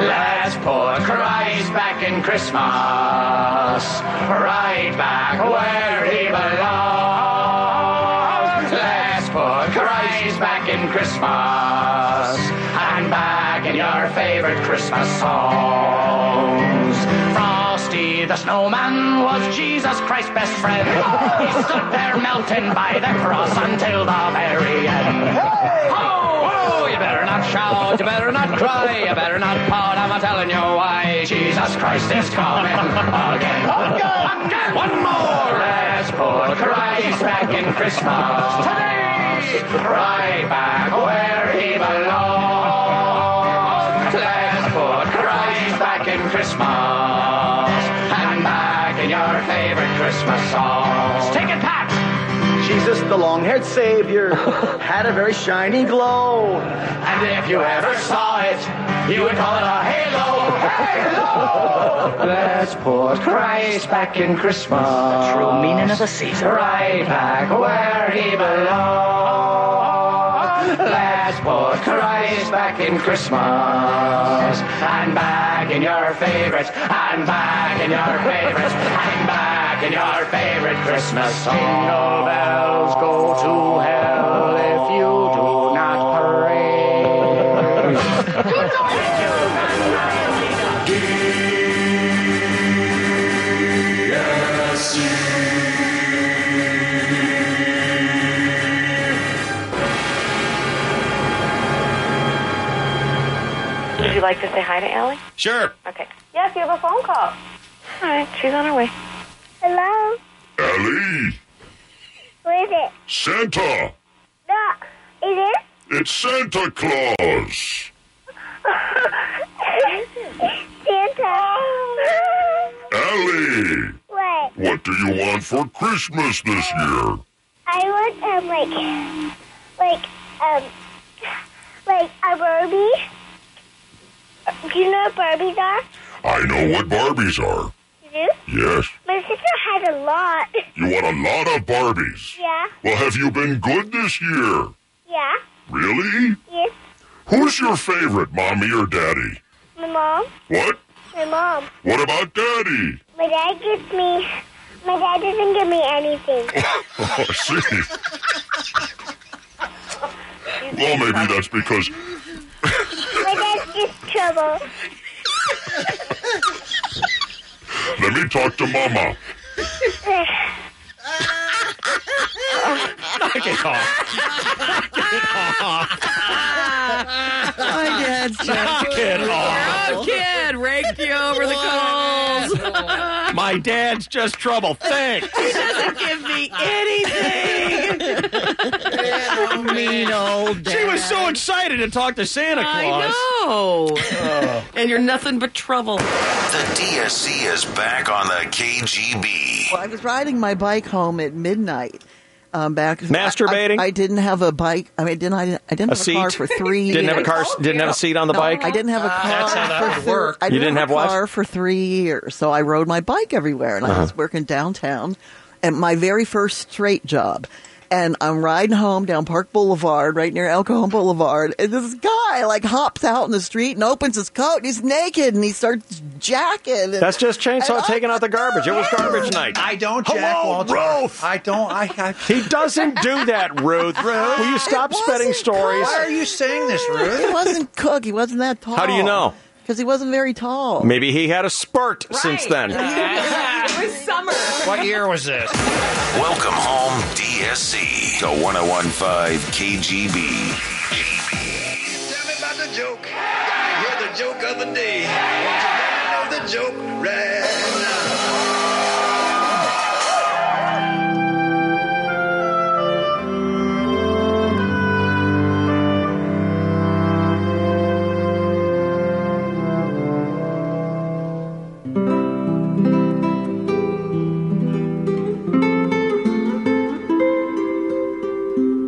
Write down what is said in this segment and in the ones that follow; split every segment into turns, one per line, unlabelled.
Let's put Christ back in Christmas, right back where he belongs. Let's put Christ back in Christmas, and back in your favorite Christmas songs. Frosty the Snowman was Jesus Christ's best friend. He stood there melting by the cross until the very end. Oh, you better not shout, you better not cry, you better not pout. I'm telling you why Jesus Christ is coming again. Again, one more. Let's put Christ back in Christmas today, right back where he belongs. Let's put Christ back in Christmas and back in your favorite Christmas songs. Take it, Pat.
Jesus, the long haired Savior, had a very shiny glow.
And if you ever saw it, you would call it a halo. Halo! Let's put Christ back in Christmas. The
true meaning of the season.
Right back where he belongs. Let's put Christ back in Christmas. And back in your favorites. And back in your favorites. And back in your favorite Christmas song. Jingle bells go to hell if you do not parade.
Would you like to say hi to Allie?
Sure.
Okay. Yes, you have a phone call. All right, she's on her way. Hello?
Ellie,
Who is it?
Santa,
No, is it?
it's Santa Claus.
Santa.
Ellie,
What?
what do you want for Christmas this year?
I want, um, like, like, um, like a Barbie. Do you know what Barbies are?
I know what Barbies are.
You do?
Yes,
My sister has a lot.
you want a lot of Barbies.
Yeah,
Well, have you been good this year?
yeah,
Really?
yes.
Who's your favorite, mommy or daddy?
My mom,
What?
my mom.
What about daddy?
My dad gives me. My dad doesn't give me anything.
Oh, I see. Well, maybe that's because
My dad's just trouble.
Let me talk to Mama.
Get off.
Oh,
Kid, raked you over the coals.
My dad's just trouble. Thanks.
Give me anything.
mean old
She was so excited to talk to Santa Claus. Oh.
I know. and you're nothing but trouble.
The DSC is back on the KGB.
I was riding my bike home at midnight. Um, back
Masturbating?
I, I didn't have a bike. I mean, didn't I? I didn't
A
have a car
seat?
for three.
Didn't have a
years.
car. Didn't have a seat on the bike.
I didn't have a car.
That's how that
for
would
thir-
work.
I
You
didn't,
didn't
a
have what? Uh-huh.
car for three years, so I rode my bike everywhere, and I was working downtown at my very first straight job. And I'm riding home down Park Boulevard, right near El Cajon Boulevard, and this guy like hops out in the street and opens his coat, and he's naked, and he starts jacking. and-
That's just chainsaw
and I-
taking out the garbage. It was garbage night.
I don't, Jack
Hello,
Walter.
Ruth!
I don't. I, I
He doesn't do that, Ruth. Will you stop
It wasn't
spreading stories?
Why are you saying this,
He
Ruth?
wasn't Cook. He wasn't that tall.
How do you know?
Because he wasn't very tall.
Maybe he had a spurt since then.
It was summer.
What year was this?
Welcome home, DSC, to 1015 KGB.
Tell me about the joke. I heard the joke other day. Won't you let me know the joke right now?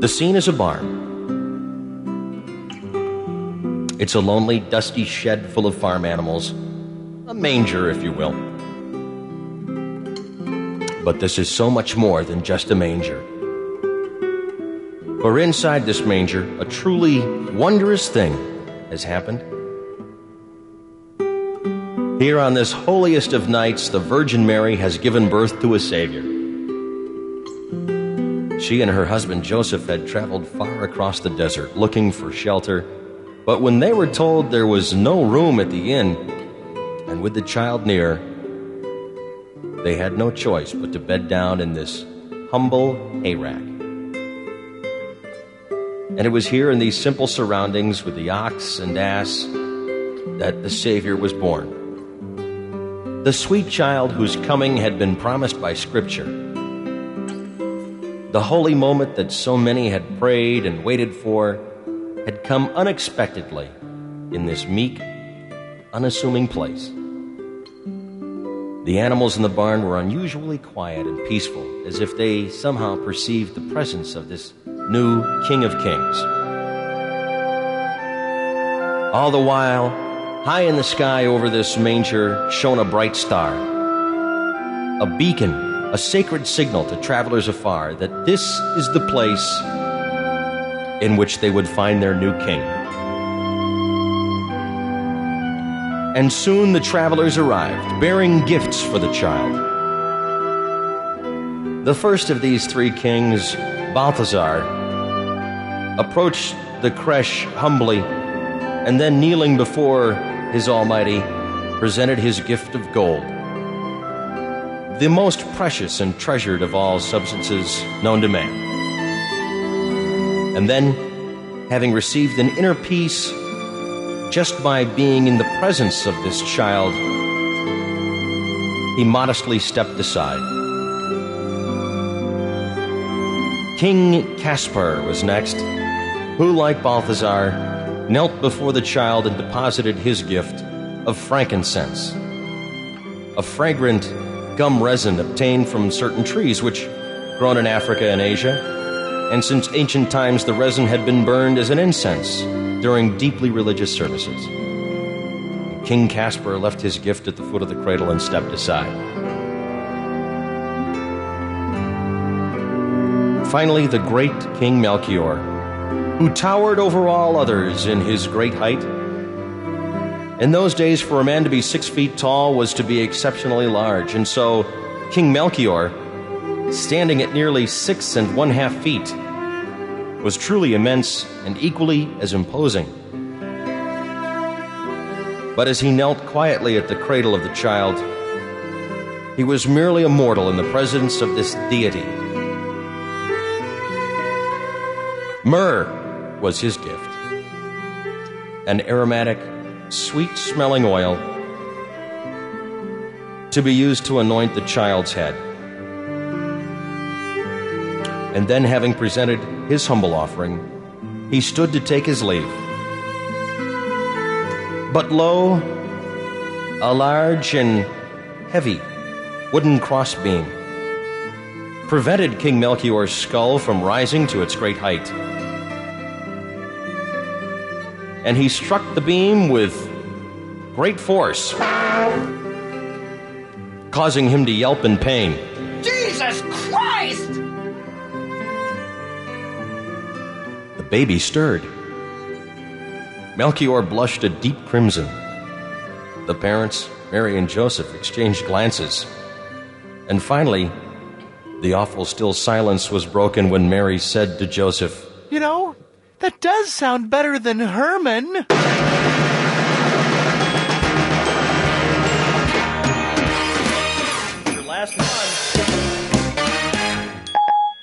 The scene is a barn. It's a lonely, dusty shed full of farm animals, a manger, if you will. But this is so much more than just a manger. For inside this manger, a truly wondrous thing has happened. Here on this holiest of nights, the Virgin Mary has given birth to a Savior. She and her husband Joseph had traveled far across the desert looking for shelter, but when they were told there was no room at the inn, and with the child near, they had no choice but to bed down in this humble hayrack. And it was here in these simple surroundings with the ox and ass that the Savior was born. The sweet child whose coming had been promised by Scripture. The holy moment that so many had prayed and waited for had come unexpectedly in this meek, unassuming place. The animals in the barn were unusually quiet and peaceful, as if they somehow perceived the presence of this new King of Kings. All the while, high in the sky over this manger shone a bright star, a beacon, a sacred signal to travelers afar that this is the place in which they would find their new king. And soon the travelers arrived, bearing gifts for the child. The first of these three kings, Balthasar, approached the creche humbly and then, kneeling before his Almighty, presented his gift of gold, the most precious and treasured of all substances known to man. And then, having received an inner peace just by being in the presence of this child, he modestly stepped aside. King Caspar was next, who, like Balthasar, knelt before the child and deposited his gift of frankincense, a fragrant gum resin obtained from certain trees which grown in Africa and Asia, and since ancient times the resin had been burned as an incense during deeply religious services. King Caspar left his gift at the foot of the cradle and stepped aside. Finally, the great King Melchior, who towered over all others in his great height. In those days, for a man to be six feet tall was to be exceptionally large, and so King Melchior, standing at nearly six and one half feet, was truly immense and equally as imposing. But as he knelt quietly at the cradle of the child, he was merely a mortal in the presence of this deity. Myrrh was his gift an aromatic, sweet smelling oil to be used to anoint the child's head. And then, having presented his humble offering, he stood to take his leave. But lo, a large and heavy wooden crossbeam prevented King Melchior's skull from rising to its great height. And he struck the beam with great force, causing him to yelp in pain.
Jesus Christ!
The baby stirred. Melchior blushed a deep crimson. The parents, Mary and Joseph, exchanged glances. And finally, the awful still silence was broken when Mary said to Joseph,
You know, that does sound better than Herman.
Your last one.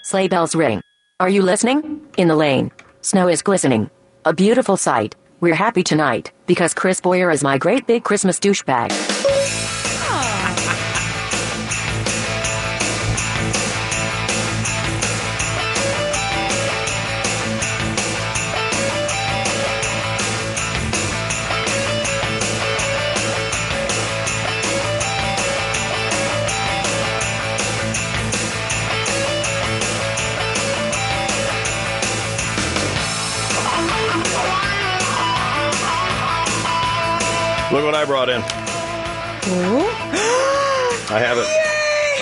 Sleigh bells ring. Are you listening? In the lane. Snow is glistening. A beautiful sight. We're happy tonight because Chris Boyer is my great big Christmas douchebag.
Ah.
Look what I brought in. I have it.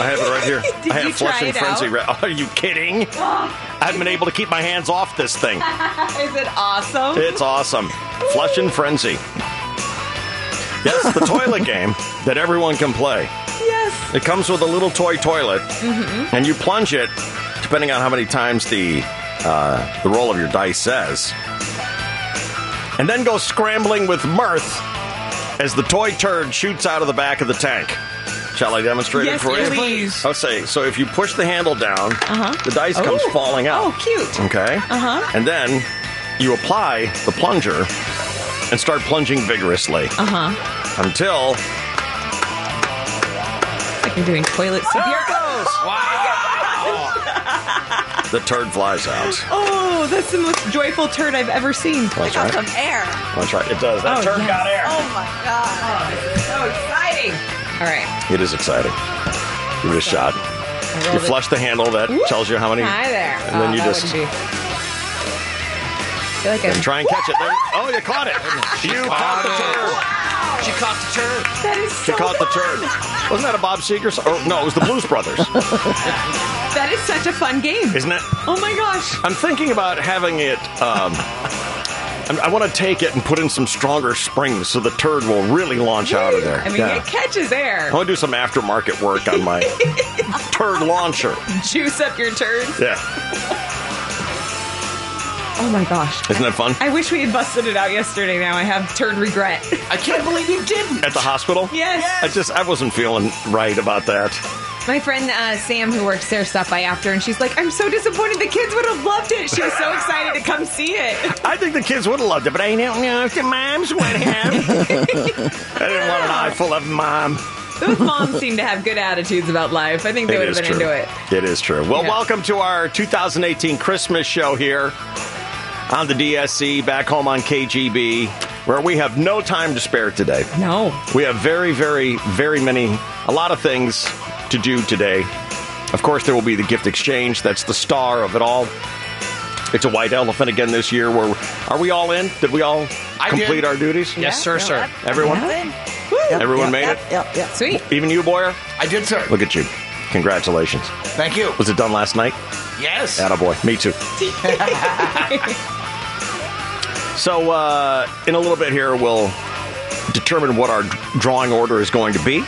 I have it right here.
Did
I have
you
Flush
try
and
it
Frenzy.
out?
Ra- Are you kidding? I haven't been able to keep my hands off this thing.
Is it awesome?
It's awesome. Flush and Frenzy. Yes, the toilet game that everyone can play.
Yes.
It comes with a little toy toilet,
Mhm.
and you plunge it, depending on how many times the uh, the roll of your dice says, and then go scrambling with mirth as the toy turd shoots out of the back of the tank. Shall I demonstrate
Yes,
it for you?
please.
I'll say so. If you push the handle down, the dice comes
Oh.
falling out.
Oh, cute.
Okay.
Uh-huh.
And then you apply the plunger and start plunging vigorously
Uh huh.
until
It's like you're doing toilet CPR.
the turd flies out.
Oh, that's the most joyful turd I've ever seen.
That's got right. some
air.
That's right. It does. That
oh,
turd
yes.
got air.
Oh my god. Oh, this is so exciting. All right.
It is exciting. Give it a shot. You
it.
flush the handle that tells you how many.
Hi there.
And then
Oh,
you
that
just
wouldn't feel like
and
I'm-
try and catch it. There. Oh, you caught it. You caught the turd.
She caught the turd. That is
She
so
caught the
fun.
turd. Wasn't that a Bob Seger song? Or, no, it was the Blues Brothers.
That is such a fun game.
Isn't it?
Oh my gosh.
I'm thinking about having it. Um, I'm- I want to take it and put in some stronger springs so the turd will really launch out of there.
I mean,
Yeah.
it catches air.
I want to do some aftermarket work on my turd launcher.
Juice up your turd.
Yeah.
Oh my gosh.
Isn't that fun?
I wish we had busted it out yesterday. Now I have turd regret. I can't believe you didn't.
At the hospital?
Yes.
I just I wasn't feeling right about that.
My friend uh, Sam, who works there, stopped by after, and she's like, "I'm so disappointed. The kids would have loved it. She was so excited to come see it."
I think the kids would have loved it, but I don't know if the moms would have. I didn't want an eye full of mom.
Those moms seem to have good attitudes about life. I think they
It
would have
is
been
true.
into it.
It is true. Well,
Yeah.
welcome to our 2018 Christmas show here on the DSC, back home on KGB, where we have no time to spare today.
No.
We have very, very, very many, a lot of things to do today. Of course, there will be the gift exchange. That's the star of it all. It's a white elephant again this year. Where are we all in? Did we all
I did.
complete our duties?
Yes, sir, sir.
Everyone, everyone made it.
Yep, yep.
Sweet.
Even you, Boyer?
I did, sir.
Look at you. Congratulations.
Thank you.
Was it done last night?
Yes.
Attaboy. Me too. So, uh, in a little bit here, we'll determine what our d- drawing order is going to be.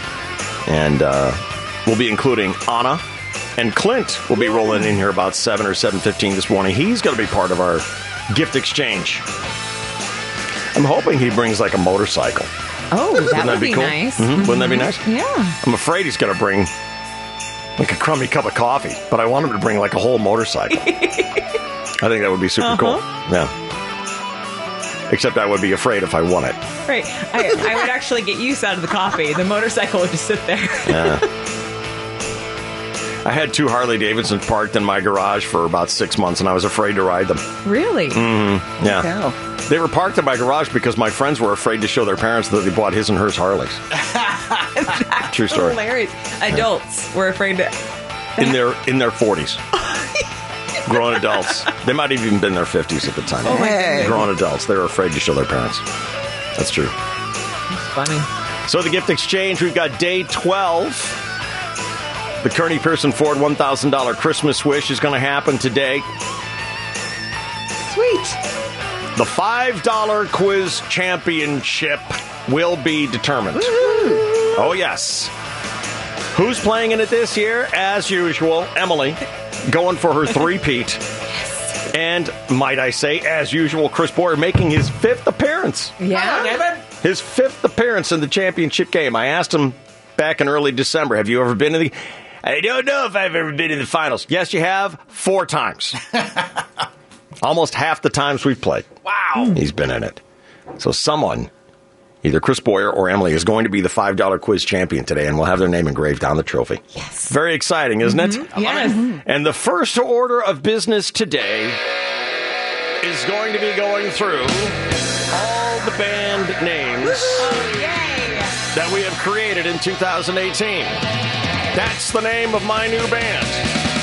And uh, we'll be including Anna and Clint will be rolling in here about 7 or 7.15 this morning. He's going to be part of our gift exchange. I'm hoping he brings like a motorcycle.
Oh,
Wouldn't
that would
be,
be
cool?
nice.
Mhm. Wouldn't that be
Mhm.
nice?
Yeah.
I'm afraid he's going to bring like a crummy cup of coffee, but I want him to bring like a whole motorcycle. I think that would be super cool. Yeah. Except I would be afraid if I won it.
Right. I, I would actually get use out of the coffee. The motorcycle would just sit there.
Yeah. I had two Harley Davidsons parked in my garage for about six months, and I was afraid to ride them.
Really?
Mm-hmm. Yeah. They were parked in my garage because my friends were afraid to show their parents that they bought his and hers Harleys. True story.
Hilarious. Adults were afraid to.
in their in their forties. Grown adults. They might have even been in their fifties at the time.
Oh, my goodness.
Grown adults. They were afraid to show their parents. That's true.
funny.
So the gift exchange, we've got day twelve. The Kearney Pearson Ford one thousand dollar Christmas wish is gonna happen today.
Sweet.
The five dollar quiz championship will be determined. Oh yes. Who's playing in it this year? As usual, Emily, going for her three-peat. And might I say, as usual, Chris Boyer making his fifth appearance.
Yeah.
His fifth appearance in the championship game. I asked him back in early December, have you ever been to the I don't know if I've ever been in the finals. Yes, you have, four times. Almost half the times we've played. Wow. He's been in it. So someone, either Chris Boyer or Emily, is going to be the $5 quiz champion today, and we'll have their name engraved on the trophy. Yes. Very exciting, isn't it?
Yes.
And the first order of business today is going to be going through all the band names that we have created in 2018. That's the name of my new band.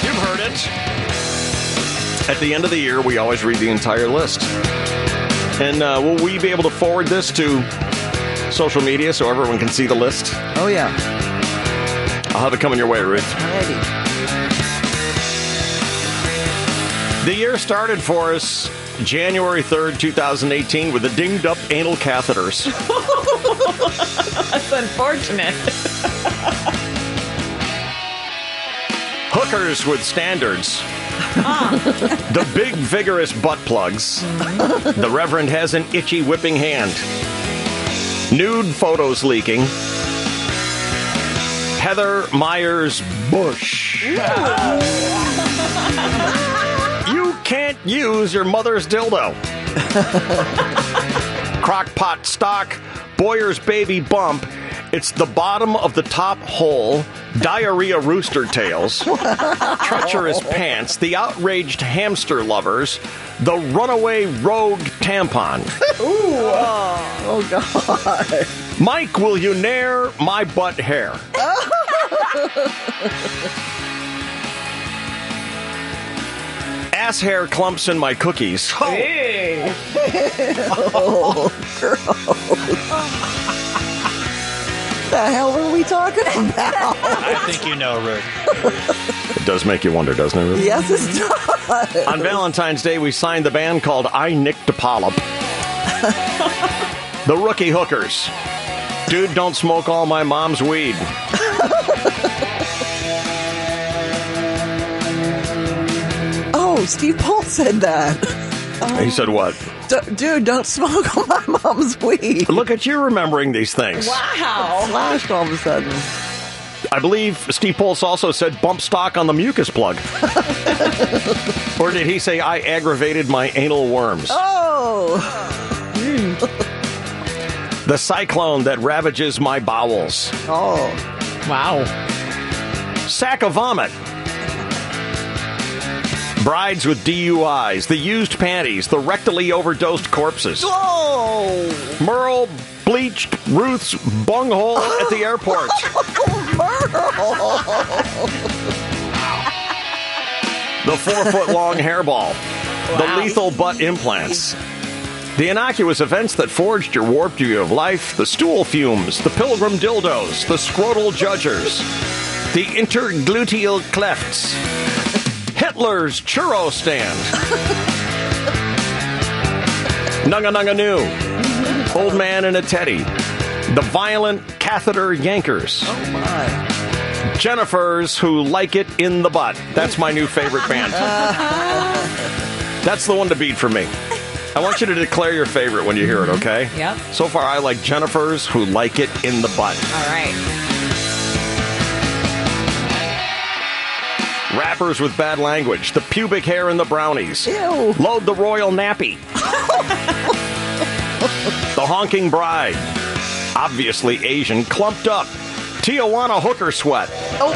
You've heard it. At the end of the year, we always read the entire list. And uh, will we be able to forward this to social media so everyone can see the list?
Oh, yeah.
I'll have it coming your way, Ruth. The year started for us January 3rd, 2018, with the dinged up anal catheters.
That's unfortunate.
Hookers with standards. the big, vigorous butt plugs. the Reverend has an itchy, whipping hand. Nude photos leaking. Heather Myers Bush. You can't use your mother's dildo. Crockpot stock, Boyer's baby bump. It's the bottom of the top hole, diarrhea rooster tails, treacherous pants, the outraged hamster lovers, the runaway rogue tampon.
Ooh. Oh, God.
Mike, will you nair my butt hair? Ass hair clumps in my cookies.
oh, gross. the hell were we talking about?
I think you know, Ruth.
It does make you wonder, doesn't it? Ruth?
yes, it's does.
On Valentine's Day, we signed the band called I Nicked a Polyp. the Rookie Hookers. Dude, don't smoke all my mom's weed.
Oh, Steve Paul said that.
He said what?
D- dude, don't smoke on my mom's weed.
Look at you remembering these things.
Wow. Flashed all of a sudden.
I believe Steve Pulse also said bump stock on the mucus plug. or did he say I aggravated my anal worms?
Oh.
Hmm.
The cyclone that ravages my bowels.
Oh.
Wow. Sack of vomit. Brides with DUIs, the used panties, the rectally overdosed corpses.
Oh.
Merle bleached Ruth's bunghole at the airport. the four foot long hairball, the lethal butt implants, the innocuous events that forged your warped view of life, the stool fumes, the pilgrim dildos, the scrotal judgers, the intergluteal clefts, Hitler's churro stand, Nunga Nunga New, Old Man and a Teddy, the violent catheter yankers. Jennifer's Who Like It in the Butt. That's my new favorite band. That's the one to beat for me. I want you to declare your favorite when you hear it, okay?
Yep.
So far, I like Jennifer's Who Like It in the Butt.
All right.
Rappers with bad language, the pubic hair and the brownies.
Ew.
Load the royal nappy. the honking bride. Obviously Asian, clumped up. Tijuana hooker sweat.
Oh.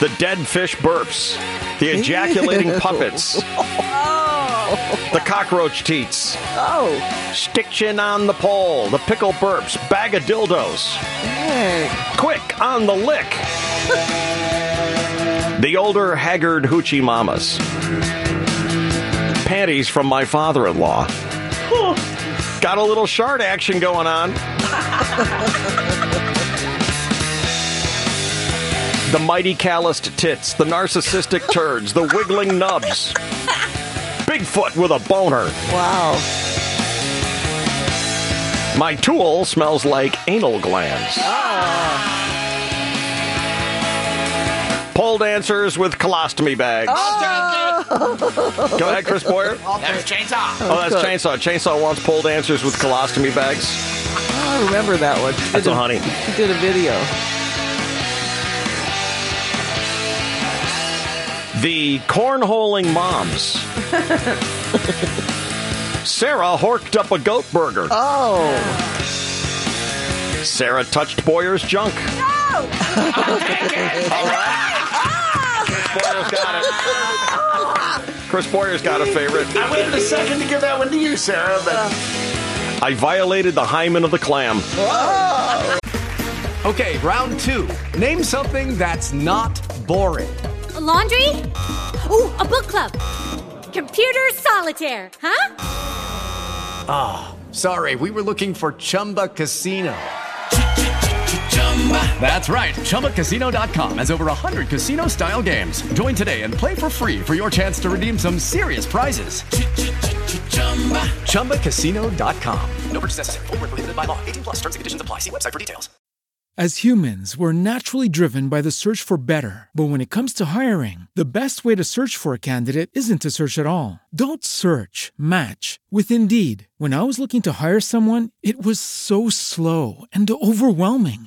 The dead fish burps. The ejaculating puppets. The cockroach teats.
Oh.
Stick chin on the pole. The pickle burps. Bag of dildos. Quick on the lick. the older, haggard hoochie mamas. Panties from my father in law. Got a little shard action going on. the mighty calloused tits, the narcissistic turds, the wiggling nubs. Bigfoot with a boner.
Wow.
My tool smells like anal glands. Pole dancers with colostomy bags.
Oh,
Oh.
Go ahead, Chris Boyer.
That's chainsaw.
Oh, that's Chainsaw. Chainsaw wants pole dancers with colostomy bags.
Oh, I don't remember that one. She
That's
did
a honey.
She did a video.
The cornholing moms. Sarah horked up a goat burger.
Oh.
Sarah touched Boyer's junk. Boyer's got it. Chris Boyer's got a favorite.
I waited a second to give that one to you, Sarah, but
I violated the hymen of the clam.
Oh. Okay, round two. Name something that's not boring.
laundry? Ooh, a book club. Computer solitaire, huh?
Ah, Sorry, we were looking for Chumba Casino. That's right. ChumbaCasino.com has over 100 casino style games. Join today and play for free for your chance to redeem some serious prizes. ChumbaCasino.com. No purchase necessary. Void where prohibited by law. 18 plus terms and conditions apply. See website for details.
As humans, we're naturally driven by the search for better. But when it comes to hiring, the best way to search for a candidate isn't to search at all. Don't search, match with Indeed. When I was looking to hire someone, it was so slow and overwhelming.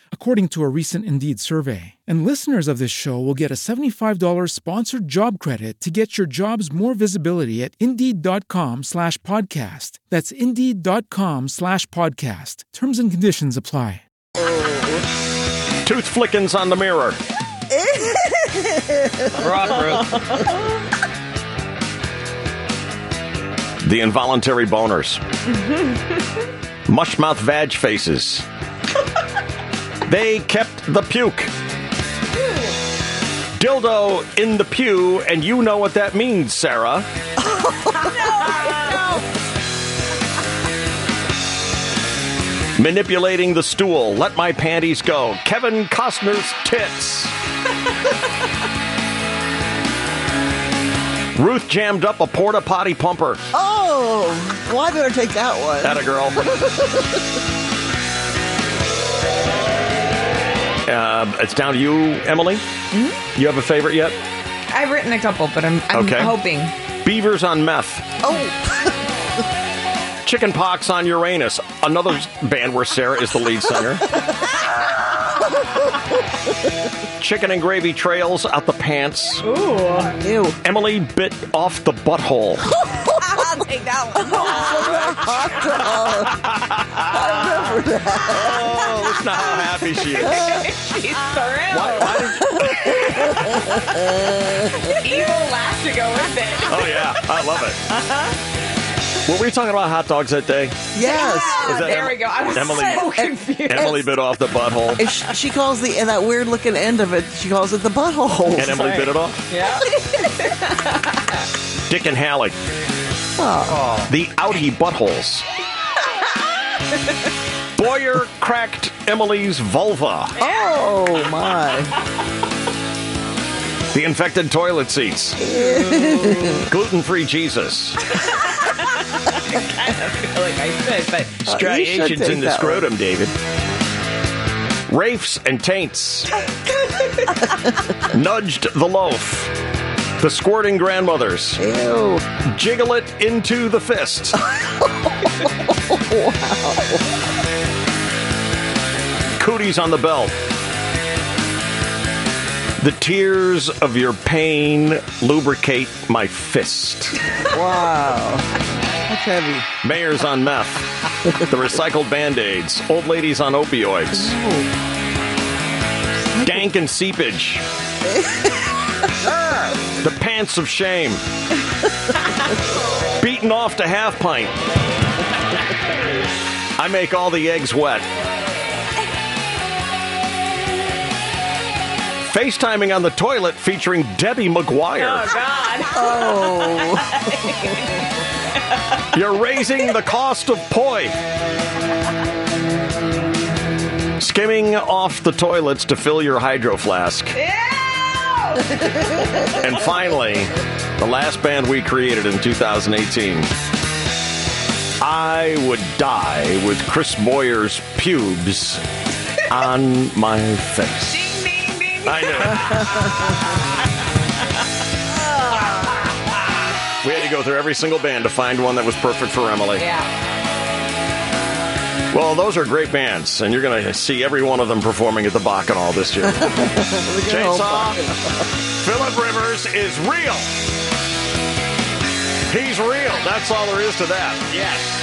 according to a recent Indeed survey. And listeners of this show will get a $75 sponsored job credit to get your jobs more visibility at Indeed.com slash podcast. That's Indeed.com slash podcast. Terms and conditions apply.
Tooth flickings on the mirror. The involuntary boners. Mushmouth vag faces. they kept the puke. Dildo in the pew, and you know what that means, Sarah. Manipulating the stool. Let my panties go. Kevin Costner's tits. Ruth jammed up a porta potty pumper.
Oh, well, I better take that one.
Atta girl. Uh, it's down to you, Emily. You have a favorite yet?
Mm-hmm. I've written a couple, but I'm, I'm
Okay.
hoping.
Beavers on meth.
Oh,
Chicken pox on Uranus. Another band where Sarah is the lead singer. Chicken and gravy trails out the pants.
Ooh. Ew.
Emily bit off the butthole.
I'll take that one. I remember that.
Oh, listen to how happy she is.
She's thrilled. Evil laugh to go with it.
Oh, yeah. I love it. Were we talking about hot dogs that day?
Yes.
Was that
there
Em-
we go. I was
Emily,
so confused.
Emily bit off the butthole.
And she, she calls the and that weird looking end of it. She calls it the butthole.
And Emily bit it off.
Yeah.
Dick and Hallie.
Oh.
The outie buttholes. Boyer cracked Emily's vulva.
Oh my.
The infected toilet seats. Gluten free Jesus.
I feel like I
Uh,
should, but
Striations in the scrotum, David. Rafes and taints. Nudged the loaf. The squirting grandmothers.
Ew.
Jiggle it into the fist. Cooties on the belt. The tears of your pain lubricate my fist.
Wow. That's heavy.
Mayors on meth. The recycled band aids. Old ladies on opioids. Dank and seepage. the pants of shame. Beaten off to half pint. I make all the eggs wet. FaceTiming on the toilet featuring Debbie
Oh,
McGuire.
Oh.
You're raising the cost of poi. Skimming off the toilets to fill your hydro flask. And finally, the last band we created in 2018. I would die with Chris Boyer's pubes on my face. I know. we had to go through every single band to find one that was perfect for Emily.
Yeah.
Well, those are great bands, and you're going to see every one of them performing at the Bacchanal this year. Chainsaw, Philip Rivers is real. He's real. That's all there is to that. Yes.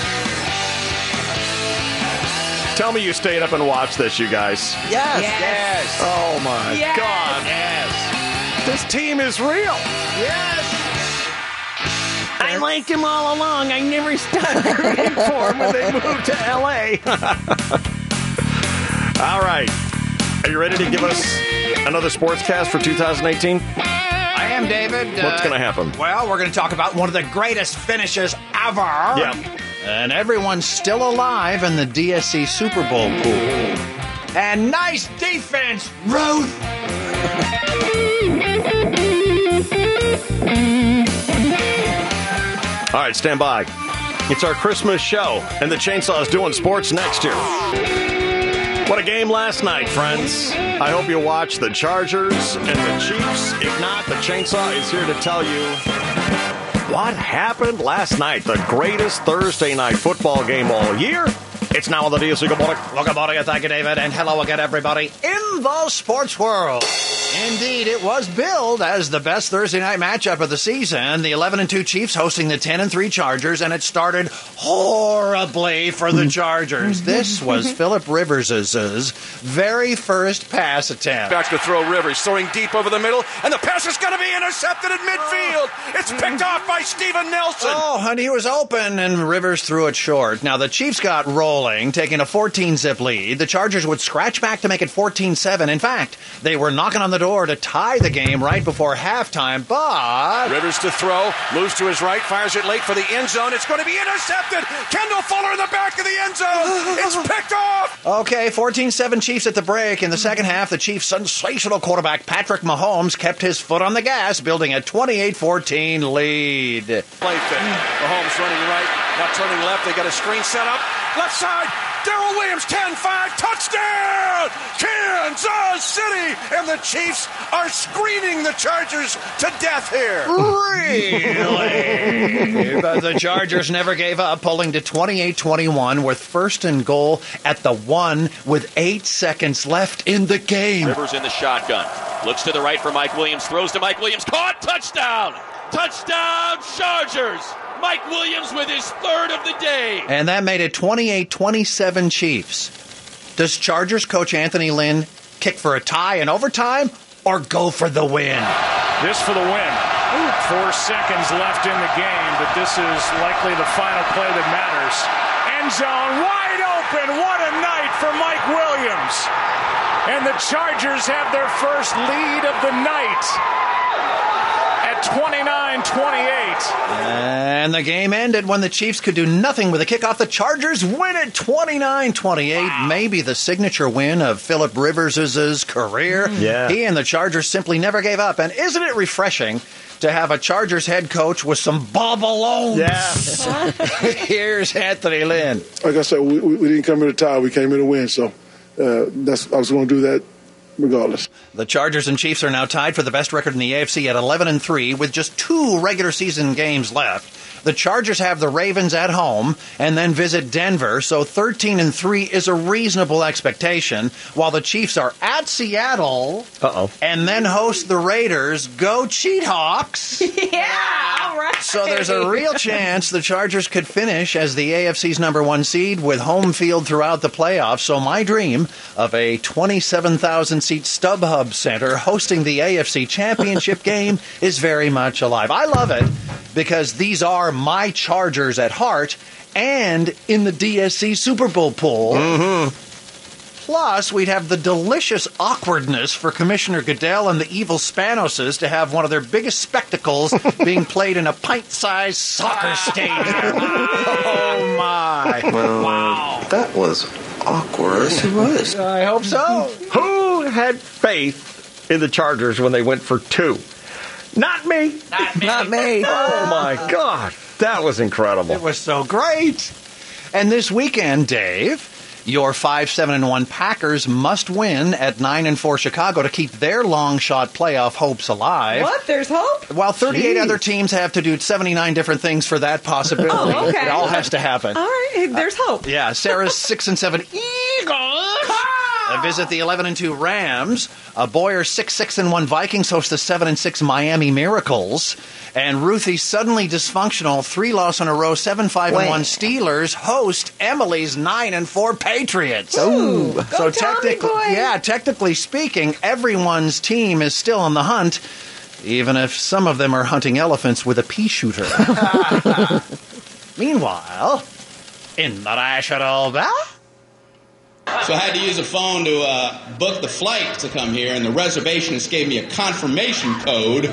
Tell me you stayed up and watched this, you guys.
Yes.
Yes. Oh my
Yes.
God. Yes. This team is real.
Yes.
I liked him all along. I never stopped rooting for him when they moved to L.A. All right. Are you ready to give us another sportscast for 2018?
I am David. uh,
What's gonna happen?
Well, we're going to talk about one of the greatest finishes ever. Yeah. And everyone's still alive in the DSC Super Bowl pool. And nice defense, Ruth.
All right, stand by. It's our Christmas show, and the Chainsaw is doing sports next year. What a game last night, friends. I hope you watched the Chargers and the Chiefs. If not, the Chainsaw is here to tell you what happened last night. The greatest Thursday night football game all year. It's now on the DSC. Good morning.
Well, good morning, and thank you, David, and hello again, everybody in the sports world. Indeed, it was billed as the best Thursday night matchup of the season. The 11 and 2 Chiefs hosting the 10 and 3 Chargers, and it started horribly for
Mm-hmm.
the Chargers. This was Philip Rivers' very first pass attempt.
Back to throw Rivers, throwing deep over the middle, and the pass is going to be intercepted at midfield. It's picked off by Steven Nelson.
Oh, and he was open, and Rivers threw it short. Now, the Chiefs got rolling, taking a 14 zip lead. The Chargers would scratch back to make it 14 7. In fact, they were knocking on the door to tie the game right before halftime, but.
Oh. Rivers to throw, moves to his right, fires it late for the end zone. It's going to be intercepted. Kendall Fuller in the back of the end zone. It's picked off.
Okay, 14 7 Chiefs at the break. In the second half, the Chiefs' sensational quarterback, Patrick Mahomes, kept his foot on the gas, building a 28 14 lead.
Play fit. Mahomes running right, now turning left. They got a screen set up. Left side, Daryl Williams, 10 5, touchdown! Kansas City! And the Chiefs are screening the Chargers to death here.
Really? but uh, the Chargers never gave up, pulling to 28 21 with first and goal at the one with eight seconds left in the game.
Rivers in the shotgun. Looks to the right for Mike Williams. Throws to Mike Williams. Caught. Touchdown. Touchdown, Chargers. Mike Williams with his third of the day.
And that made it 28 27 Chiefs. Does Chargers coach Anthony Lynn kick for a tie in overtime or go for the win?
This for the win. Four seconds left in the game, but this is likely the final play that matters. End zone wide open. What a night for Mike Williams. And the Chargers have their first lead of the night at 29 28.
And the game ended when the Chiefs could do nothing with a kickoff. The Chargers win it 29 28. Maybe the signature win of Philip Rivers' career.
Yeah.
He and the Chargers simply never gave up. And isn't it refreshing to have a Chargers head coach with some bobalones? Yeah. Here's Anthony Lynn.
Like I said, we, we we didn't come here to tie. We came here to win. So uh, that's I was going to do that regardless.
The Chargers and Chiefs are now tied for the best record in the AFC at 11 and 3 with just two regular season games left. The Chargers have the Ravens at home and then visit Denver, so 13 and 3 is a reasonable expectation, while the Chiefs are at Seattle
Uh-oh.
and then host the Raiders. Go Cheat Hawks.
yeah, all right.
So there's a real chance the Chargers could finish as the AFC's number one seed with home field throughout the playoffs. So my dream of a 27,000 seat StubHub Center hosting the AFC Championship game is very much alive. I love it because these are my Chargers at heart and in the DSC Super Bowl pool. Plus, we'd have the delicious awkwardness for Commissioner Goodell and the evil Spanoses to have one of their biggest spectacles being played in a pint sized soccer
Ah.
stadium. oh, my.
wow. That was awkward. Yes, it was.
I hope so.
Who had faith in the Chargers when they went for two? Not me.
Not me. Not me.
Oh my God, that was incredible.
It was so great. And this weekend, Dave, your five, seven, and one Packers must win at nine and four Chicago to keep their long shot playoff hopes alive.
What? There's hope?
While 38 other teams have to do 79 different things for that possibility,
Oh, okay.
it all has to happen.
All right, there's hope.
Yeah, Sarah's six and seven Eagles They Uh, visit the 11 and 2 Rams. Uh, Boyer 6 6 and 1 Vikings host the 7 and 6 Miami Miracles. And Ruthie's suddenly dysfunctional 3 loss in a row 7 5 and
Wait.
1 Steelers host Emily's 9 and 4 Patriots.
Ooh. Go
so
Tommy
technically,
boy.
yeah, technically speaking, everyone's team is still on the hunt. Even if some of them are hunting elephants with a pea shooter. Meanwhile, in the National Bell.
So I had to use a phone to uh, book the flight to come here, and the reservationist gave me a confirmation code.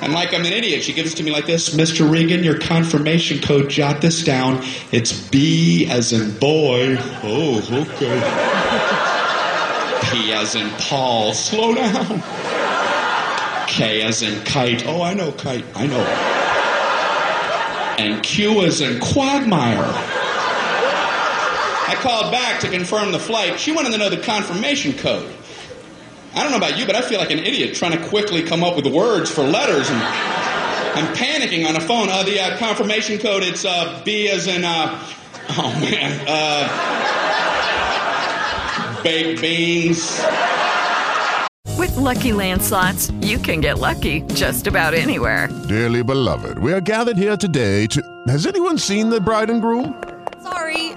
And like I'm an idiot, she gives it to me like this Mr. Regan, your confirmation code, jot this down. It's B as in boy. Oh, okay. P as in Paul, slow down. K as in kite. Oh, I know kite, I know. And Q as in quagmire. I called back to confirm the flight. She wanted to know the confirmation code. I don't know about you, but I feel like an idiot trying to quickly come up with words for letters. And I'm panicking on the phone. Uh, the uh, confirmation code, it's uh, B as in, uh, oh man, uh, baked beans.
With Lucky Land slots, you can get lucky just about anywhere.
Dearly beloved, we are gathered here today to. Has anyone seen the bride and groom?
Sorry,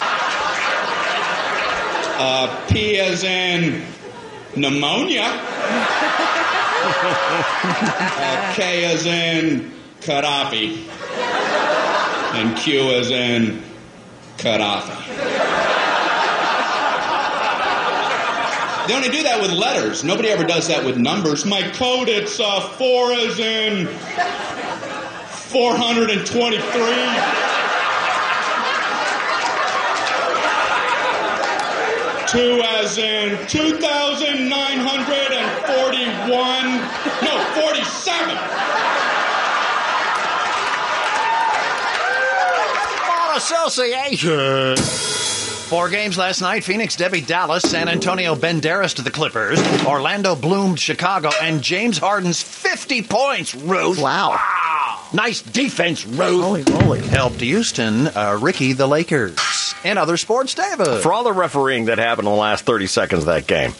Uh, P as in pneumonia. uh, K as in Gaddafi. And Q as in Gaddafi. They only do that with letters. Nobody ever does that with numbers. My code, it's uh, 4 as in 423. Two as in 2,941. No, 47.
Football Association. Four games last night Phoenix Debbie Dallas, San Antonio Banderas to the Clippers, Orlando Bloom Chicago, and James Harden's 50 points, Ruth. Wow. Nice defense, Ruth. Holy moly. Helped Houston, uh, Ricky the Lakers. And other sports, David.
For all the refereeing that happened in the last 30 seconds of that game,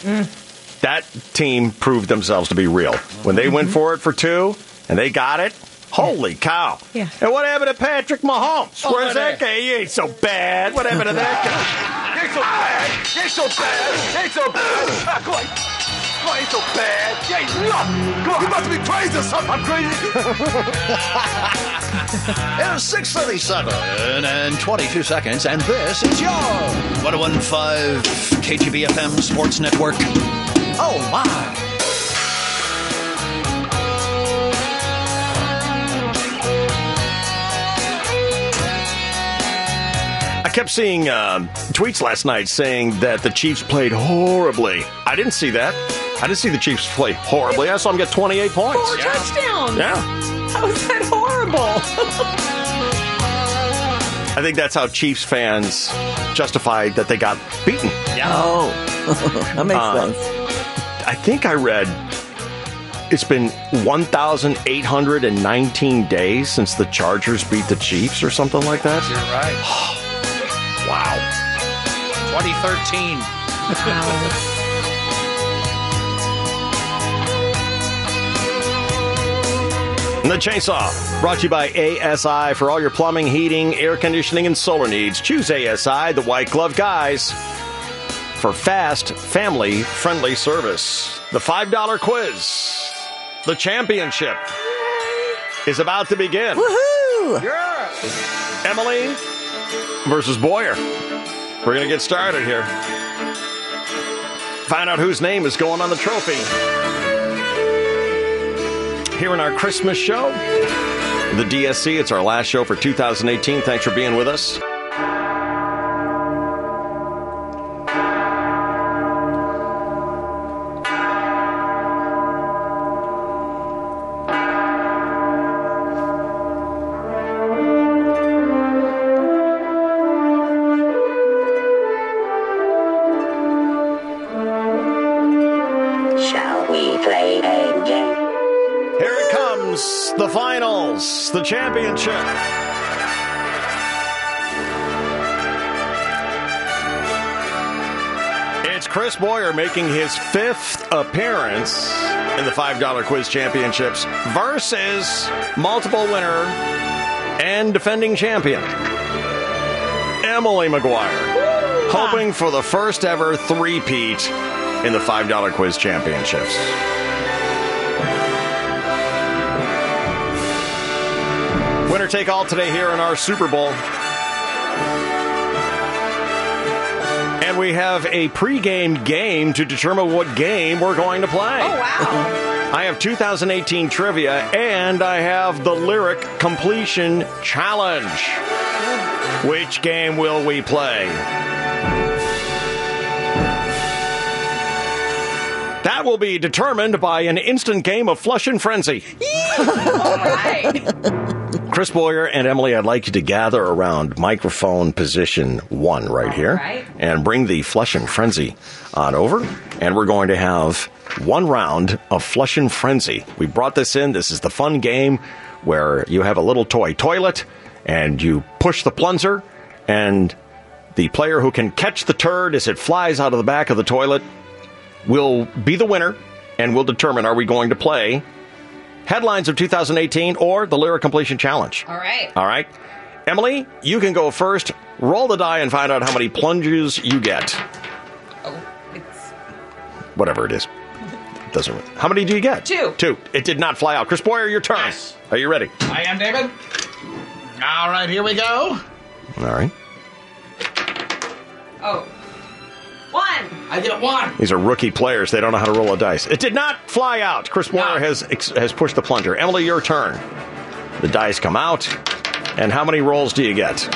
that team proved themselves to be real. When they went for it for two and they got it, holy cow.
Yeah.
And what happened to Patrick Mahomes?
Oh,
Where's
there.
that guy? He ain't so bad. What happened to that guy?
They so bad. They so bad. They so bad. Ah, Come on. Come on, ain't so bad. Yeah, he's not. Come on, you must be crazy or something. I'm crazy.
It is 637 and 22 seconds, and this is your 1015 KGBFM Sports Network. Oh, my.
I kept seeing um, tweets last night saying that the Chiefs played horribly. I didn't see that. I didn't see the Chiefs play horribly. I saw them get 28 points.
Four touchdowns.
Yeah.
How is that horrible?
I think that's how Chiefs fans justified that they got beaten. Uh, Yeah.
Oh, that makes sense.
I think I read It's been 1,819 days since the Chargers beat the Chiefs or something like that.
You're right.
Wow.
2013.
And the Chainsaw, brought to you by ASI for all your plumbing, heating, air conditioning, and solar needs. Choose ASI, the white glove guys, for fast, family friendly service. The $5 quiz, the championship, is about to begin.
Woohoo!
Emily versus Boyer. We're going to get started here. Find out whose name is going on the trophy. Here in our Christmas show, the DSC, it's our last show for 2018. Thanks for being with us.
Shall we play a game?
Here it comes the finals, the championship. It's Chris Boyer making his fifth appearance in the $5 quiz championships versus multiple winner and defending champion, Emily McGuire, hoping for the first ever three-peat in the $5 quiz championships. Winner take all today here in our Super Bowl. And we have a pregame game to determine what game we're going to play. Oh, wow. I have 2018 trivia and I have the lyric completion challenge. Which game will we play? That will be determined by an instant game of Flush and Frenzy.
All right.
Chris Boyer and Emily, I'd like you to gather around microphone position one right here
right.
and bring the Flush and Frenzy on over. And we're going to have one round of Flush and Frenzy. We brought this in. This is the fun game where you have a little toy toilet and you push the plunger, and the player who can catch the turd as it flies out of the back of the toilet will be the winner and we'll determine are we going to play headlines of 2018 or the lyric completion challenge.
All right.
All right. Emily, you can go first. Roll the die and find out how many plunges you get.
Oh, It's
Whatever it is. Doesn't How many do you get?
Two.
Two. It did not fly out. Chris Boyer, your turn. Are you ready?
I am David. All right, here we go.
All right.
Oh. One. I get one.
These are rookie players. They don't know how to roll a dice. It did not fly out. Chris Boyer has ex- has pushed the plunger. Emily, your turn. The dice come out. And how many rolls do you get?
This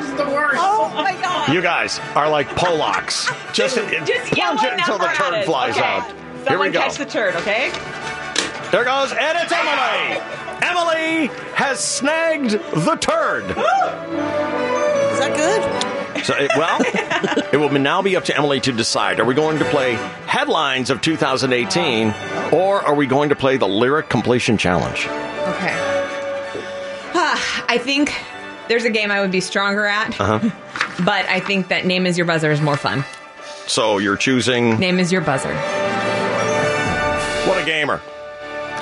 is the worst. Oh my god.
You guys are like Polacks. Just,
Just yell
plunge it
a
until the
number at
turn
it.
flies
Okay.
out. Here we
Someone
go.
catch the turd, okay?
there goes, and it's Emily. Emily has snagged the turd.
Is that good?
So, it, well, it will now be up to Emily to decide: Are we going to play headlines of 2018, or are we going to play the lyric completion challenge?
Okay. Ah, I think there's a game I would be stronger at,
Uh-huh.
but I think that name is your buzzer is more fun.
So you're choosing.
Name is your buzzer.
What a gamer!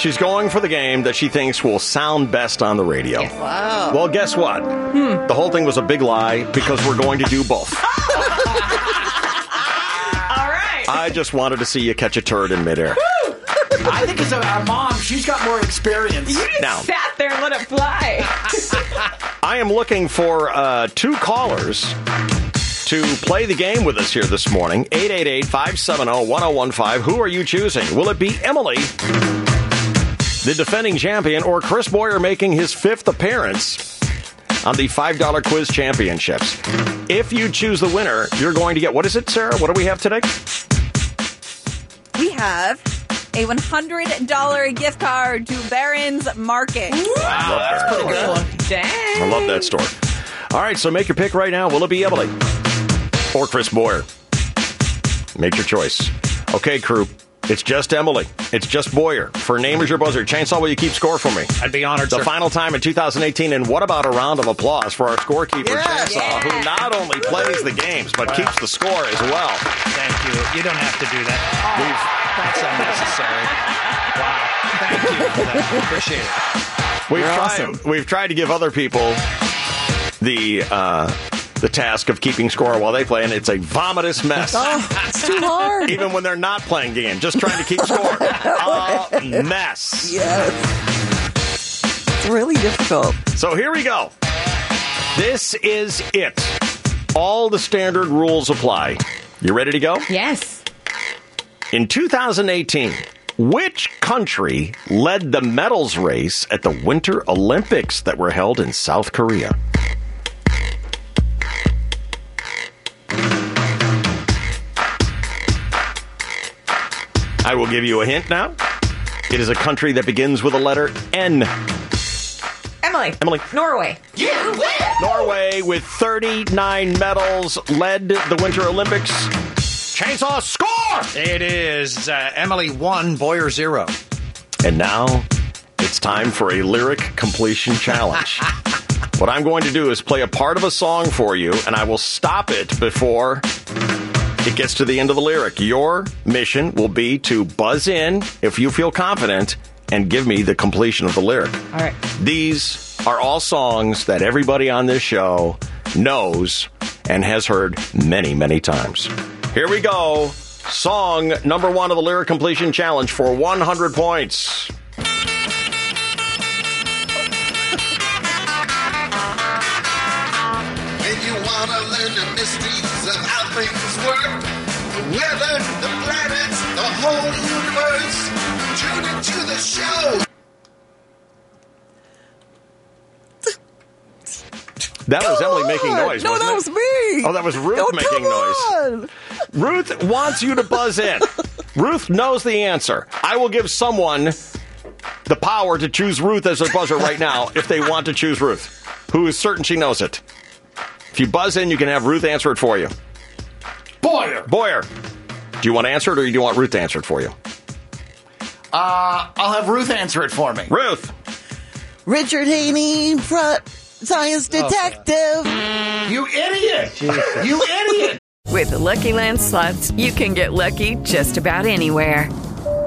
She's going for the game that she thinks will sound best on the radio.
Wow.
Well, guess what? The whole thing was a big lie because we're going to do both.
All right.
I just wanted to see you catch a turd in midair.
I think it's our mom. She's got more experience.
You just
Now-
sat there and let it fly.
I am looking for uh, two callers to play the game with us here this morning. 888-570-1015. Who are you choosing? Will it be Emily, the defending champion, or Chris Boyer making his fifth appearance on the $5 quiz championships? If you choose the winner, you're going to get, what is it, Sarah? What do we have today?
We have a $100 gift card to Barron's Market.
Love that.
Dang.
I love that store. All right, so make your pick right now. Will it be Emily or Chris Boyer? Make your choice. Okay, crew. It's just Emily. It's just Boyer. For name is your buzzer. Chainsaw, will you keep score for me?
I'd be honored,
The
sir.
final time in 2018, and what about a round of applause for our scorekeeper,
Yes.
Chainsaw, who not only plays the games, but
Wow.
keeps the score as well.
Thank you. You don't have to do that. That's unnecessary. Wow. Thank you. for that. Appreciate it.
We've tried, we've tried to give other people the uh, the task of keeping score while they play, and it's a vomitous mess.
Oh, it's too hard.
Even when they're not playing game, just trying to keep score. A Uh, mess.
Yes. It's really difficult.
So here we go. This is it. All the standard rules apply. You ready to go?
Yes.
In 2018, which country led the medals race at the Winter Olympics that were held in South Korea? I will give you a hint now. It is a country that begins with a letter N.
Emily.
Emily.
Norway.
Norway, with 39 medals, led the Winter Olympics. Chainsaw score!
It is uh, Emily 1, Boyer 0.
And now it's time for a lyric completion challenge. what I'm going to do is play a part of a song for you, and I will stop it before it gets to the end of the lyric. Your mission will be to buzz in if you feel confident and give me the completion of the lyric.
All right.
These are all songs that everybody on this show knows and has heard many, many times. Here we go. Song number one of the Lyric Completion Challenge for 100 points.
And you wanna learn the mysteries of how things work? The weather, the planets, the whole universe. Tune into the show.
That was Emily making noise.
No,
wasn't
that
it?
was me.
Oh, that was Ruth
Oh,
making
come
noise. Ruth wants you to buzz in. Ruth knows the answer. I will give someone the power to choose Ruth as their buzzer right now if they want to choose Ruth, who is certain she knows it. If you buzz in, you can have Ruth answer it for you. Boyer. Boyer. Do you want to answer it or do you want Ruth to answer it for you?
Uh, I'll have Ruth answer it for me.
Ruth.
Richard Haney, front science detective.
you idiot! you idiot!
With Lucky Land slots, you can get lucky just about anywhere.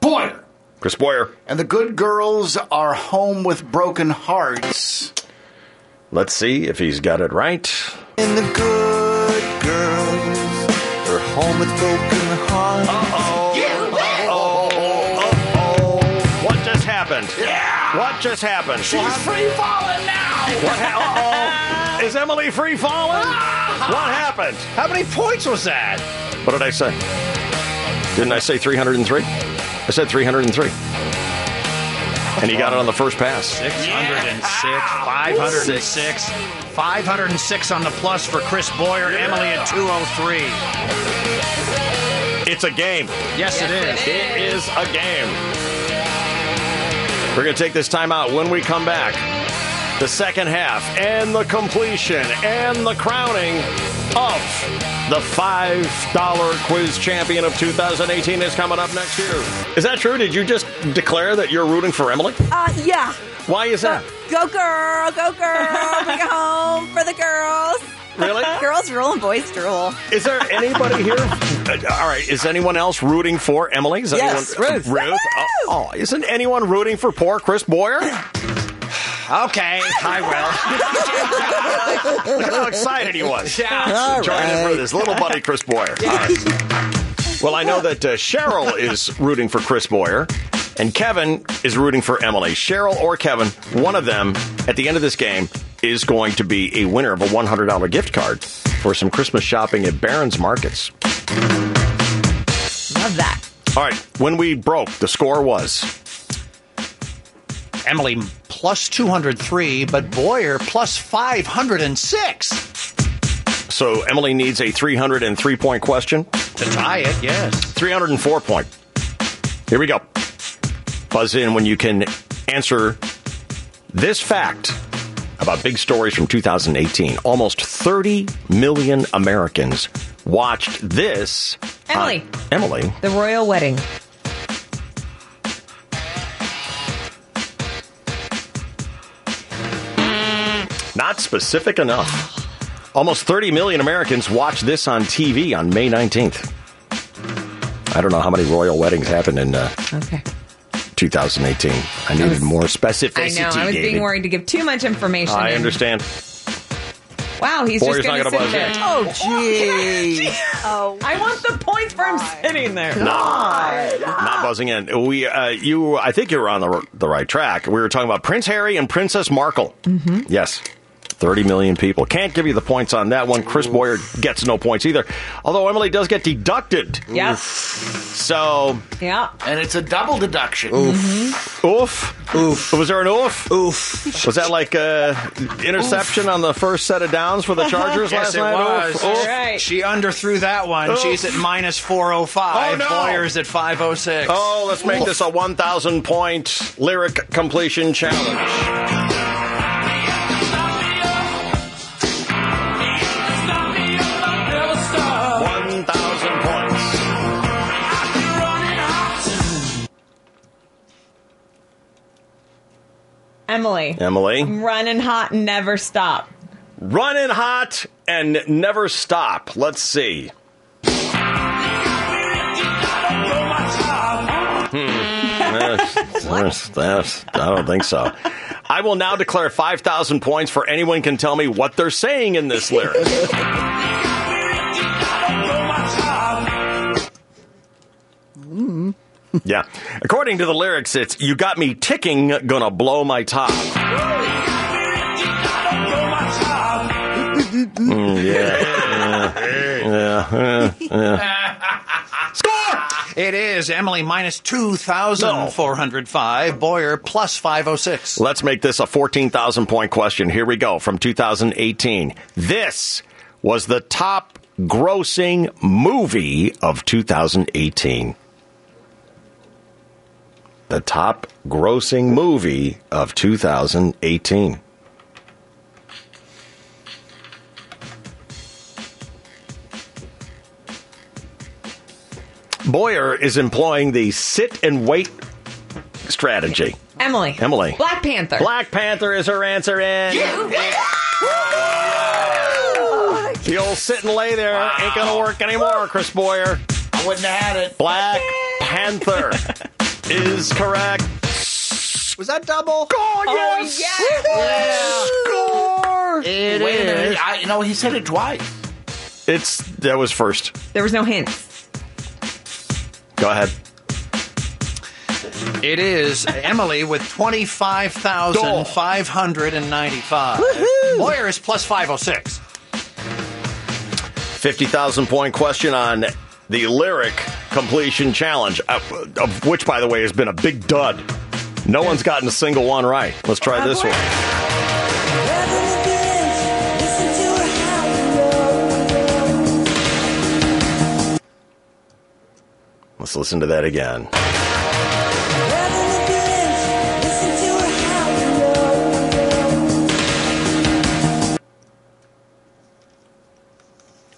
Boyer.
Chris Boyer.
And the good girls are home with broken hearts.
Let's see if he's got it right.
And the good girls are home with broken hearts. Uh-oh.
What just happened? Yeah. What just happened?
She's free falling now.
What ha- uh-oh. Is Emily free falling?
Ah!
What happened?
How many points was that?
What did I say? Didn't I say 303? I said 303. And he got it on the first pass.
606, 506, 506 on the plus for Chris Boyer, Emily at 203.
It's a game.
Yes, it is.
It is a game. We're going to take this time out when we come back. The second half and the completion and the crowning of the $5 quiz champion of 2018 is coming up next year. Is that true? Did you just declare that you're rooting for Emily?
Uh, yeah.
Why is that?
Go girl, go girl. Bring it home for the girls.
Really?
girls rule and boys drool.
Is there anybody here? Uh, all right, is anyone else rooting for Emily? Is
Yes,
anyone,
Ruth.
Ruth? Oh, oh, isn't anyone rooting for poor Chris Boyer?
Okay, I will.
Look how excited he was.
Yeah.
Join us for this little buddy, Chris Boyer. All right. Well, I know that uh, Cheryl is rooting for Chris Boyer, and Kevin is rooting for Emily. Cheryl or Kevin, one of them at the end of this game is going to be a winner of a $100 gift card for some Christmas shopping at Barron's Markets.
Love that.
All right, when we broke, the score was
Emily plus 203, but Boyer plus 506.
so Emily needs a 303 point question
to tie it, yes.
304 point. Here we go. Buzz in when you can answer this fact about big stories from 2018. Almost 30 million Americans watched this.
Emily.
on- Emily.
The royal wedding.
Not specific enough. Almost 30 million Americans watched this on TV on May 19th. I don't know how many royal weddings happened in uh,
Okay.
2018. I needed more
I
specificity.
know. I was
David.
being worried to give too much information.
I
and-
understand.
Wow, he's
Boyer's
just going
not
to
gonna
sit there.
buzz
Oh, gee. oh, I want the points for him sitting there.
Ah.
Not buzzing in. We, uh, you, I think you were on the, r- the right track. We were talking about Prince Harry and Princess Markle.
Mhm.
Yes. 30 million people. Can't give you the points on that one. Chris Boyer gets no points either. Although Emily does get deducted.
Yeah.
So.
Yeah.
And it's a double deduction. Oof. Oof. Oof. Was there an oof? Oof. Was that like uh interception on the first set of downs
Uh-huh.
for the Chargers
yes,
last
it
night? oh,
was.
Oof. Oof.
She underthrew that one.
Oof.
She's at minus 405.
Oh, no.
Boyer's at 506.
Oh, let's make this a 1,000 point lyric completion challenge. One thousand points.
Emily.
Emily.
Running hot and never stop.
Running hot and never stop. Let's see. Hmm. That's- that's- that's- I don't think so. I will now declare 5,000 points for anyone can tell me what they're saying in this lyric. Yeah. According to the lyrics, it's You Got Me Ticking, Gonna Blow My Top. Mm, yeah. yeah. Yeah. yeah.
Score! It is Emily minus 2,405, Boyer plus 506.
Let's make this a 14,000 point question. Here we go from 2018. This was the top grossing movie of 2018. The top grossing movie of 2018. Boyer is employing the sit and wait strategy.
Emily.
Emily.
Black Panther.
Black Panther is her answer in.
Oh,
The old sit and lay there ain't gonna work anymore, Chris Boyer. I
wouldn't have had it.
Black Panther is correct.
Was that double? God,
Oh,
yes!
Score!
It
Wait a
is.
minute. I, you know, he said it twice.
It's that was first.
There was no hint.
Go ahead.
It is Emily with 25,595. Boyer is plus 506.
50,000 point question on the lyric completion challenge, uh, of which, by the way, has been a big dud. No one's gotten a single one right. Let's try this one. Let's listen to that again.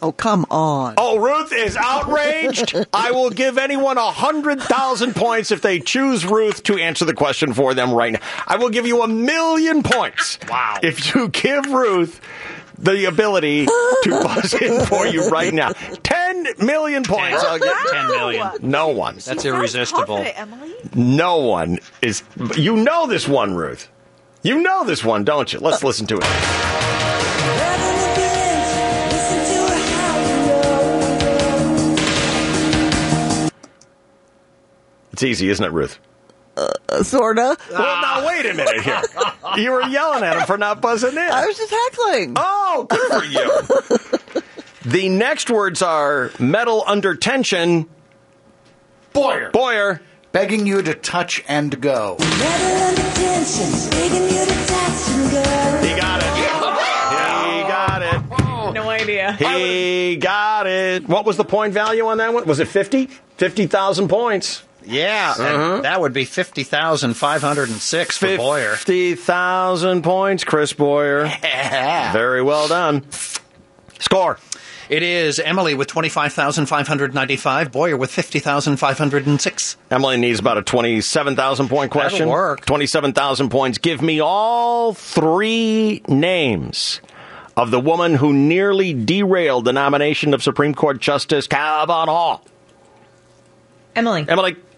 Oh, come on.
Oh, Ruth is outraged. I will give anyone 100,000 points if they choose Ruth to answer the question for them right now. I will give you a million points. Wow. If you give Ruth the ability to buzz in for you right now. 10 million points. I'll give
10 million.
No one.
That's irresistible.
No one is. You know this one, Ruth. You know this one, don't you? Let's listen to it. It's easy, isn't it, Ruth?
Uh, sorta.
Well, now wait a minute here. You were yelling at him for not buzzing in. I
was just heckling.
Oh, good for you. the next words are metal under tension.
Boyer.
Boyer.
Begging you to touch and go.
He got it. He got it.
No idea.
He got it. What was the point value on that one? Was it 50? 50,000 points.
Yeah,
Uh-huh.
and that would be 50,506 for Boyer.
50,000 points, Chris Boyer. Very well done. Score.
It is Emily with 25,595, Boyer with 50,506.
Emily needs about a 27,000 point question.
That'll work.
27,000 points. Give me all three names of the woman who nearly derailed the nomination of Supreme Court Justice Kavanaugh.
Emily.
Emily.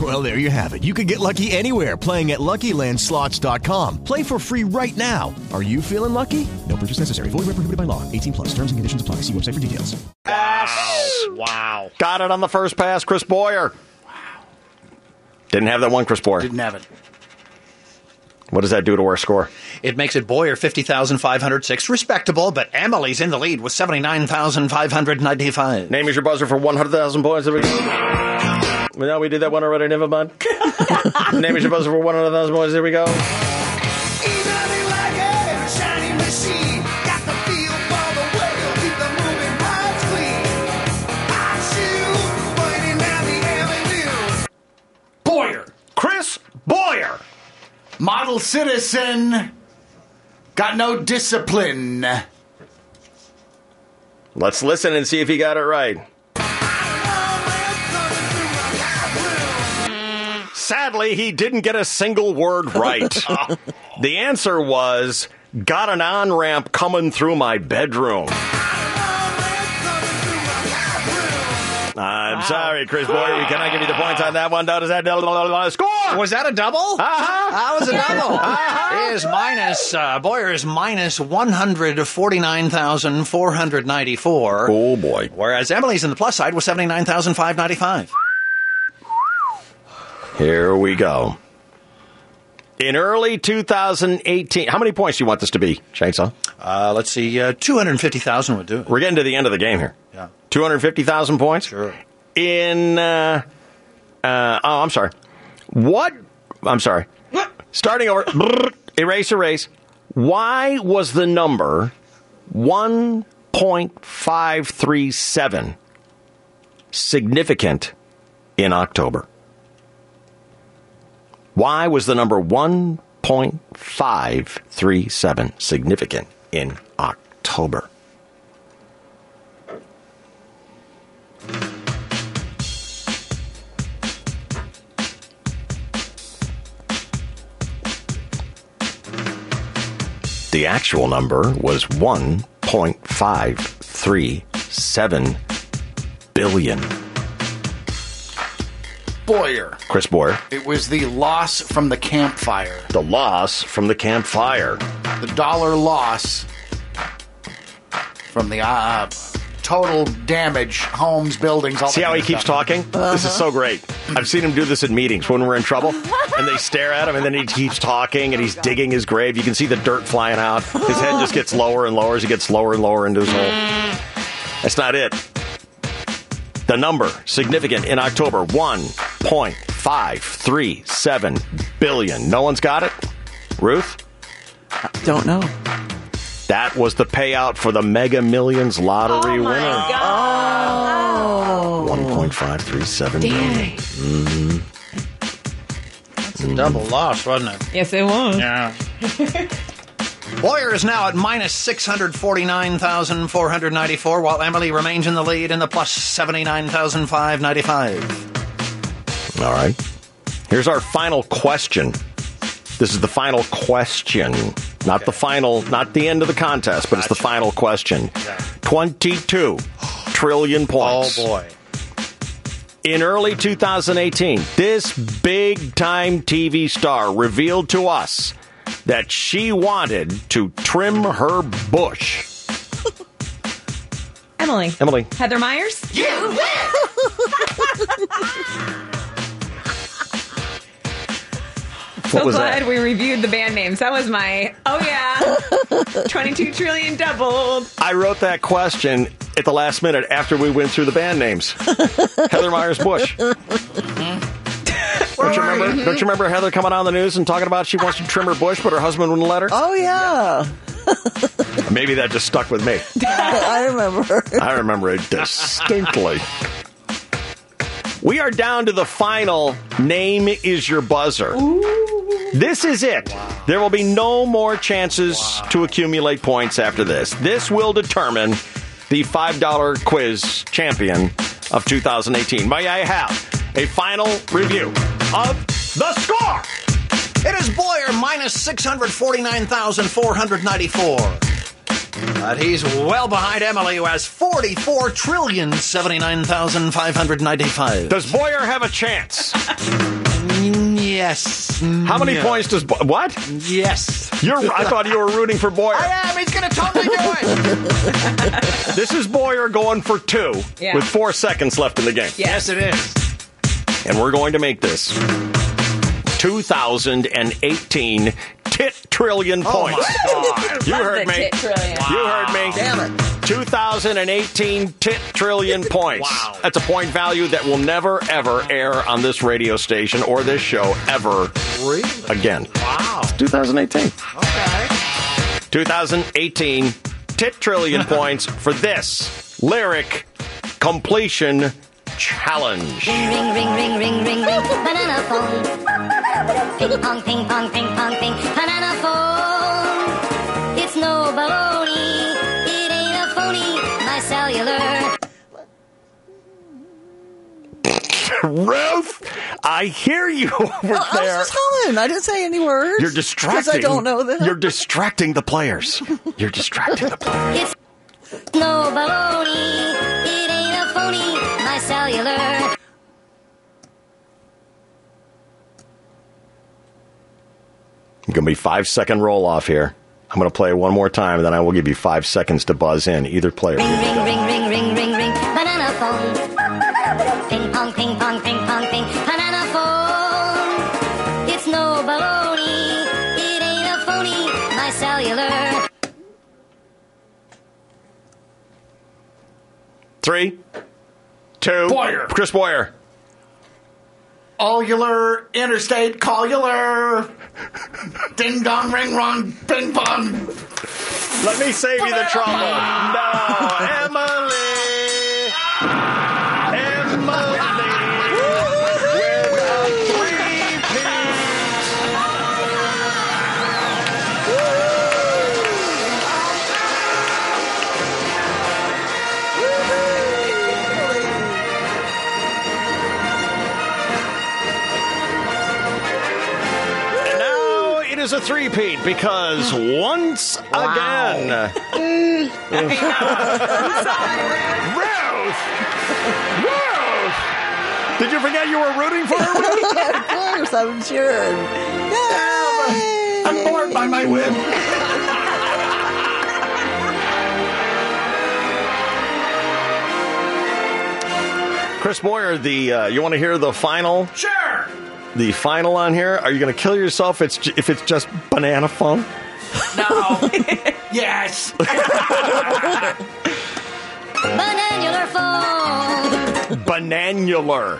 Well, there you have it. You can get lucky anywhere playing at LuckyLandSlots.com. Play for free right now. Are you feeling lucky? No purchase necessary. Void where prohibited by law. 18 plus. Terms and conditions apply. See website for details.
Wow. Got it on the first pass, Chris Boyer. Wow. Didn't have that one, Chris Boyer.
Didn't have it.
What does that do to our score?
It makes it Boyer 50,506. Respectable, but Emily's in the lead with 79,595.
Name is your buzzer for 100,000 points. There we go. Well, no, we did that one already. Never mind. Name is your buzzer for 100,000 points. Here we go.
Boyer.
Chris Boyer.
Model citizen. Got no discipline.
Let's listen and see if he got it right. Sadly, he didn't get a single word right. the answer was got an on ramp coming through my bedroom. I'm sorry, Chris Boyer. We cannot give you the points on that one. Does that score?
Was that a double?
Uh-huh.
That was a double. Is minus uh, Boyer is minus one hundred forty nine thousand four hundred ninety four.
Oh boy.
Whereas Emily's in the plus side was seventy nine thousand five ninety five.
Here we go. In early 2018, how many points do you want this to be, Chainsaw?
Uh, let's see, uh, 250,000 would do it.
We're getting to the end of the game here.
Yeah.
250,000 points? Sure. In, uh, uh, oh, I'm sorry. What? I'm sorry. Starting over, brrr, erase, erase. Why was the number 1.537 significant in October? Why was the number 1.537 significant in October? The actual number was 1.537 billion.
Boyer.
Chris Boyer.
It was the loss from the campfire.
The loss from the campfire.
The dollar loss from the uh, total damage, homes, buildings. All
See
that
how he
kind of
keeps
stuff. Uh-huh.
talking? This
Uh-huh.
is so great. I've seen him do this in meetings when we're in trouble, and they stare at him, and then he keeps talking, and he's digging his grave. You can see the dirt flying out. His head just gets lower and lower as he gets lower and lower into his hole. That's not it. The number significant in October 1.537 billion. No one's got it? Ruth?
Don't know.
That was the payout for the Mega Millions lottery winner.
Oh.
1.537
Damn.
million. Mhm.
That's
Hmm.
a double loss, wasn't it?
Yes, it was.
Yeah. Boyer is now at minus 649,494, while Emily remains in the lead in the plus 79,595.
All right. Here's our final question. This is the final question. Not the final, not the end of the contest, but it's the final question. 22 trillion points.
Oh, boy.
In early 2018, this big time TV star revealed to us that she wanted to trim her bush.
Emily.
Emily.
Heather Myers? You
What
so
was
glad
that?
we reviewed the band names. That was my, oh yeah, 22 trillion doubled.
I wrote that question at the last minute after we went through the band names. Heather Myers Bush. Don't you remember? Don't you remember Heather coming on the news and talking about she wants to trim her bush, but her husband wouldn't let her?
Oh, yeah.
Maybe that just stuck with me.
I remember.
I remember it distinctly. We are down to the final name is your buzzer. This is it. There will be no more chances to accumulate points after this. This will determine the $5 quiz champion of 2018. May I have a final review of the score?
It is Boyer minus 649,494. But he's well behind Emily, who has 44 trillion 79,595.
Does Boyer have a chance?
Mm, yes. Mm,
How many points does Bo- what?
Yes.
You're I thought you were rooting for Boyer.
I am. He's going to totally do it.
This is Boyer going for two
Yeah.
with four seconds left in the game.
yes, it is.
And we're going to make this 2018 tit trillion points. You heard me. You heard me.
Damn it.
2018 tit trillion points. Wow. That's a point value that will never, ever air on this radio station or this show ever again. Wow. It's 2018. 2018 tit trillion points for this lyric completion challenge.
Ring, ring, ring, ring, ring, ring, banana phone. Ping pong, ping pong, ping pong, ping, banana phone. It's no baloney, it ain't a phony, my cellular.
Ruth, I hear you over
Well,
Oh,
I
there.
was just humming. I didn't say any words.
You're distracting.
Because I don't know this.
You're distracting the players. You're distracting the players.
It's no baloney, it ain't a phony, my by cellular.
Gonna be five second roll off here. I'm gonna play one more time, and then I will give you five seconds to buzz in. Either player.
Ring, ring, ring, ring, ring, ring, banana phone. Ping pong, ping pong, ping pong, ping, banana phone. It's no baloney. It ain't a phony. My cellular.
Three, two.
Boyer.
Chris Boyer.
Allular, interstate, collular. Ding dong, ring rong, bing bong.
Let me save you the trouble. No, Emily. And now it is a three-peat because once again. Ruth! Ruth! Did you forget you were rooting for her?
of course, I'm sure.
I'm bored by my whip.
Chris Boyer, the uh, you want to hear the final?
Sure.
The final on here. Are you going to kill yourself? It's ju- if it's just banana phone.
Yes.
Bananular phone.
Bananular.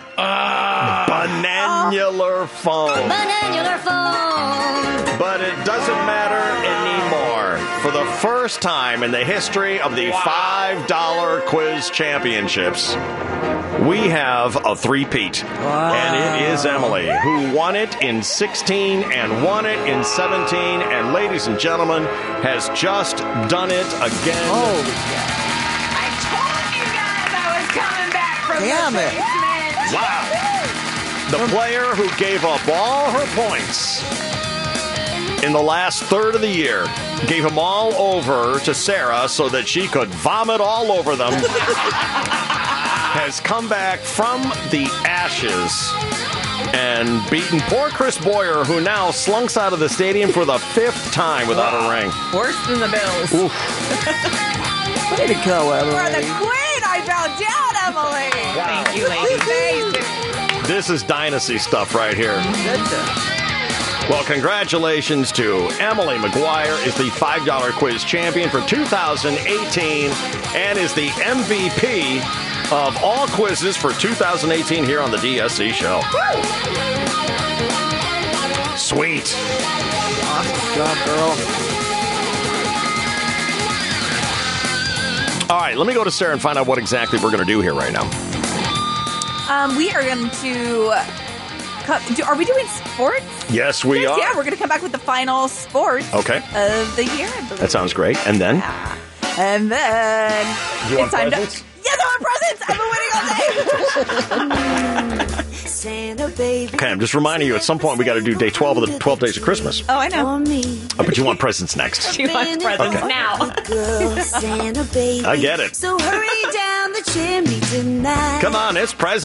Bananular phone.
Bananular phone.
But it doesn't matter anymore. For the first time in the history of the $5 quiz championships, we have a three-peat. And it is Emily, who won it in 16 and won it in 17. And ladies and gentlemen, has just done it again.
I was coming back from
Damn
the
it. Wow.
basement.
The player who gave up all her points in the last third of the year gave them all over to Sarah so that she could vomit all over them has come back from the ashes and beaten poor Chris Boyer, who now slunks out of the stadium for the fifth time without a ring.
Worse than the Bills.
Way to go,
For the
Oh, Emily.
queen, I bow down, Emily.
Thank you, ladies.
This is dynasty stuff right here. Well, congratulations to Emily McGuire is the $5 quiz champion for 2018 and is the MVP of all quizzes for 2018 here on the DSC show. Sweet.
Awesome job, girl.
All right, let me go to Sarah and find out what exactly we're going to do here right now.
Um, we are going to. Come, do, are we doing sports?
Yes, we are.
Yeah, we're going to come back with the final sports
Okay.
of the year, I believe.
That sounds great. And then
And then
You want
it's time
presents?
to. Yes, I want presents. I've been waiting all day. Santa baby.
Okay, I'm just reminding you at some point we got to do day 12 of the 12 days of Christmas.
Oh, I know.
Oh, but you want presents next.
She wants
presents Okay.
now. Santa baby.
I get it.
So hurry down the chimney tonight.
Come on, it's presents.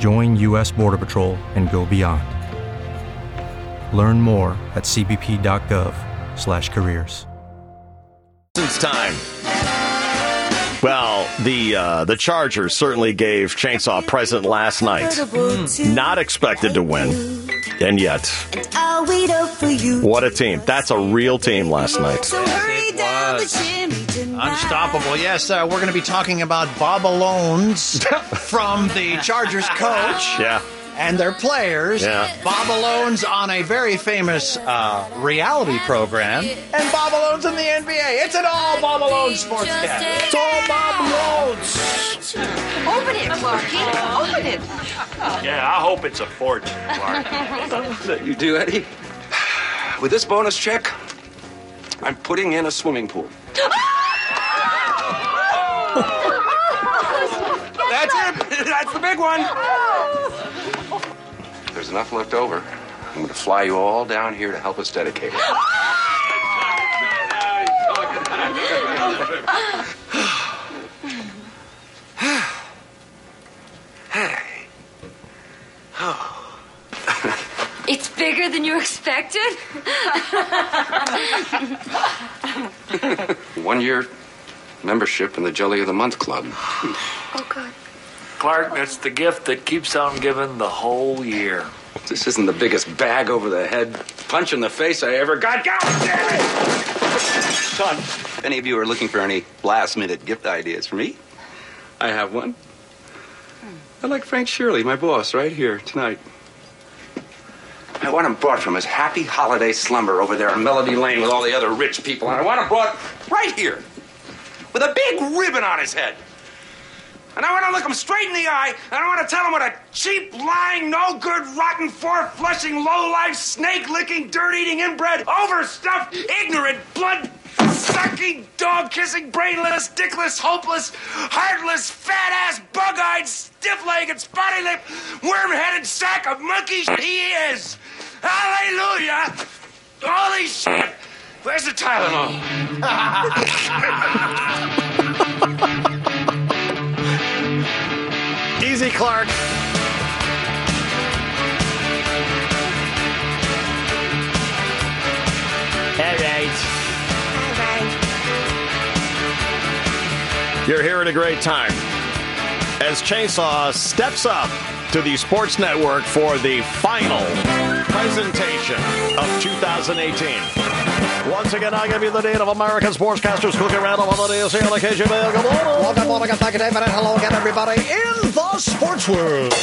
join U.S. Border Patrol and go beyond. Learn more at cbp.gov/careers.
It's time. Well, the uh, the Chargers certainly gave Chainsaw a present last night. Not expected to win. And yet,
And I'll wait up for you.
what a team. That's a real team last night.
So hurry down
was.
the chimney tonight.
Unstoppable. Yes, uh, we're going to be talking about Bob Alones from the Chargers coach.
Yeah.
And their players.
Yeah.
Bob Alones on a very famous uh, reality program. And Bob Alones in the NBA. It's an all Bob Alones sportscast. It's all Bob Alones.
Open it, Clarky. Open it.
Yeah, I hope it's a fortune, Mark.
you do, Eddie? With this bonus check, I'm putting in a swimming pool.
That's it. That's the big one.
If there's enough left over, I'm going to fly you all down here to help us dedicate it.
Oh. It's bigger than you expected.
One year membership in the Jelly of the Month Club.
oh God.
Clark, that's the gift that keeps on giving the whole year.
This isn't the biggest bag over the head punch in the face I ever got. God damn it! Son, if any of you are looking for any last minute gift ideas for me, I have one. I like Frank Shirley, my boss, right here tonight. I want him brought from his happy holiday slumber over there on Melody Lane with all the other rich people, and I want him brought right here with a big ribbon on his head.
And I want to look him straight in the eye, and I want to tell him what a cheap, lying, no good, rotten, four flushing, low life, snake licking, dirt eating, inbred, overstuffed, ignorant, blood sucking, dog kissing, brainless, dickless, hopeless, heartless, fat ass, bug eyed, stiff legged, spotty lipped, worm headed sack of monkey shit he is! Hallelujah! Holy shit! Where's the Tylenol?
Easy, Clark. All right. You're here at a great time as Chainsaw steps up to the Sports Network for the final presentation of 2018. Once again, I give you the date of American Sportscasters Cooking Roundup on the DSC on the KGBL. Good morning.
Welcome, morning, and thank you, David, and hello again, everybody in the sports world.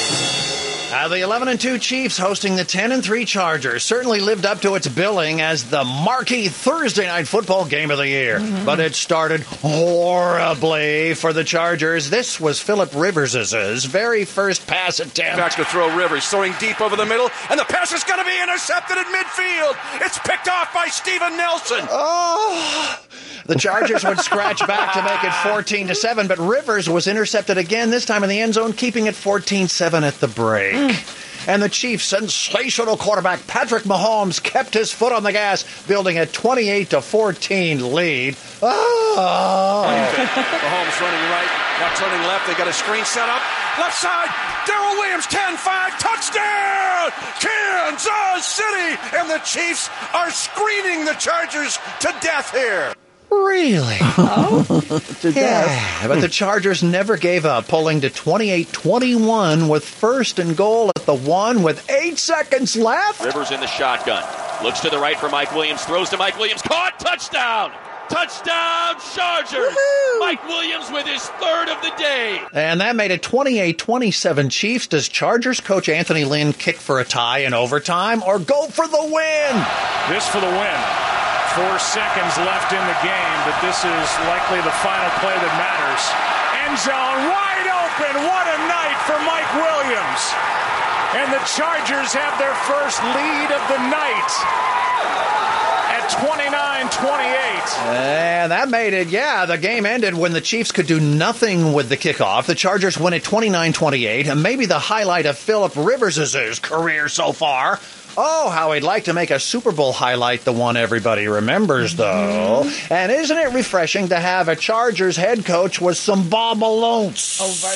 Uh, the 11 and 2 Chiefs hosting the 10 and 3 Chargers certainly lived up to its billing as the marquee Thursday night football game of the year. But it started horribly for the Chargers. This was Philip Rivers' very first pass attempt.
Back to throw Rivers, throwing deep over the middle, and the pass is going to be intercepted at midfield. It's picked off by Steven Nelson.
Oh. The Chargers would scratch back to make it 14 to 7, but Rivers was intercepted again, this time in the end zone, keeping it 14 7 at the break. And the Chiefs' sensational quarterback Patrick Mahomes kept his foot on the gas, building a 28 to 14 lead. Oh.
Mahomes running right, now turning left. They got a screen set up. Left side, Daryl Williams, 10 5, touchdown! Kansas City! And the Chiefs are screening the Chargers to death here.
Really?
to death.
Yeah, but the Chargers never gave up, pulling to 28 21 with first and goal at the one with eight seconds left.
Rivers in the shotgun. Looks to the right for Mike Williams. Throws to Mike Williams. Caught. Touchdown. Touchdown, Chargers. Mike Williams with his third of the day.
And that made it 28 27 Chiefs. Does Chargers coach Anthony Lynn kick for a tie in overtime or go for the win?
This for the win. Four seconds left in the game, but this is likely the final play that matters. End zone wide open. What a night for Mike Williams. And the Chargers have their first lead of the night at 29 28.
And that made it, yeah. The game ended when the Chiefs could do nothing with the kickoff. The Chargers win at 29 28, and maybe the highlight of Philip Rivers' career so far. Oh, how he'd like to make a Super Bowl highlight, the one everybody remembers, though. And isn't it refreshing to have a Chargers head coach with some Bob Alones? Over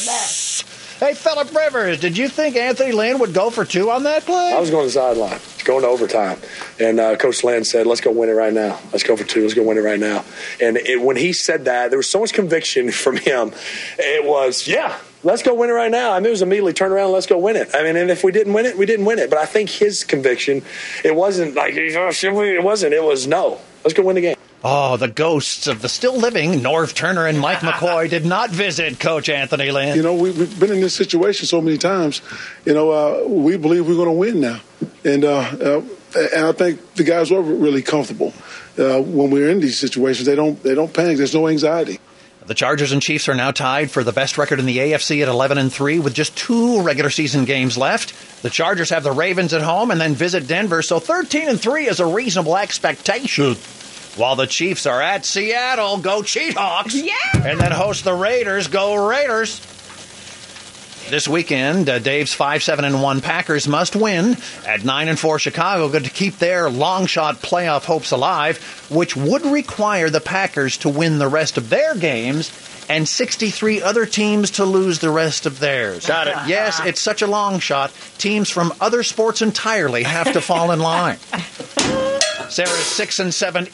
Hey, Philip Rivers, did you think Anthony Lynn would go for two on that play?
I was going to the sideline, going to overtime, and uh, Coach Land said, "Let's go win it right now. Let's go for two. Let's go win it right now." And it, when he said that, there was so much conviction from him. It was, yeah,
let's go win it right now. I mean, it was immediately turn around, let's go win it. I mean, and if we didn't win it, we didn't win it. But I think his conviction, it wasn't like, "Oh, should we? It wasn't. It was no. Let's go win the game.
Oh, the ghosts of the still living Norv Turner and Mike McCoy did not visit Coach Anthony Lynn.
You know, we, we've been in this situation so many times. You know, uh, we believe we're going to win now, and uh, uh, and I think the guys were really comfortable uh, when we're in these situations. They don't they don't panic. There's no anxiety.
The Chargers and Chiefs are now tied for the best record in the AFC at 11 and 3 with just two regular season games left. The Chargers have the Ravens at home and then visit Denver, so 13 and 3 is a reasonable expectation. While the Chiefs are at Seattle, go Cheathawks. Yeah. And then host the Raiders, go Raiders. This weekend, uh, Dave's 5 7 and 1 Packers must win at 9 and 4 Chicago good to keep their long shot playoff hopes alive, which would require the Packers to win the rest of their games and 63 other teams to lose the rest of theirs.
Got it.
Yes, it's such a long shot. Teams from other sports entirely have to fall in line. Sarah's 6 and 7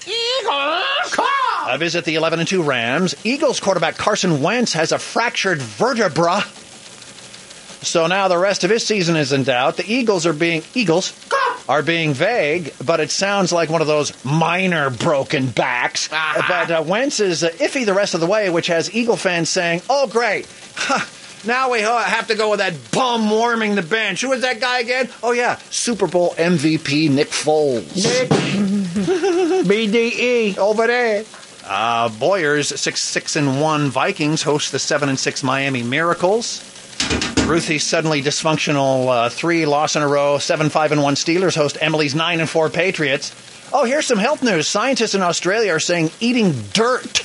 I visit the 11 and 2 Rams. Eagles quarterback Carson Wentz has a fractured vertebra. So now the rest of his season is in doubt. The Eagles are being Eagles are being vague, but it sounds like one of those minor broken backs. But uh, Wentz is uh, iffy the rest of the way, which has Eagle fans saying, "Oh great, Huh, now we ha- have to go with that bum warming the bench. Who is that guy again? Oh yeah, Super Bowl MVP Nick Foles. Nick BDE over there." Uh, Boyer's six six and one Vikings host the seven and six Miami Miracles. Ruthie's suddenly dysfunctional uh, three loss in a row, seven five and one Steelers host Emily's nine and four Patriots. Oh, here's some health news. Scientists in Australia are saying eating dirt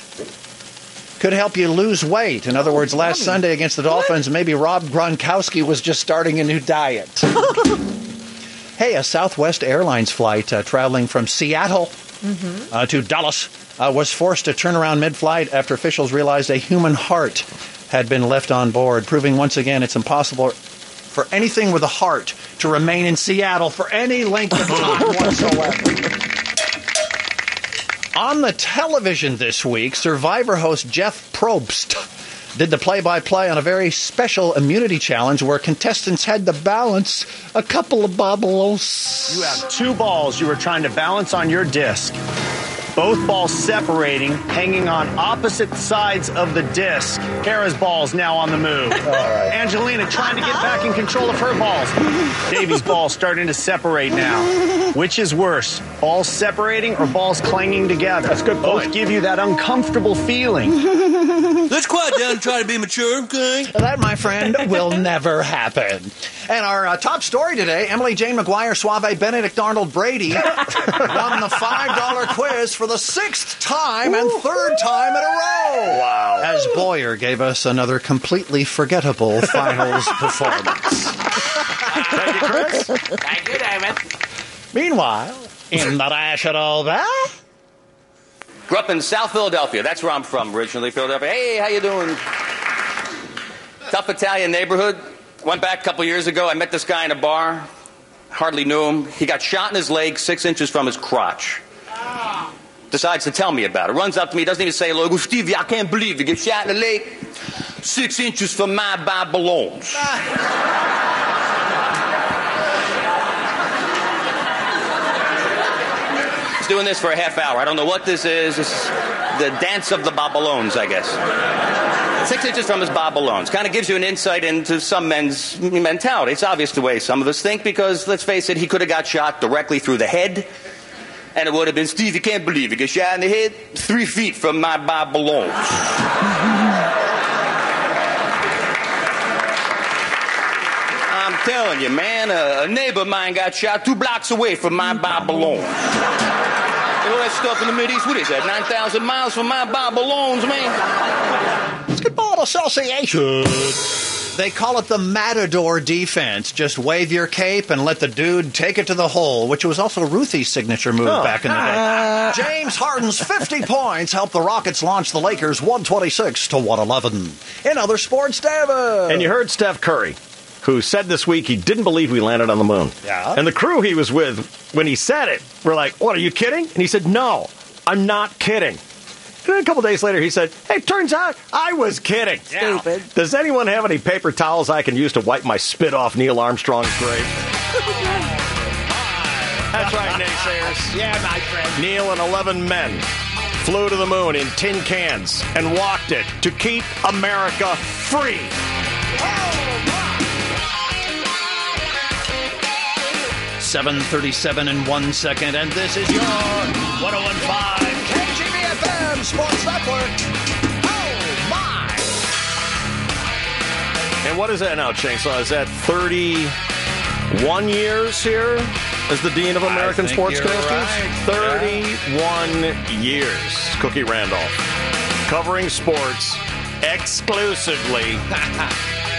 could help you lose weight. In other words, last Sunday against the Dolphins, maybe Rob Gronkowski was just starting a new diet. hey, a Southwest Airlines flight uh, traveling from Seattle uh, to Dallas uh, was forced to turn around mid flight after officials realized a human heart had been left on board, proving once again it's impossible for anything with a heart to remain in Seattle for any length of time whatsoever. On the television this week, Survivor host Jeff Probst did the play by play on a very special immunity challenge where contestants had to balance a couple of bobbles.
You have two balls you were trying to balance on your disc. Both balls separating, hanging on opposite sides of the disc. Kara's ball's now on the move. Angelina trying to get back in control of her balls. Davy's ball's starting to separate now. Which is worse, balls separating or balls clanging together? That's good. Both give you that uncomfortable feeling.
Let's quiet down and try to be mature, okay?
That, my friend, will never happen. And our uh, top story today Emily Jane McGuire, Suave Benedict Arnold Brady won the $5 quiz for the sixth time and third time in a row. Wow. As Boyer gave us another completely forgettable finals performance.
Thank you, Chris. Thank you, David.
Meanwhile, in the National Bank.
Grew up in South Philadelphia. That's where I'm from originally, Philadelphia. Hey, how you doing? Tough Italian neighborhood. Went back a couple years ago. I met this guy in a bar. Hardly knew him. He got shot in his leg, six inches from his crotch. Decides to tell me about it. Runs up to me, doesn't even say hello. Goes, Stevie, I can't believe you get shot in the leg, six inches from my Babylons. He's doing this for a half hour. I don't know what this is. This is the dance of the Babylons, I guess. Six inches from his Babylons. Kind of gives you an insight into some men's mentality. It's obvious the way some of us think because, let's face it, he could have got shot directly through the head. And it would have been, Steve, you can't believe you get shot in the head three feet from my Babylons. I'm telling you, man, a, a neighbor of mine got shot two blocks away from my Babylon. And all that stuff in the Middle East, what is that? 9,000 miles from my Babylons, man.
Basketball Association. They call it the Matador defense. Just wave your cape and let the dude take it to the hole, which was also Ruthie's signature move
Oh.
back in the
Ah.
day. James Harden's 50 points helped the Rockets launch the Lakers 126 to 111. In other sports, David.
And you heard Steph Curry, who said this week he didn't believe we landed on the moon.
Yeah.
And the crew he was with, when he said it, were like, What, are you kidding? And he said, No, I'm not kidding. Then a couple days later, he said, "Hey, turns out I was kidding." Stupid. Does anyone have any paper towels I can use to wipe my spit off Neil Armstrong's grave? That's right, naysayers.
yeah, my friend.
Neil and 11 men flew to the moon in tin cans and walked it to keep America free.
Seven thirty-seven and one second, and this is your 1015 KGBFM Sports Network.
And what is that now, Chainsaw? Is that 31 years here as the Dean of American
think you're
Sportscasters?
right.
31 years, Cookie Randolph, covering sports exclusively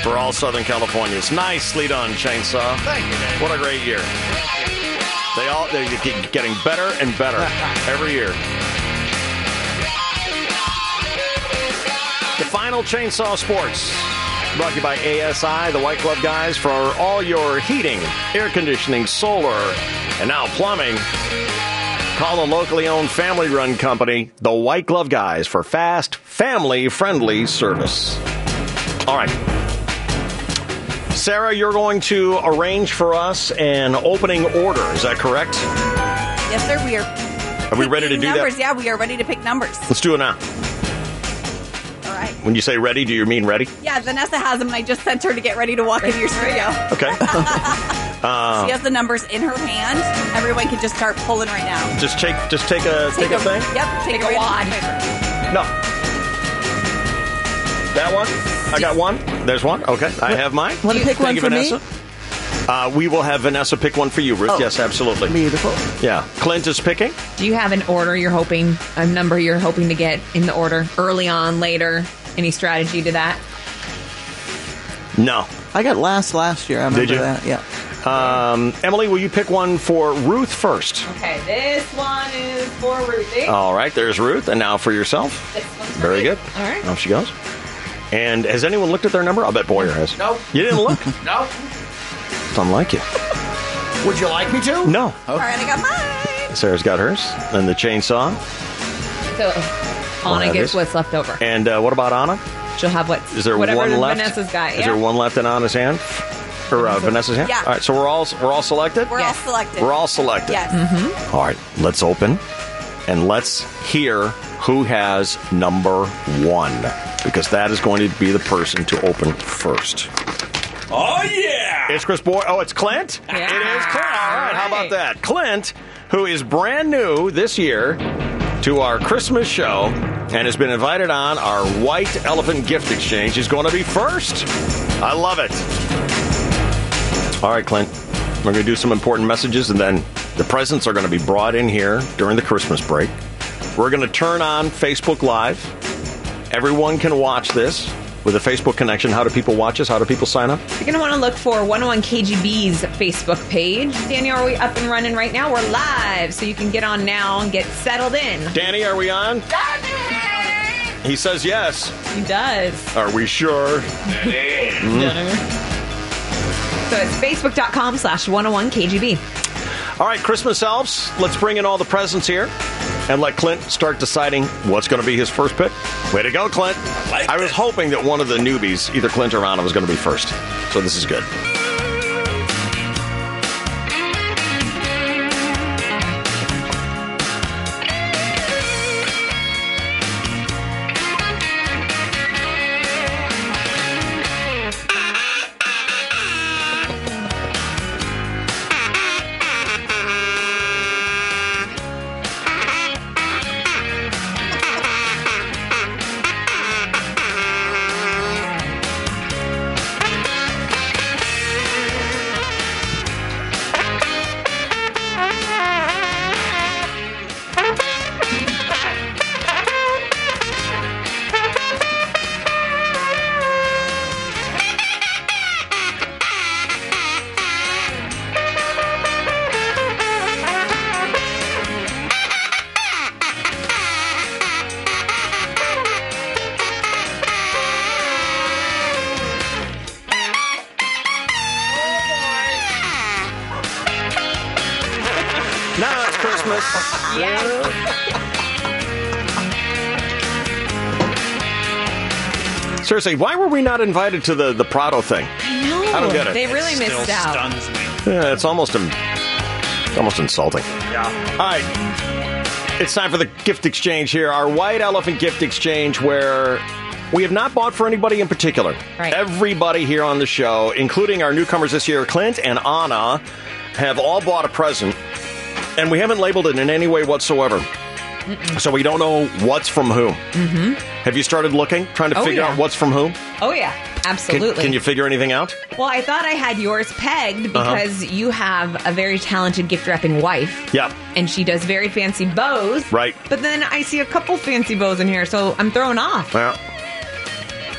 for all Southern Californians. Nicely done, Chainsaw.
Thank you, man.
What a great year. They all, they're getting better and better every year. The final Chainsaw Sports. Brought to you by ASI, the White Glove guys, for all your heating, air conditioning, solar, and now plumbing. Call the locally owned family run company, the White Glove Guys, for fast, family friendly service. All right. Sarah, you're going to arrange for us an opening order. Is that correct?
Yes, sir. We are
Are we ready to do
numbers.
that?
Yeah, we are ready to pick numbers.
Let's do it now.
All right.
When you say ready, do you mean ready?
Yeah, Vanessa has them, and I just sent her to get ready to walk into your studio.
Okay. Uh,
she has the numbers in her hand. Everyone can just start pulling right now.
Just take, just take a take, a, thing.
Yep, take, a wad. Paper.
No. That one. I got one. There's one. Okay, I have mine.
Wanna pick
Thank
one
you,
for me?
Vanessa. Uh, we will have Vanessa pick one for you, Ruth.
Oh.
Yes, absolutely. Beautiful. Yeah. Clint is picking.
Do you have an order you're hoping, a number you're hoping to get in the order early on, later? Any strategy to that?
No.
I got last last year. I remember
Did you?
that. Yeah.
Um, Emily, will you pick one for Ruth first?
Okay, this one is for Ruthie.
All right. There's Ruth, and now for yourself. Very good.
All right.
Off she goes. And has anyone looked at their number? I'll bet Boyer has.
No.
You didn't look.
No.
it's unlike you.
Would you like me to?
No.
All right, I got mine.
Sarah's got hers, and the chainsaw.
So
I'll
Anna gets
have this.
what's left over.
And uh, what about Anna?
She'll have what?
Is there
whatever
one left?
Vanessa's got.
Is
yeah.
there one left in Anna's hand? Or uh, Vanessa's hand?
Yeah.
All right, so we're all we're all selected.
We're all selected.
We're all selected.
Yes.
Mm-hmm.
All right, let's open and let's hear who has number one because that is going to be the person to open first.
Oh yeah.
It's Chris Boy. Oh, it's Clint. It is Clint. All right, how about that? Clint, who is brand new this year to our Christmas show and has been invited on our White Elephant Gift Exchange, is going to be first. I love it. All right, Clint. We're going to do some important messages, and then the presents are going to be brought in here during the Christmas break. We're going to turn on Facebook Live. Everyone can watch this with a Facebook connection. How do people watch us? How do people sign up?
You're going to want to look for 101 KGB's Facebook page. Daniel, are we up and running right now? We're live, so you can get on now and get settled in.
Danny, are we on? He says yes.
He does.
Are we sure?
So it's facebook.com slash 101 KGB.
All right, Christmas elves, let's bring in all the presents here and let Clint start deciding what's going to be his first pick. Way to go, Clint. I, was hoping that one of the newbies, either Clint or Anna, was going to be first. So this is good. Now it's Christmas. Seriously, why were we not invited to the, the Prado thing?
I know.
I don't get it.
They really
It
missed
still
out.
Yeah, it's almost um, almost insulting.
Yeah.
All right. It's time for the gift exchange here, our white elephant gift exchange, where we have not bought for anybody in particular. Right. Everybody here on the show, including our newcomers this year, Clint and Anna, have all bought a present, and we haven't labeled it in any way whatsoever. So we don't know what's from who.
Mm-hmm.
Have you started looking, trying to
Oh,
figure
yeah.
out what's from who?
Oh yeah,
Can-
absolutely.
Can, you figure anything out?
Well, I thought I had yours pegged
Uh-huh.
because you have a very talented gift wrapping wife,
Yeah.
and she does very fancy bows.
Right.
But then I see a couple fancy bows in here, so I'm thrown off.
Well.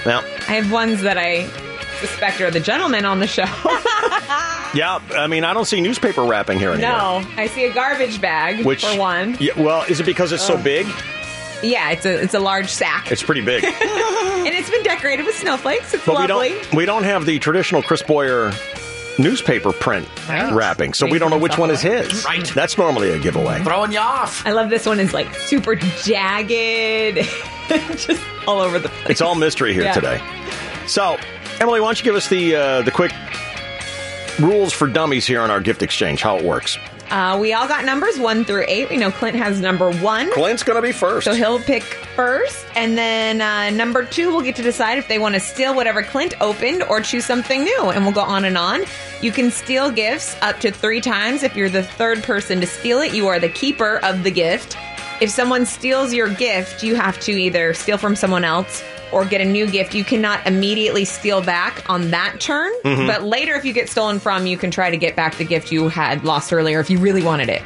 Well.
I have ones that I suspect are the gentleman on the show.
Yeah, I mean, I don't see newspaper wrapping here anymore.
no, I see a garbage bag
Which
for one.
Yeah, well, is it because it's so
Ugh.
big?
Yeah, it's a it's a large sack,
It's pretty big.
and it's been decorated with snowflakes. It's
But we
lovely.
don't we don't have the traditional Chris Boyer newspaper print
Right.
wrapping, so we
Made
don't know
for
which one is
himself.
his. Right. That's normally a giveaway.
throwing you off. I love this one. It's like super jagged, just all over the place.
It's all mystery here
Yeah.
today. So, Emily, why don't you give us the uh, the quick rules for dummies here on our gift exchange? How it works?
Uh, we all got numbers one through eight. We know Clint has number one.
Clint's going to be first.
So he'll pick first. And then uh, number two, we'll get to decide if they want to steal whatever Clint opened or choose something new. And we'll go on and on. You can steal gifts up to three times. If you're the third person to steal it, you are the keeper of the gift. If someone steals your gift, you have to either steal from someone else or get a new gift. You cannot immediately steal back on that turn.
Mhm.
But later, if you get stolen from, you can try to get back the gift you had lost earlier if you really wanted it.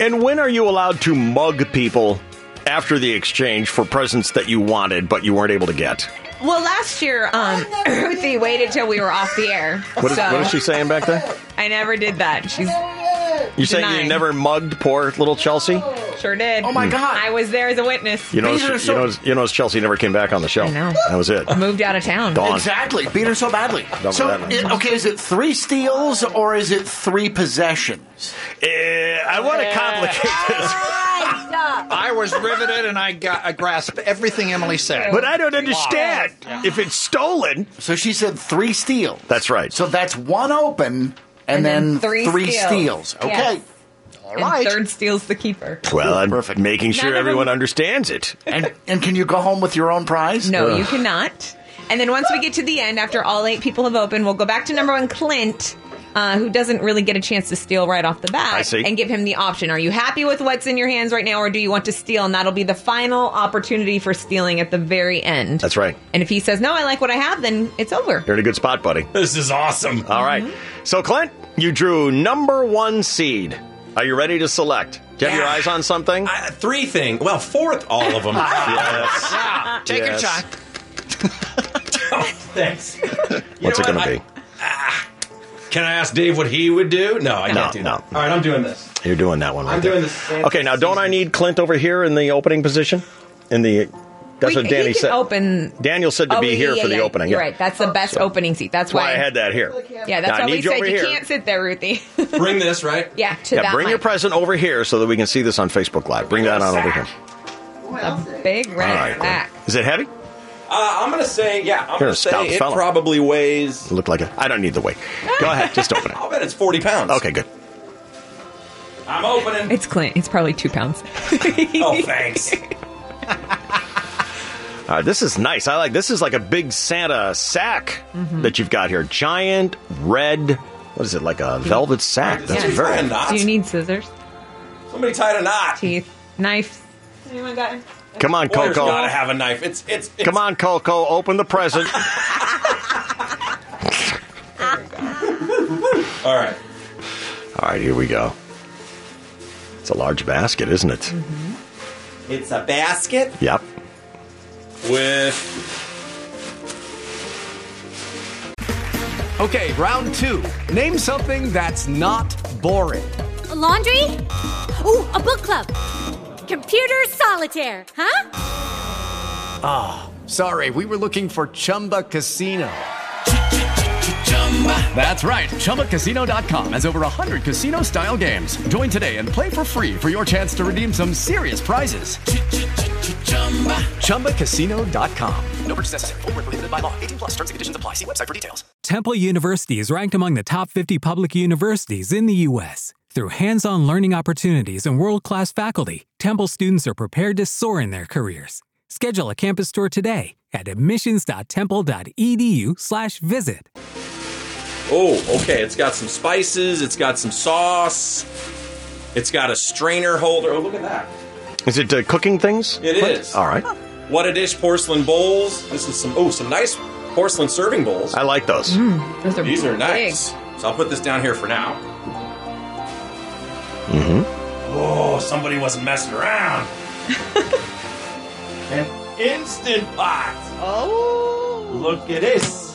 And when are you allowed to mug people after the exchange for presents that you wanted but you weren't able to get?
Well, last year, um, Ruthie waited till we were off the air.
What is,
so
what is she saying back there?
I never did that. She's
You saying you
denying.
never mugged poor little Chelsea?
sure did.
Oh, my Hmm. God.
I was there as a witness.
You know, you know, you know, Chelsea never came back on the show. That was it.
moved out of town.
Gone.
Exactly. Beat her so badly.
Don't
so,
let her.
i- okay, is it three steals or is it three possessions?
Eh, I want to complicate this.
I was riveted and I, got, I grasped everything Emily said.
But I don't understand. If it's stolen.
So she said three steals.
That's right.
So that's one open and,
And
then,
then three
steals.
steals.
Okay. All right.
And third steals the keeper.
Well, I'm perfect. making
None
sure
of them-
everyone understands it.
And and can you go home with your own prize?
No, you cannot. And then once we get to the end, after all eight people have opened, we'll go back to number one, Clint, uh, who doesn't really get a chance to steal right off the bat,
I see.
and give him the option: Are you happy with what's in your hands right now, or do you want to steal? And that'll be the final opportunity for stealing at the very end.
That's right.
And if he says no, I like what I have, then it's over.
You're in a good spot, buddy. This is awesome. All right.
Mm-hmm.
So, Clint, you drew number one seed. Are you ready to select? Do you have your eyes on something?
three things. Well, fourth, all of them.
Yes.
Take your
Yes.
time. Thanks.
What's it going to be?
Can I ask Dave what he would do? No, I
No,
can't do
no.
that. All right, I'm doing this.
You're doing that one right
I'm
there.
doing the same
Okay, now don't I need Clint over here in the opening position? In the that's
We-
what Danny
he can
said.
Open.
Daniel said to
Oh,
be
yeah,
here
yeah,
for the
yeah.
opening.
You're
yeah.
right. That's the best opening seat. That's
That's why
why
I had that here.
Yeah, that's
Now, I
why we
need you
said
over
you
here.
can't sit there, Ruthie.
Bring this, right?
yeah, to
yeah,
that
bring your
mic.
present over here so that we can see this on Facebook Live. Bring that on over here.
A big
All
red
right.
sack.
Glenn. Is it heavy?
Uh, I'm gonna say, yeah. I'm
You're a
gonna say
stout
it
fella.
probably weighs.
Look like it. I don't need the weight. Go ahead, just open it.
I'll bet it's 40 pounds.
Okay, good.
I'm opening.
It's Clint. It's probably two pounds.
oh, thanks.
All right, this is nice. I like this is like a big Santa sack
Mm-hmm.
that you've got here. Giant red. What is it like a velvet sack? That's
Yeah.
very
Do you need scissors?
Somebody tied a knot.
Teeth, knives. Anyone got?
Come on,
Boyer's
Coco.
gotta have a knife. It's it's. it's
Come on, Coco, open the present.
All right.
All right, here we go. It's a large basket, isn't it?
Mm-hmm.
It's a basket.
Yep.
With.
Okay, round two. Name something that's not boring.
A laundry? Ooh, a book club. Computer solitaire, huh?
Ah, sorry, we were looking for Chumba Casino. That's right, ChumbaCasino.com has over 100 casino style games. Join today and play for free for your chance to redeem some serious prizes. ChumbaCasino.com.
No purchase necessary. Void where prohibited by law. 18 plus terms and conditions apply. See website for details.
Temple University is ranked among the top 50 public universities in the U.S. Through hands on learning opportunities and world class faculty, Temple students are prepared to soar in their careers. Schedule a campus tour today at E admissions.temple.edu/slash visit.
Oh, okay. It's got some spices. It's got some sauce. It's got a strainer holder. Oh, look at that.
Is it uh, cooking things?
It
Clint?
is.
All right.
What a dish! Porcelain bowls. This is some. Oh, some nice porcelain serving bowls.
I like those.
Mm-hmm. Hmm, Those are
These are
big.
nice. So I'll put this down here for now.
Mm-hmm.
Whoa! Somebody wasn't messing around. An instant pot. Oh. Look at this.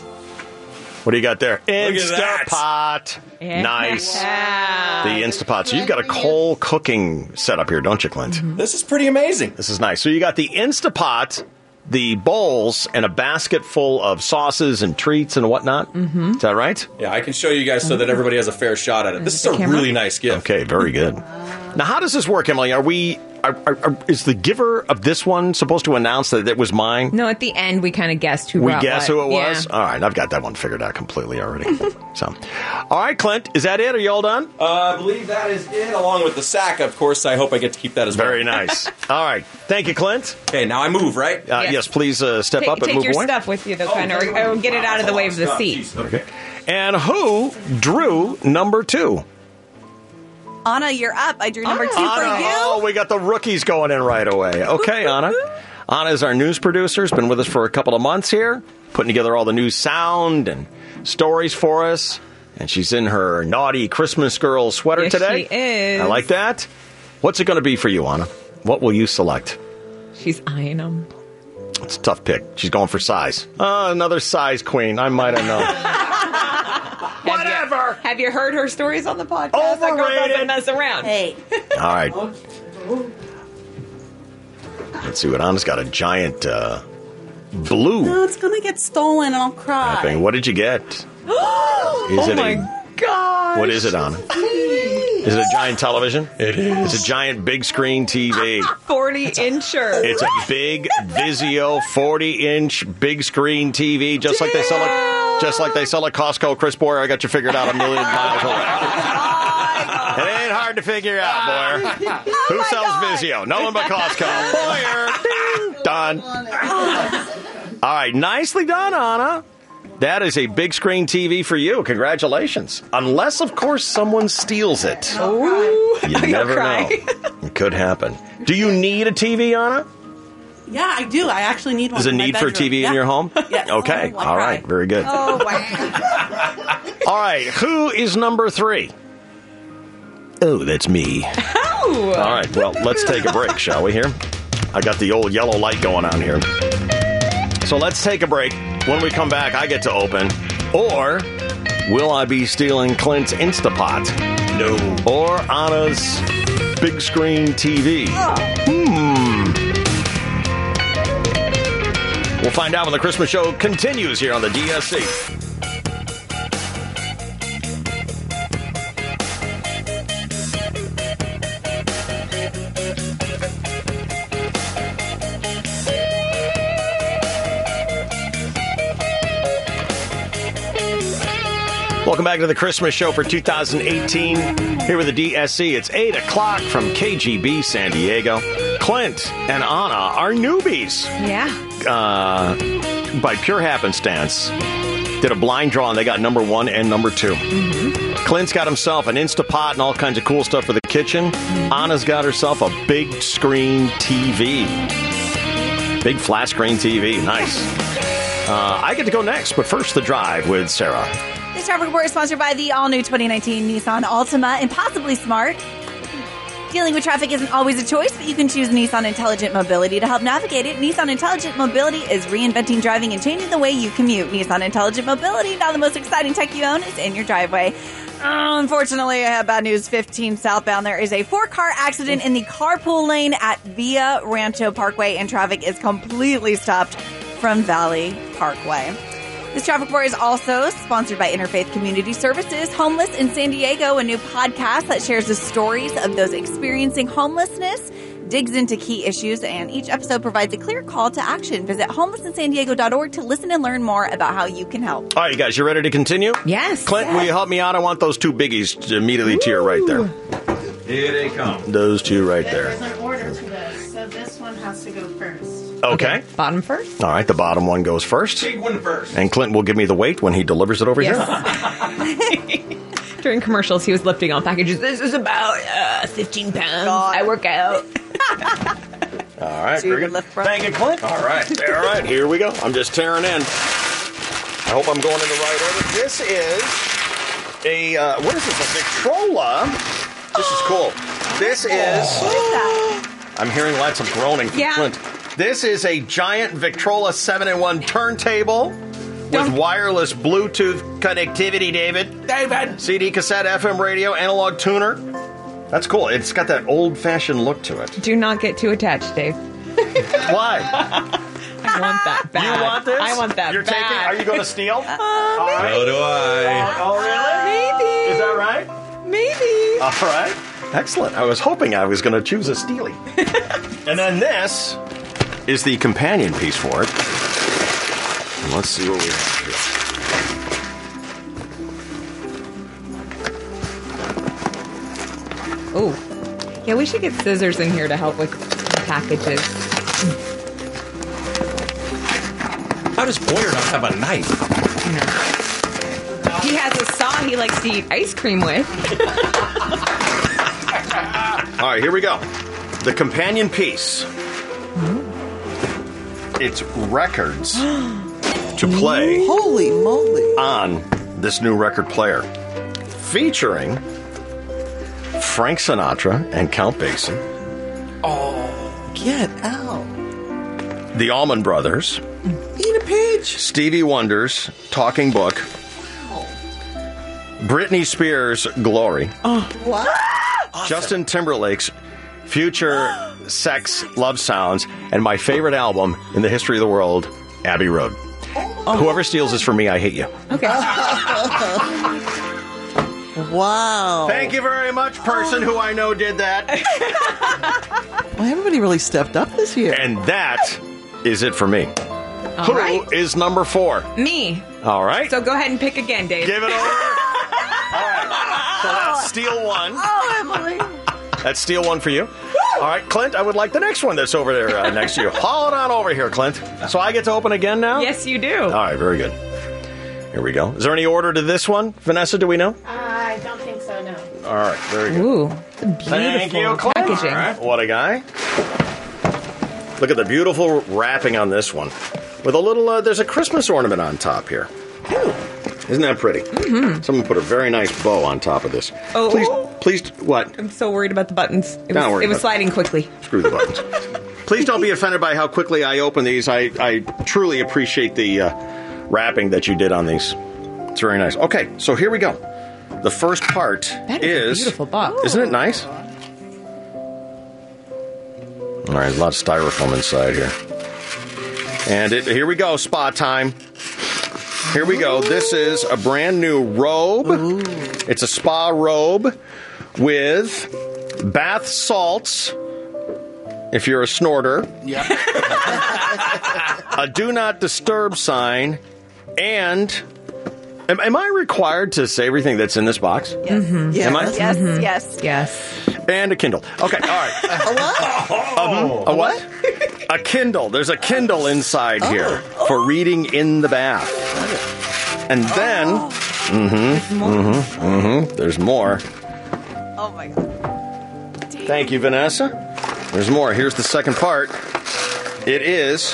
What do you got there?
at that.
Instapot.
Yeah.
Nice. The Instapot. So you've got a whole cooking setup here, don't you, Clint?
Mm-hmm. This is pretty amazing.
This is nice. So you got the Instapot, the bowls, and a basket full of sauces and treats and whatnot. Mm-hmm. Is that right?
Yeah, I can show you guys so
Mm-hmm.
that everybody has a fair shot at it. This is a really nice gift.
Okay, very good. Now, how does this work, Emily? Are we? Are, are, are- is the giver of this one supposed to announce that it was mine?
No, at the end we kind of guessed who.
We
brought
guess
what.
who it was.
Yeah.
All right, I've got that one figured out completely already. so, all right, Clint, is that it? Are you all done?
Uh, I believe that is it, along with the sack, of course. I hope I get to keep that as
Very
well.
nice. all right, thank you, Clint.
Okay, now I move, right?
Uh, yes.
Yes.
please uh, step
take,
up and
take
move
your
away.
stuff with you,
Oh,
though, kind of, or, or get it out of the way of the seat.
Okay. And who drew number two?
Anna, you're up. I drew number two for you.
Oh, we got the rookies going in right away. Okay, Anna. Anna is our news producer. Has been with us for a couple of months here, putting together all the new sound and stories for us. And she's in her naughty Christmas girl sweater
Yes,
today.
she is.
I like that. What's it going to be for you, Anna? What will you select?
She's eyeing them.
It's a tough pick. She's going for size. Uh, another size queen. I might have known.
Whatever. have you heard her stories on the podcast? Overrated. That girl doesn't mess around. Hey.
all right. Let's see what Anna's got. A giant uh, blue
No, it's gonna get stolen and I'll
that
cry.
thing. What did you get? Is
oh
it a,
god.
what is it on? Is it a giant television? It is. It's a giant big screen TV.
Forty incher.
It's a big Vizio 40-inch big screen TV, just like they sell at just like they sell at Costco. Chris Boyer, I got you figured out a million miles away. It ain't hard to figure out, Boyer. Who sells Vizio? No one but Costco. Boyer, ding, done. All right, nicely done, Anna. That is a big screen TV for you. Congratulations. Unless, of course, someone steals it.
Oh
Ooh.
You never know. It could happen. Do you need a TV, Anna?
Yeah, I do. I actually need one.
Is a
in my
need for a
bedroom.
TV
Yeah.
in your home? Okay. All right. Very good.
Oh wow.
All right. Who is number three? Oh, that's me.
Oh.
All right. Well, let's take a break, shall we? Here, I got the old yellow light going on here. So let's take a break. When we come back, I get to open. Or will I be stealing Clint's Instapot? No. Or Anna's big screen TV?
Oh.
Hmm. We'll find out when the Christmas show continues here on the DSC. Welcome back to the Christmas show for 2018. Here with the DSC, it's 8 o'clock from KGB San Diego. Clint and Anna are newbies.
Yeah.
Uh, by pure happenstance, did a blind draw and they got number one and number 2
Mm-hmm.
Clint's got himself an Instapot and all kinds of cool stuff for the kitchen.
Mm-hmm.
Anna's got herself a big screen TV. Big flat screen TV. Nice. Uh, I get to go next, but first the drive with Sarah.
This traffic report is sponsored by the all-new 2019 Nissan Altima, impossibly smart. Dealing with traffic isn't always a choice, but you can choose Nissan Intelligent Mobility to help navigate it. Nissan Intelligent Mobility is reinventing driving and changing the way you commute. Nissan Intelligent Mobility, now the most exciting tech you own, is in your driveway. Unfortunately, I have bad news. 15 southbound, there is a four car accident in the carpool lane at Via Rancho Parkway, and traffic is completely stopped from Valley Parkway. This traffic report is also sponsored by Interfaith Community Services, Homeless in San Diego, a new podcast that shares the stories of those experiencing homelessness. digs into key issues, and each episode provides a clear call to action. Visit homelessinsandiego.org to listen and learn more about how you can help.
All right, you guys, you ready to continue?
Yes.
Clint, will you help me out? I want those two biggies to immediately to your right there.
Here they come.
Those two right
There's
there.
an order to this, so this one has to go first.
Okay.
Bottom first.
All right, the bottom one goes first.
Big one first.
And Clint will give me the weight when he delivers it over here.
During commercials, he was lifting on packages. This is about uh, 15 pounds. I work out.
All right, very good.
Thank
you, Clint. All right, all right, here we go. I'm just tearing in. I hope I'm going in the right order. This is a uh, what is this? A Victrola. This is cool. This is. I'm hearing lots of groaning from
Yeah.
Clint. This is a giant Victrola seven in one turntable. With wireless Bluetooth connectivity, David. David! CD cassette, FM radio, analog tuner. That's cool. It's got that old fashioned look to it.
Do not get too attached, Dave.
Why?
I want that bad.
You want this?
I want that
You're taking.
bad.
Are you going to steal?
Uh,
All right.
So do I.
Oh, really? Maybe. Is that right?
Maybe.
All right. Excellent. I was hoping I was going to choose a steely. and then this is the companion piece for it. And let's see what we have here.
Oh. Yeah, we should get scissors in here to help with packages.
How does Boyer not have a knife?
He has a saw he likes to eat ice cream with.
All right, here we go. The companion piece. It's records to play.
Holy moly!
On this new record player, featuring Frank Sinatra and Count Basie.
Get out.
The Allman Brothers.
Eat a peach.
Stevie Wonder's Talking Book. Britney Spears' Glory.
What?
Justin Timberlake's Future Sex Love Sounds. And my favorite album in the history of the world, Abbey Road. Whoever steals this from me, I hate you.
Okay.
wow.
Thank you very much, person who I know did that.
Well, everybody really stepped up this year.
And that is it for me.
All
Who
right.
is number four?
Me.
All right.
So go ahead and pick again, Dave.
Give it over. So that's steal one.
Oh, Emily.
That's steal one for you. All right, Clint, I would like the next one that's over there uh, next to you. Hold on over here, Clint. So I get to open again now?
Yes, you do.
All right, very good. Here we go. Is there any order to this one, Vanessa? Do we know?
I don't think so, no.
All right, very good.
Ooh,
Thank
beautiful
you, Clint.
packaging.
All right, what a guy. Look at the beautiful wrapping on this one. With a little, uh, there's a Christmas ornament on top here. Isn't that pretty? Mm-hmm. Someone put a very nice bow on top of this.
Oh.
Please, please, what?
I'm so worried about the buttons. It
Don't
was,
worry
It was
about it.
sliding quickly.
Screw the buttons. Please don't be offended by how quickly I open these. I, I truly appreciate the uh, wrapping that you did on these. It's very nice. Okay, so here we go. The first part
That is a beautiful box.
Isn't it nice? All right, a lot of styrofoam inside here. And it, here we go, spa time. Here we go. This is a brand new robe. It's a spa robe with bath salts. If you're a snorter,
Yeah.
a do not disturb sign, and am, am I required to say everything that's in this box?
Mm-hmm.
Am I?
Yes, yes.
Yes.
And a Kindle. Okay, all right.
a what?
Um, A what? a Kindle. There's a Kindle inside here
Oh.
for reading in the bath. And then,
Oh,
mm-hmm, mm-hmm, mm-hmm, there's more.
Oh my god.
Thank you, Vanessa. There's more. Here's the second part. It is.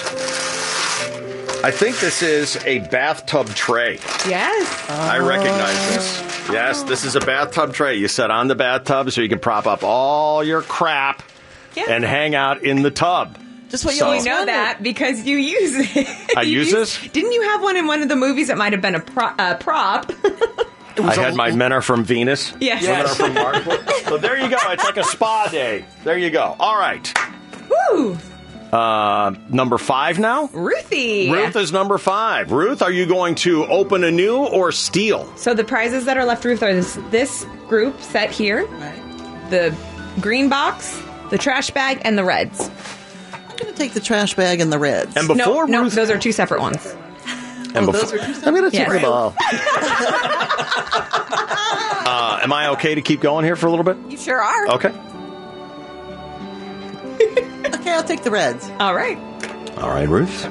I think this is a bathtub tray.
Yes.
I recognize this. Yes, this is a bathtub tray. You set on the bathtub so you can prop up all your crap
Yeah.
and hang out in the tub.
Just
So-
we know that because you use it.
I
You
use this?
Didn't you have one in one of the movies that might have been a pro- uh, prop?
I had my men are from Venus.
Yes.
Women
Yes.
are from Mars. so there you go. It's like a spa day. There you go. All right.
Woo!
Uh, number five now.
Ruthie.
Ruth is number five. Ruth, are you going to open a new or steal?
So the prizes that are left, Ruth, are this, this group set here, the green box, the trash bag and the Reds. I'm
going to take the trash bag and the Reds.
And before no, those are two separate ones.
Oh,
befo-
those are two separate-
I'm going to take
Yes.
them all. uh, am I okay to keep going here for a little bit?
You sure are.
Okay.
Okay, I'll take the Reds.
All right.
All right, Ruth.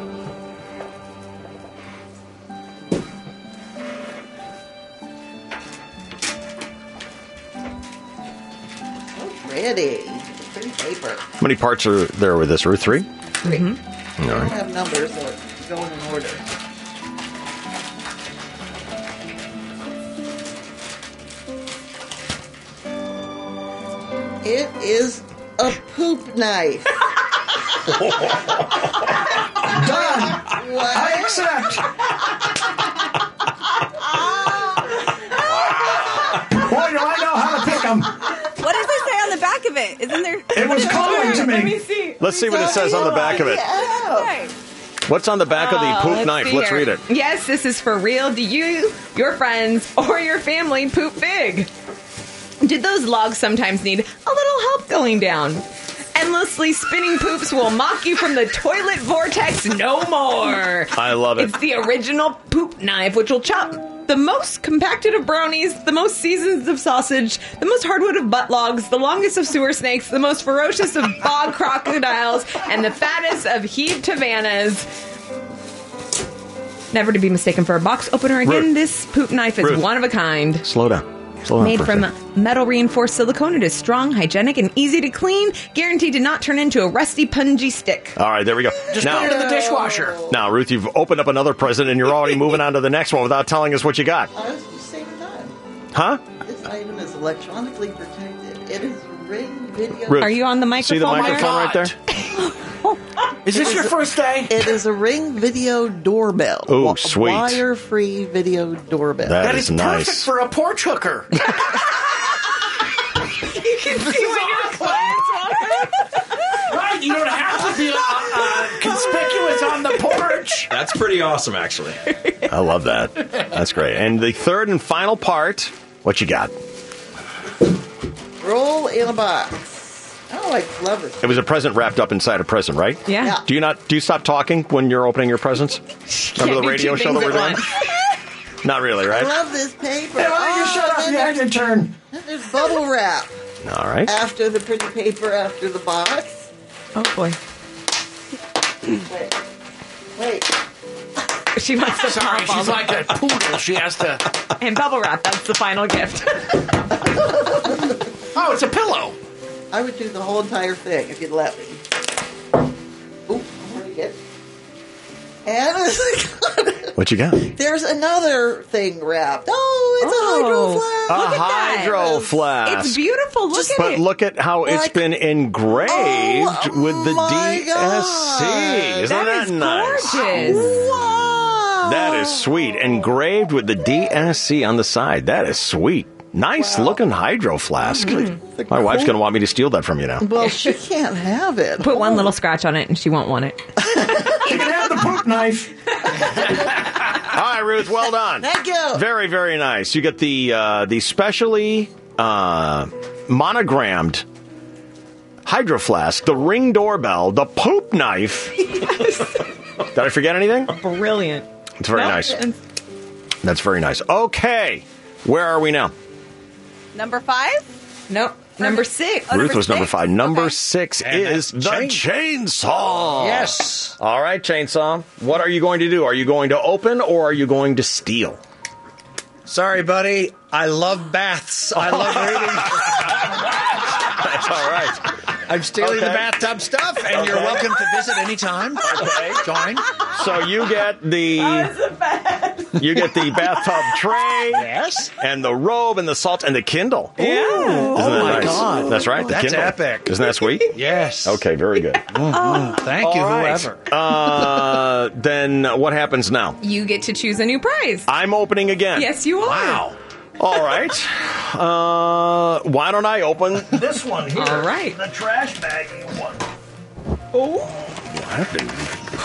Ready. Pretty paper.
How many parts are there with this, Ruth? Three?
3 I
All
don't
right.
have numbers that go in order. It is a poop knife. Done. I accept.
Boy, do I know how to pick them.
What does it say on the back of it? Isn't there?
It was calling to me.
Let me see.
Let's see what it says on the back of it.
Oh.
Yeah.
What's on the back of the
Oh,
poop
let's
knife?
see
Let's
here.
read it.
Yes, this is for real. Do you, your friends, or your family poop big? Did those logs sometimes need a little help going down? Endlessly spinning poops will mock you from the toilet vortex no more.
I love it.
It's the original poop knife, which will chop the most compacted of brownies, the most seasons of sausage, the most hardwood of butt logs, the longest of sewer snakes, the most ferocious of bog crocodiles, and the fattest of heaved tavannas. Never to be mistaken for a box opener again.
Ruth.
This poop knife is
Ruth.
one of a kind.
Slow down. Slow down.
Made
for a
from
second.
metal reinforced silicone, it is strong, hygienic, and easy to clean. Guaranteed to not turn into a rusty, pungy stick.
All right, there we go.
Just
now,
put it in the
dishwasher. Now, Ruth, you've opened up another present and you're already moving on to the next one without telling us what you got.
I was just saying that.
Huh?
This item is electronically protected. It is ring video.
Ruth, See the microphone right there?
Is this your first day? It is a Ring Video doorbell.
Ooh,
Wa-
sweet.
Wire-free video doorbell.
That That is is nice.
perfect
for a porch hooker.
You can see when your clients Right, you don't have to be uh, uh, conspicuous on the porch.
That's pretty awesome, actually.
I love that. That's great. And the third and final part, what you got?
Roll in a box. Oh, I love this.
It was a present wrapped up inside a present, right?
Yeah. Yeah.
Do you not do you stop talking when you're opening your presents? Remember the
do
radio
two
show that
things
we're
at
doing? not really,
I
right?
love this paper.
Hey, why don't you
Oh,
shut up,
and
you
then
had your turn.
there's- There's bubble wrap
All right.
after the pretty paper after the box.
Oh boy.
Wait. Wait.
She wants to
Sorry,
pop
she's
bubble.
like a
poodle. She has to. And bubble wrap. That's the final gift.
Oh, it's a pillow. I would do the whole entire thing if you'd let me. Oop, I'm gonna get- And it's-
What you got?
there's another thing wrapped. Oh, it's a hydro flask.
a hydro flask.
It's beautiful. Look at
but
it.
look at how it's
Like- oh
been engraved with the DSC. Isn't that, nice? That is sweet. Engraved with the DSC on the side. That is sweet. Nice looking hydro flask. My wife's going to want me to steal that from you now.
Well, she can't have it.
Put
Oh.
one little scratch on it, and she won't want it.
You can have the poop knife.
Hi, Ruth. Well done.
Thank you.
Very, very nice. You get the uh, the specially uh, monogrammed hydro flask, the ring doorbell, the poop knife. Did I forget anything?
Brilliant.
It's very
No,
nice.
and-
That's very nice. Okay, where are we now?
Number five?
Nope. Number six.
Ruth was number five. Number six
And
is the
that's chain-
chainsaw.
Yes.
All right, chainsaw. What are you going to do? Are you going to open or are you going to steal?
Sorry, buddy. I love baths. I love reading.
That's all right.
I'm stealing the
Okay.
bathtub stuff, and you're
Okay.
welcome to visit anytime. Okay. Join.
So you get the you get the bathtub tray, yes, and the robe and the salt and the Kindle. Yeah,
Oh,
Isn't that
my
nice?
God.
that's right. The
That's
Kindle.
epic.
Isn't that sweet?
Yes.
Okay, very good. Oh.
Thank you,
All right.
whoever.
Uh, then what happens now?
You get to choose a new prize.
I'm opening again.
Yes, you are.
Wow. All right. Uh, why don't I open this one here?
All right.
The trash bag one.
What?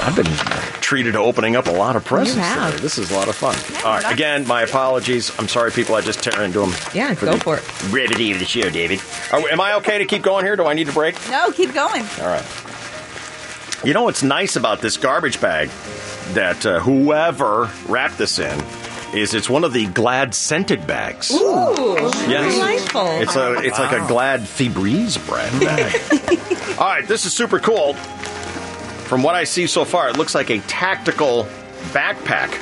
I've been treated to opening up a lot of presents
You have.
today. This is a lot of fun. All right, again, my apologies. I'm sorry, people. I just tear into them.
Yeah, go for
it. Brevity of the show, David. Are, am I okay to keep going here? Do I need a break?
No, keep going.
All right. You know what's nice about this garbage bag that uh, whoever wrapped this in is it's one of the Glad scented bags.
Ooh,
Yes.
delightful.
It's a it's like a Glad Febreze brand bag. All right, this is super cool. From what I see so far, it looks like a tactical backpack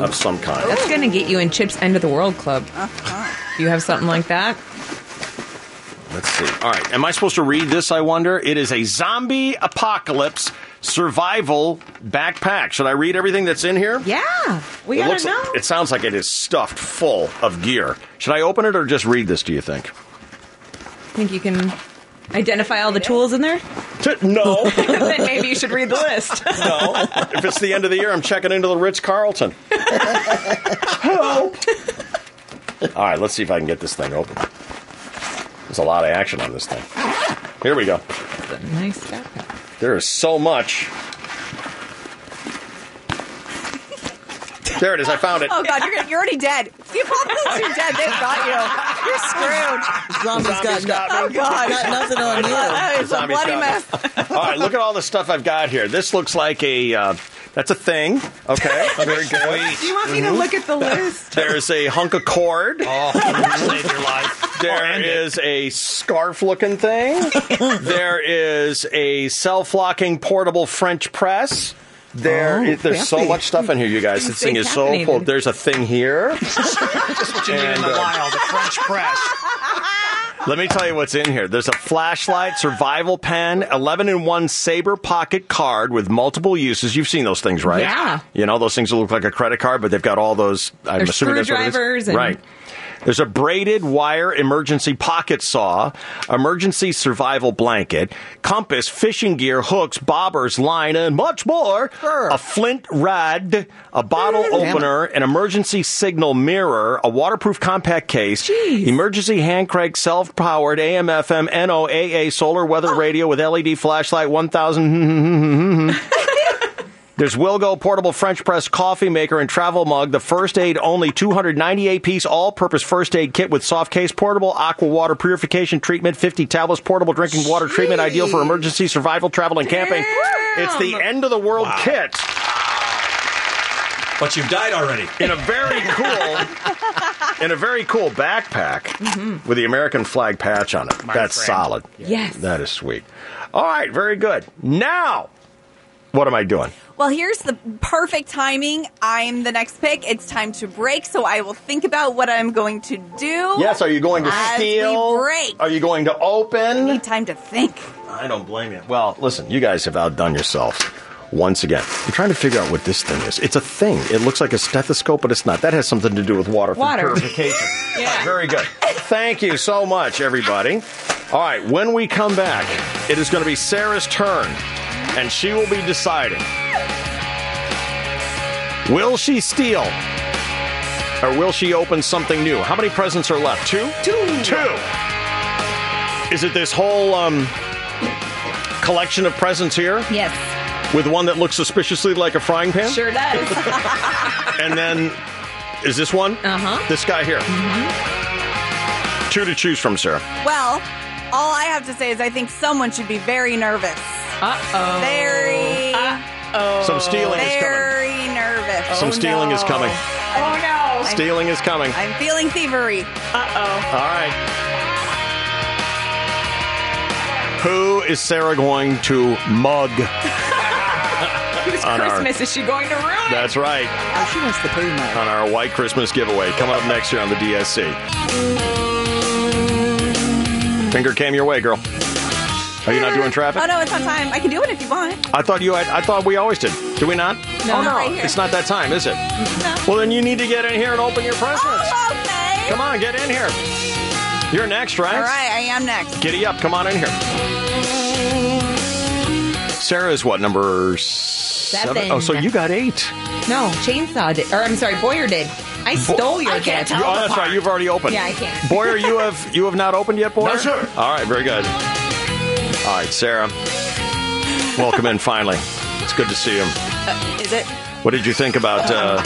of some kind.
That's going to get you in Chip's End of the World Club.
Uh-huh.
Do you have something like that?
Let's see. All right. Am I supposed to read this, I wonder? It is a zombie apocalypse survival backpack. Should I read everything that's in here?
Yeah. We
it
got
looks
to know.
it sounds like it is stuffed full of gear. Should I open it or just read this, do you think?
think you can identify all the tools in there?
No.
then maybe you should read the list.
No. if it's the end of the year, I'm checking into the Ritz Carlton. Hello. All right, let's see if I can get this thing open. There's a lot of action on this thing. Here we go.
Nice backpack.
There is so much. There it is. I found it.
Oh God, you're gonna, you're already dead. The apocalypse, you're dead. They've got you. You're screwed.
Zombies got,
Oh God,
got nothing on you.
That is a
Zombies
bloody
got
mess.
All right, look at all the stuff I've got here. This looks like a. Uh, that's a thing. Okay, very good.
Do you want me
Mm-hmm.
to look at the list?
There's a hunk of cord. Oh, saved your life. There is a scarf-looking thing. there is a self-locking portable French press. There,
Oh,
it- there's so
fancy.
much stuff in here, you guys.
I'm
This thing is so
fascinated.
full. There's a thing here.
That's what you need in
And,
the
uh,
wild, the French press.
Let me tell you what's in here. There's a flashlight, survival pen, 11 in 1 saber pocket card with multiple uses. You've seen those things, right?
Yeah.
You know, those things that look like a credit card, but they've got all those. I'm
There's
assuming that's what it is.
screwdrivers and-
Right. There's a braided wire emergency pocket saw, emergency survival blanket, compass, fishing gear, hooks, bobbers, line, and much more. A flint rod, a bottle opener, an emergency signal mirror, a waterproof compact case, emergency hand crank, self powered AM, FM, NOAA solar weather
Ah.
radio with LED flashlight, 1000. There's Wilgo portable French press coffee maker and travel mug, the first aid only 298 piece all purpose first aid kit with soft case, portable aqua water purification treatment, 50 tablets, portable drinking water treatment, ideal for emergency survival, travel, and camping. It's the end of the world kit.
But you've died already.
In a very cool, in a very cool backpack with the American flag patch on it. That's
friend.
solid.
Mm-hmm. Yes.
That is sweet. All right, very good. Now, what am I doing?
Well, here's the perfect timing. I'm the next pick. It's time to break, so I will think about what I'm going to do.
Yes, are you going to
as
steal?
We break.
Are you going to open?
need time to think.
I don't blame you. Well, listen, you guys have outdone yourselves once again. I'm trying to figure out what this thing is. It's a thing. It looks like a stethoscope, but it's not. That has something to do with water. for
Water.
purification. All right, very good. Thank you so much, everybody. All right, when we come back, it is going to be Sarah's turn, and she will be deciding will she steal or will she open something new? How many presents are left? Two? Two. Is it this whole um, collection of presents here?
Yes.
With one that looks suspiciously like a frying pan?
Sure does.
And then, is this one? Uh
Uh-huh. Mm-hmm.
This guy here. Two to choose from, Sarah.
Well, all I have to say is I think someone should be very nervous. Uh oh. Very. Uh oh.
Some stealing is coming.
Very nervous.
Some stealing is coming.
Oh no.
Stealing is coming.
I'm feeling thievery. Uh
All right. Who is Sarah going to mug?
Whose
On our-
Christmas is she going to ruin?
That's right.
she wants the pretty mug.
On our White Christmas giveaway coming up next year on the DSC. Finger came your way, girl. Are you not doing traffic?
Oh no, it's on time. I can do it if you want.
I thought you. Had, I thought we always did. Do we not?
No,
oh, no.
not right here.
It's not that time, is it? Well, then you need to get in here and open your presents.
Oh,
Come on, get in here. You're next, right?
All right, I am next.
Giddy up. Come on in here. Sarah is what number seven?
Seven.
Oh, so you got eight.
No, Chainsaw did. Or I'm sorry, Boyer did. I stole your gift.
oh, that's right. You've already opened.
Yeah, I can't.
Boyer, you have you have not opened yet, Boyer.
No, sir.
All right, very good. All right, Sarah, welcome in finally. It's good to see him.
Uh, is it?
What did you think about? Uh,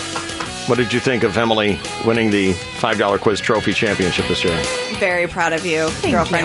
what did you think of Emily winning the five dollar quiz trophy championship this year?
Very proud of you, girlfriend.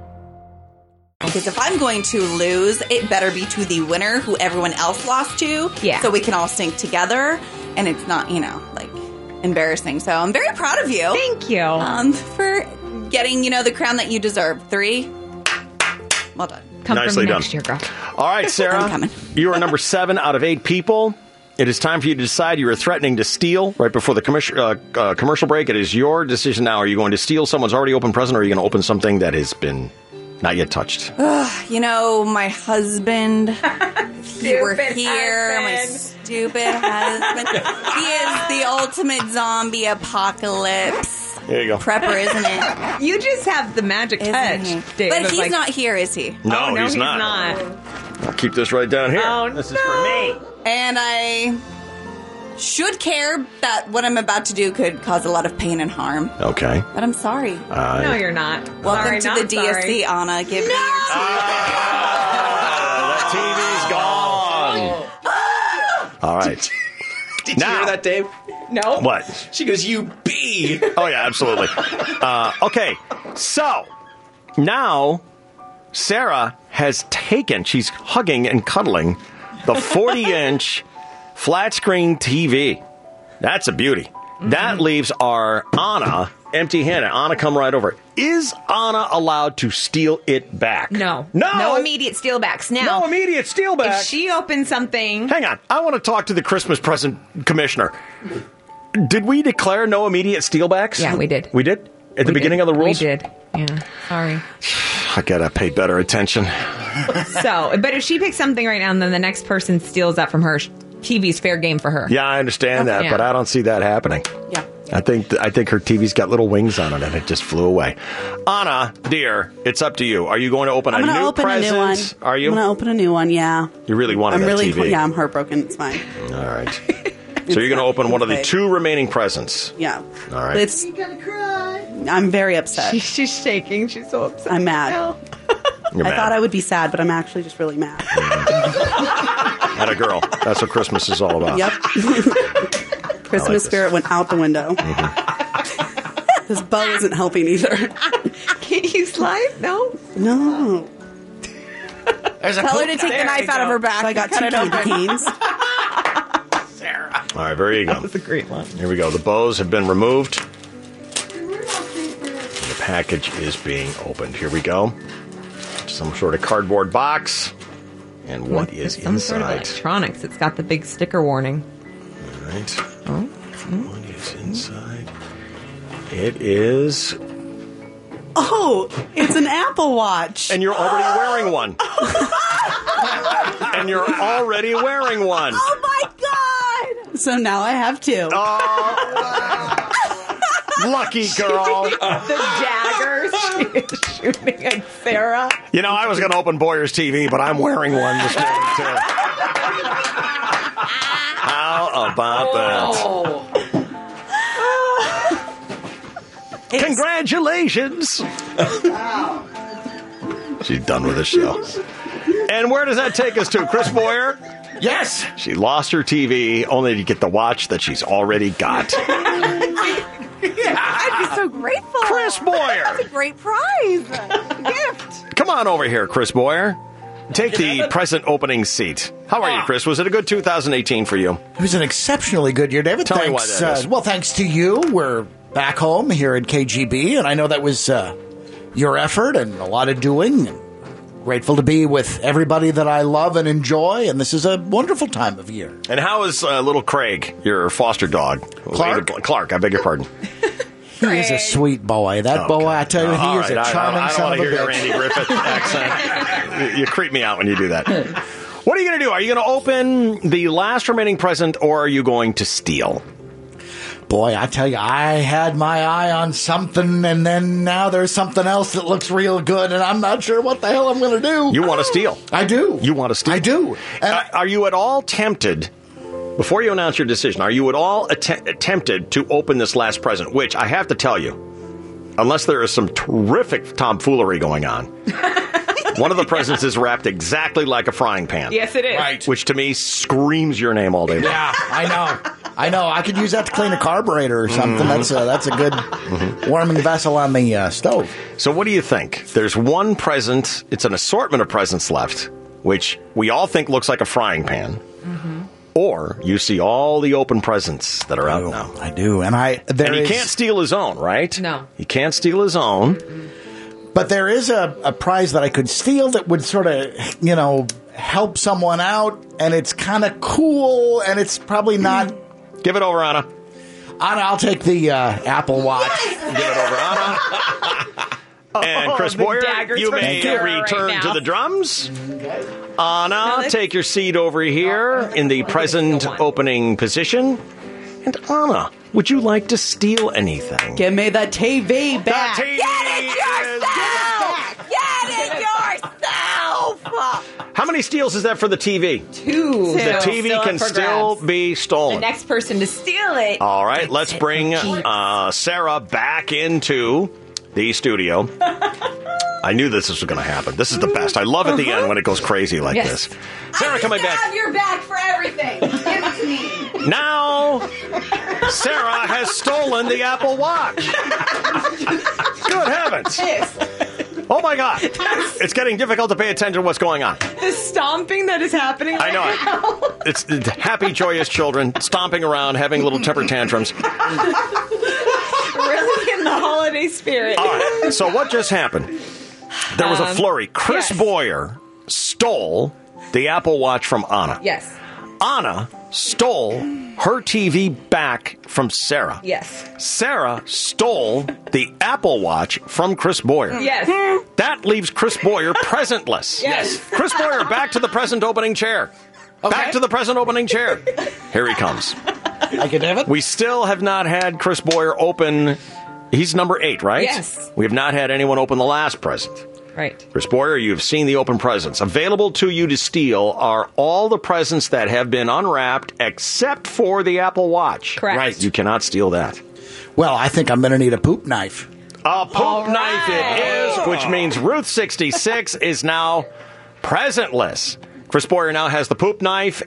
Because if I'm going to lose, it better be to the winner who everyone else lost to. Yeah. So we can all sink together and it's not, you know, like embarrassing. So I'm very proud of you. Thank
you.
Um, for getting, you know, the crown that you deserve. Three. Well done.
Nicely done. All right,
I'm
Sarah,
coming.
you are number seven out of eight people. It is time for you to decide. You are threatening to steal right before the commercial uh, uh, commercial break. It is your decision now. Are you going to steal someone's already open present, or are you going to open something that has been not yet touched?
Ugh, you know, my husband. if you were here, my stupid husband. he is the ultimate zombie apocalypse
There you go.
prepper, isn't it?
You just have the magic touch, Dave,
But
of
he's
like- Oh,
not here, is he?
No,
no,
he's,
he's
not.
not.
I'll keep this right down here. Oh,
Oh,
this is for me.
And I should care that what I'm about to do could cause a lot of pain and harm.
Okay.
But I'm sorry.
Uh, No,
you're
not.
Welcome
Sorry,
to
not
the DFC,
sorry.
Anna. Give me your
that
Oh.
TV's gone. All right.
Did you hear that, Dave?
No.
What?
She goes, "You b."
Oh yeah, absolutely. Uh, okay, so now Sarah has taken. She's hugging and cuddling the 40-inch flat-screen TV. That's a beauty. That
Mm-hmm.
leaves our Anna empty-handed. Anna, come right over. Is Anna allowed to steal it back?
No.
No.
No immediate stealbacks. Now.
No immediate stealback.
If she opens something.
Hang on. I want to talk to the Christmas present commissioner. Did we declare no immediate stealbacks?
Yeah, we did.
We did? At the
We
beginning
did.
of the rules?
We did. Yeah. Sorry.
I gotta pay better attention.
so, but if she picks something right now and then the next person steals that from her, sh- TV's fair game for her.
Yeah, I understand that,
Yeah.
but I don't see that happening.
Yeah.
I think th- I think her TV's got little wings on it, and it just flew away. Anna, dear, it's up to you. Are you going to open
I'm
a
gonna
new
open
present?
a new one.
Are you?
I'm gonna open a new one. Yeah.
You really wanted
I'm
that
really
TV.
yeah. I'm heartbroken. It's fine.
All right. so you're going to open one of the
big.
two remaining presents.
Yeah.
All right.
It's. I'm very upset.
she's shaking. She's so upset.
I'm mad.
You're
I
mad.
thought I would be sad, but I'm actually just really mad.
At a girl. That's what Christmas is all about.
Yep. Christmas
this. Mm-hmm.
spirit went out the window. this bow isn't helping either.
Can't you slide? No.
No.
There's a Tell her to take the There knife you out of go. her back
So I
and
got
cut
two
it open.
candy canes.
All right, there you go. That's a great one. Here we go. The bows have been removed. The package is being opened. Here we go. Some sort of cardboard box. And what is
Some sort of
inside?
electronics. It's got the big sticker warning. Oh,
All right. What is inside? It is.
Oh, it's an Apple Watch.
And you're already wearing one. and you're already wearing one.
Oh my god! So now I have two.
Lucky girl.
the daggers she is shooting at Sarah.
You know, I was going to open Boyer's TV, but I'm wearing one this morning, too. How about that?
Oh.
Congratulations. She's done with the show. And where does that take us to? Chris Boyer? Yes. She lost her TV only to get the watch that she's already got.
I'd be so grateful.
Chris Boyer.
That's a great prize. Gift.
Come on over here, Chris Boyer. Take the present opening seat. How
Ah.
are you, Chris? Was it a good 2018 for you?
It was an exceptionally good year, David.
Tell me
thanks,
why that is.
Uh, well, thanks to you, we're back home here at KGB, and I know that was uh, your effort and a lot of doing. And grateful to be with everybody that I love and enjoy, and this is a wonderful time of year.
And how is uh, little Craig, your foster dog?
Clark?
Clark, I beg your pardon.
He is a sweet boy. That boy, I tell you,
Uh,
he
all
is
right, I-
a charming
I, I don't
son
want
of a
to hear your
bitch.
Randy Griffith accent. You, you creep me out when you do that. What are you going to do? Are you going to open the last remaining present, or are you going to steal?
Boy, I tell you, I had my eye on something, and then now there's something else that looks real good, and I'm not sure what the hell I'm going to do.
You want to steal?
I do.
You want to steal? I
do.
are you at all tempted? Before you announce your decision, are you at all att- tempted to open this last present? Which I have to tell you, unless there is some terrific tomfoolery going on, one of the presents is wrapped exactly like a frying pan.
Yes, it is.
Which to me screams your name all day long.
Yeah, I know. I know. I could use that to clean a carburetor or
Mm-hmm.
something. That's a that's a good warming vessel on the uh, stove.
So, what do you think? There's one present, it's an assortment of presents left, which we all think looks like a frying pan. Or you see all the open presents that are out now.
I do, and I there
and he
is-
can't steal his own, right? No, he can't steal his own.
But there is a, a prize that I could steal that would sort of you know help someone out, and it's kind of cool, and it's probably not.
Give it over, Anna.
Anna, I'll take the uh, Apple Watch.
Give it over, Anna. and Chris
Oh, the
Boyer,
daggers
you
from
may
Sarah right
return
now.
to the drums. Anna, take your seat over here in the present opening position. And Anna, would you like to steal anything?
Give me the TV back.
TV How many steals is that for the TV?
Two.
The TV can still be
The
stolen.
next person to steal it.
All right, let's bring uh, Sarah back into the studio. I knew this was going to happen. This is the best. I love at the end when it goes crazy like
Yes.
this. Sarah, coming back.
have your back for everything. Give it to me.
Now, Sarah has stolen the Apple Watch. Good heavens. Oh my God. It's getting difficult to pay attention to what's going on.
The stomping that is happening.
I know it. It's it's happy, joyous children stomping around, having little temper tantrums.
really in the holiday spirit.
All right. So what just happened? There was a
Um,
flurry. Chris Boyer stole the Apple Watch from Anna.
Yes.
Anna stole her TV back from Sarah.
Yes.
Sarah stole the Apple Watch from Chris Boyer.
Yes.
That leaves Chris Boyer presentless.
Yes.
Chris Boyer back to the present opening chair. Back to the present opening chair. Here he comes.
I can have it.
We still have not had Chris Boyer open. He's number eight, right?
Yes.
We have not had anyone open the last present.
Right.
Chris Boyer, you have seen the open presents. Available to you to steal are all the presents that have been unwrapped except for the Apple Watch.
Correct. Right.
You cannot steal that.
Well, I think I'm going to need a poop knife.
A poop knife it is, which means Ruth 66 is now presentless. Chris Boyer now has the poop knife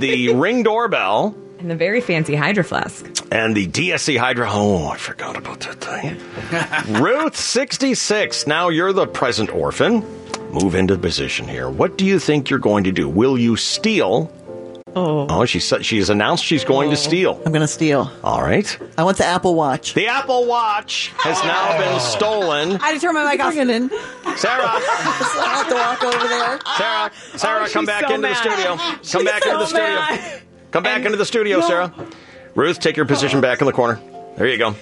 the ring doorbell.
And the very fancy Hydro Flask.
And the DSC Hydra. Oh, I forgot about that thing. Ruth 66, now you're the present orphan. Move into position here. What do you think you're going to do? Will you steal? Oh, she said she has announced she's going to steal.
Oh. I'm going to steal.
All right.
I want the Apple Watch.
The Apple Watch has now been stolen.
I determine my costume. Bring it in.
Sarah.
I have to walk over there.
Sarah, Sarah,
Oh,
come
she's
back
so
into the
mad.
studio. Come
She's
back into
so
the studio.
mad.
Come back into the studio,
No.
Sarah. Ruth, take your position back in the corner. There you go.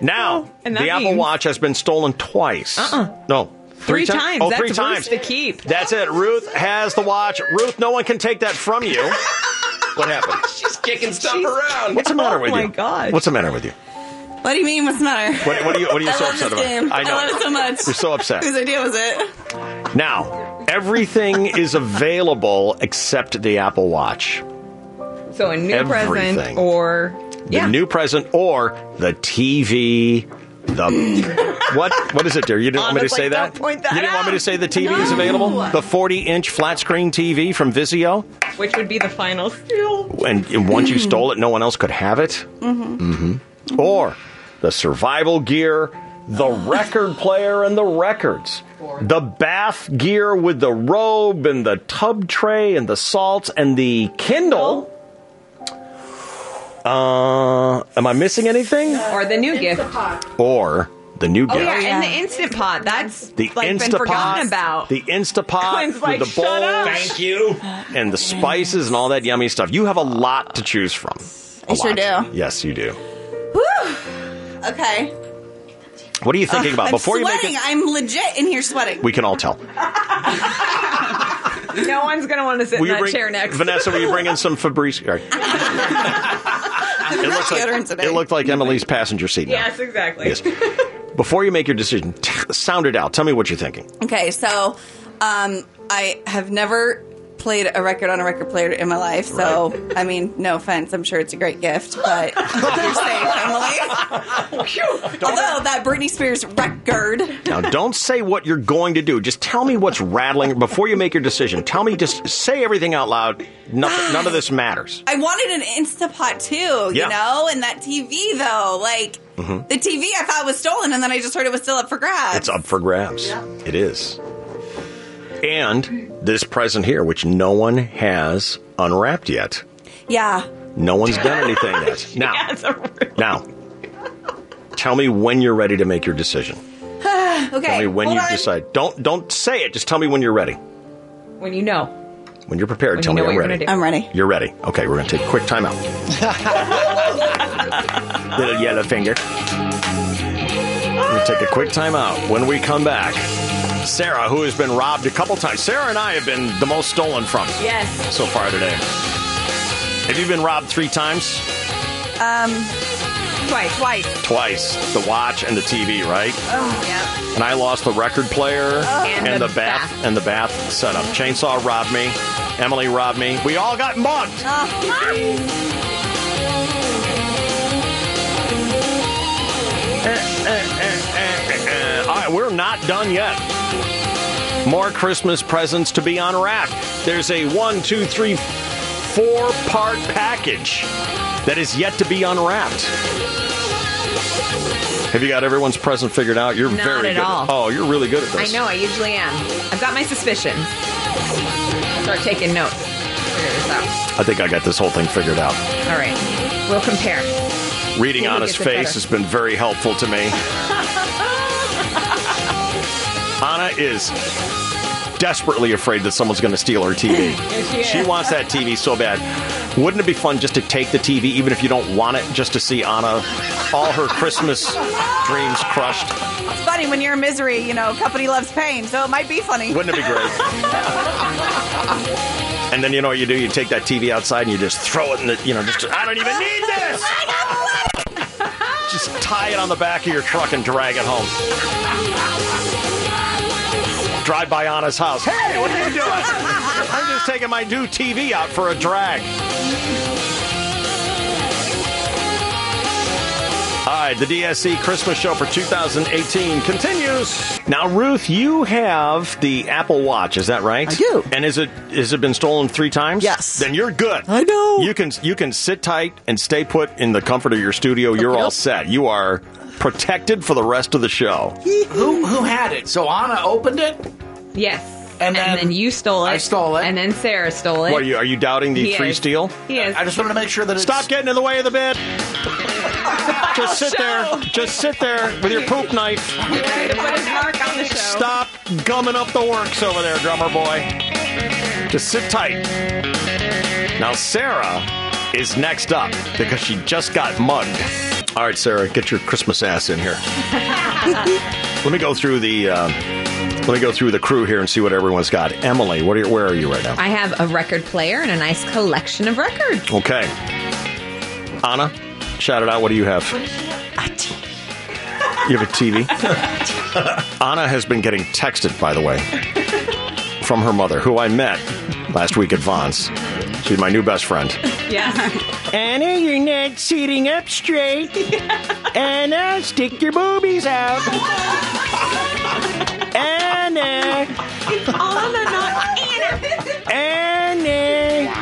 Now,
and that
the Apple
means-
Watch has been stolen twice.
Uh-uh.
No.
Three,
ti-
times.
Oh,
That's
three
Ruth's
times.
to keep.
That's it. Ruth has the watch. Ruth, no one can take that from you. What happened?
She's kicking stuff around.
What's the matter with you?
God.
What's the matter with you?
What do you mean? What's the matter?
What, what are you? What are you
I
so
love
upset
this
about?
game.
I know.
I love it so much.
You're so upset.
Whose idea was it?
Now, everything is available except the Apple Watch.
So a new
Everything.
present or
the new present or the TV. The what? What is it, dear? You didn't want me to
Anna's
say
Oh, like,
that?
"Don't point that
You didn't want me to
out."
say the TV is available.
No.
The 40-inch flat-screen TV from Vizio,
which would be the final steal.
and, and once you stole it, no one else could have it.
Mm-hmm.
Mm-hmm. Or the survival gear, the record player and the records, the bath gear with the robe and the tub tray and the salts and the Kindle. Uh, am I missing anything?
or the new gift.
Or the new
Oh
gift?
yeah, and the instant pot. That's
the
like
Instapot,
been forgotten about.
the Instapot
Quinn's
with
like,
the
"Shut
bowls,
up."
thank you, and the spices and all that yummy stuff. You have a lot to choose from. A
I sure
lot.
do.
Yes, you do.
Whew. Okay.
What are you thinking
Ugh,
about
I'm
before
sweating.
you make
I'm legit in here sweating.
it? We can all tell.
no one's gonna want to sit
Will
in
you
that
bring-
chair next.
Vanessa, will you bring in some Febreze? all right. It looks like it looked like Emily's passenger seat. now.
Yes, exactly.
Yes. Before you make your decision, t- sound it out. Tell me what you're thinking.
Okay, so um, I have never played a record on a record player in my life. So, I mean, no offense. I'm sure it's a great gift, but you're safe, Emily. Although that Britney Spears record.
Now, don't say what you're going to do. Just tell me what's rattling before you make your decision. Tell me, just say everything out loud. Nothing, none of this matters.
I wanted an Instapot too,
Yeah.
you know, and that TV though. Like
Mhm.
the TV I thought was stolen, and then I just heard it was still up for grabs.
It's up for grabs. It is. And this present here, which no one has unwrapped yet.
Yeah.
No one's done anything yet. Now, now, tell me when you're ready to make your decision.
okay.
Tell me when
hold
you
on.
decide. Don't don't say it. Just tell me when you're ready.
When you know.
When you're prepared,
When
tell
you know
me
what you're
I'm ready.
gonna do. I'm ready.
You're ready. Okay, we're gonna take a quick timeout. Little yellow finger. We're gonna take a quick timeout. When we come back, Sarah, who has been robbed a couple times, Sarah and I have been the most stolen from
Yes.
so far today. Have you been robbed three times?
Um. Twice. Twice.
Twice. The watch and the TV, right?
Oh yeah.
And I lost the record player
Oh. And
and,
the
the bath, and the bath setup. Chainsaw robbed me. Emily robbed me. We all got mugged. Eh, Uh, all right, we're not done yet. More Christmas presents to be unwrapped. There's a one, two, three, four part package that is yet to be unwrapped. Have you got everyone's present figured out? You're
Not
very
at
good.
all.
Oh, you're really good at
I
this.
know. I usually am. I've got my suspicions. Start taking notes. Figure this out.
I think I got this whole thing figured out.
All right, we'll compare.
Reading
Who
on his
gets it
face
better?
has been very helpful to me. Anna is desperately afraid that someone's going to steal her TV.
Yes, she is.
wants that TV so bad. Wouldn't it be fun just to take the TV, even if you don't want it, just to see Anna, all her Christmas dreams crushed?
It's funny when you're in misery, you know, company loves pain, so it might be funny.
Wouldn't it be great? And then you know what you do? You take that TV outside and you just throw it in the, you know, just I don't even need this. just tie it on the back of your truck and drag it home. Drive by Anna's house. Hey, what are you doing? I'm just taking my new TV out for a drag. All right, the DSC Christmas show for 2018 continues. Now, Ruth, you have the Apple Watch, is that right? I do. And is it is it been stolen three times? Yes. Then you're good. I know. You can you can sit tight and stay put in the comfort of your studio. You're all set. You are protected for the rest of the show.
who who had it? So Anna opened it.
Yes. And then, you stole it. I stole it. And then Sarah stole it.
What are you? Are you doubting the
He
free
is.
steal?
He is. I
just wanted to make sure that it's... Stop getting in the way of the bed. just sit there. Just sit there with your poop knife. Stop gumming up the works over there, drummer boy. Just sit tight. Now, Sarah is next up because she just got mugged. All right, Sarah, get your Christmas ass in here. Let me go through the. Uh, let me go through the crew here and see what everyone's got. Emily, what are you, where are you right now?
I have a record player and a nice collection of records.
Okay. Anna, shout it out. What do you have? You have a TV? Anna has been getting texted, by the way, from her mother, who I met last week at Vaughn's. She's my new best friend.
Yeah. Anna, you're not sitting up straight. Anna, stick your boobies out. Anna. It's
Oh.
Anna, not Anna. Anna.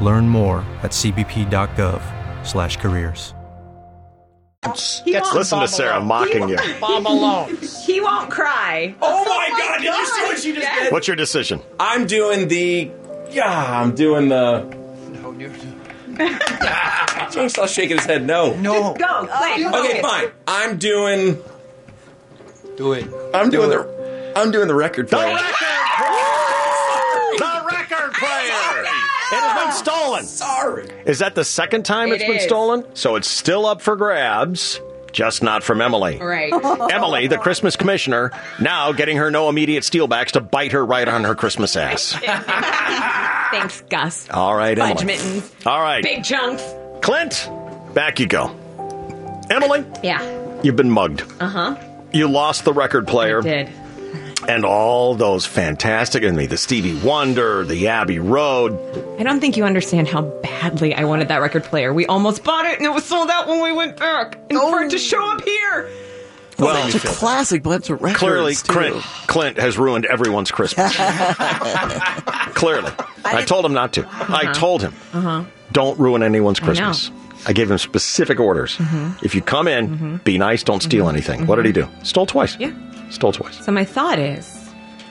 Learn more at cbp.gov/careers.
won't
Listen to
bomb
Sarah
alone.
mocking
He
you.
won't-
Bob alone.
He won't cry.
Oh my God, did you see what you just did?
What's your decision?
I'm doing the. Yeah, I'm doing the. James Law's shaking his head. No.
No.
Go, play.
Oh.
Okay, fine. I'm doing. Do it. I'm doing the. I'm doing the record player.
The record player. It has been stolen.
Sorry.
Is that the second time
It
it's been
is.
stolen? So it's still up for grabs, just not from Emily.
Right.
Emily, the Christmas commissioner, now getting her no immediate steelbacks to bite her right on her Christmas ass.
Thanks, Gus.
All right, Emily.
Fudge mittens.
All right.
Big chunks.
Clint, back you go. Emily,
Yeah.
you've been mugged.
Uh huh.
You lost the record player.
did.
And all those fantastic, and me, the Stevie Wonder, the Abbey Road.
I don't think you understand how badly I wanted that record player. We almost bought it and it was sold out when we went back. And for it to show up here.
Well,
it's a classic, but it's a record.
Clearly, Clint, Clint has ruined everyone's Christmas. Clearly. I, told him not to. I told him,
Uh-huh.
Uh huh.
don't ruin anyone's
Uh-huh. I know.
Christmas. I, gave him specific orders.
Mhm.
If you come in, be nice, don't steal anything. What did he do? Stole twice.
Mm-hmm. Yeah.
Stole twice.
So my thought is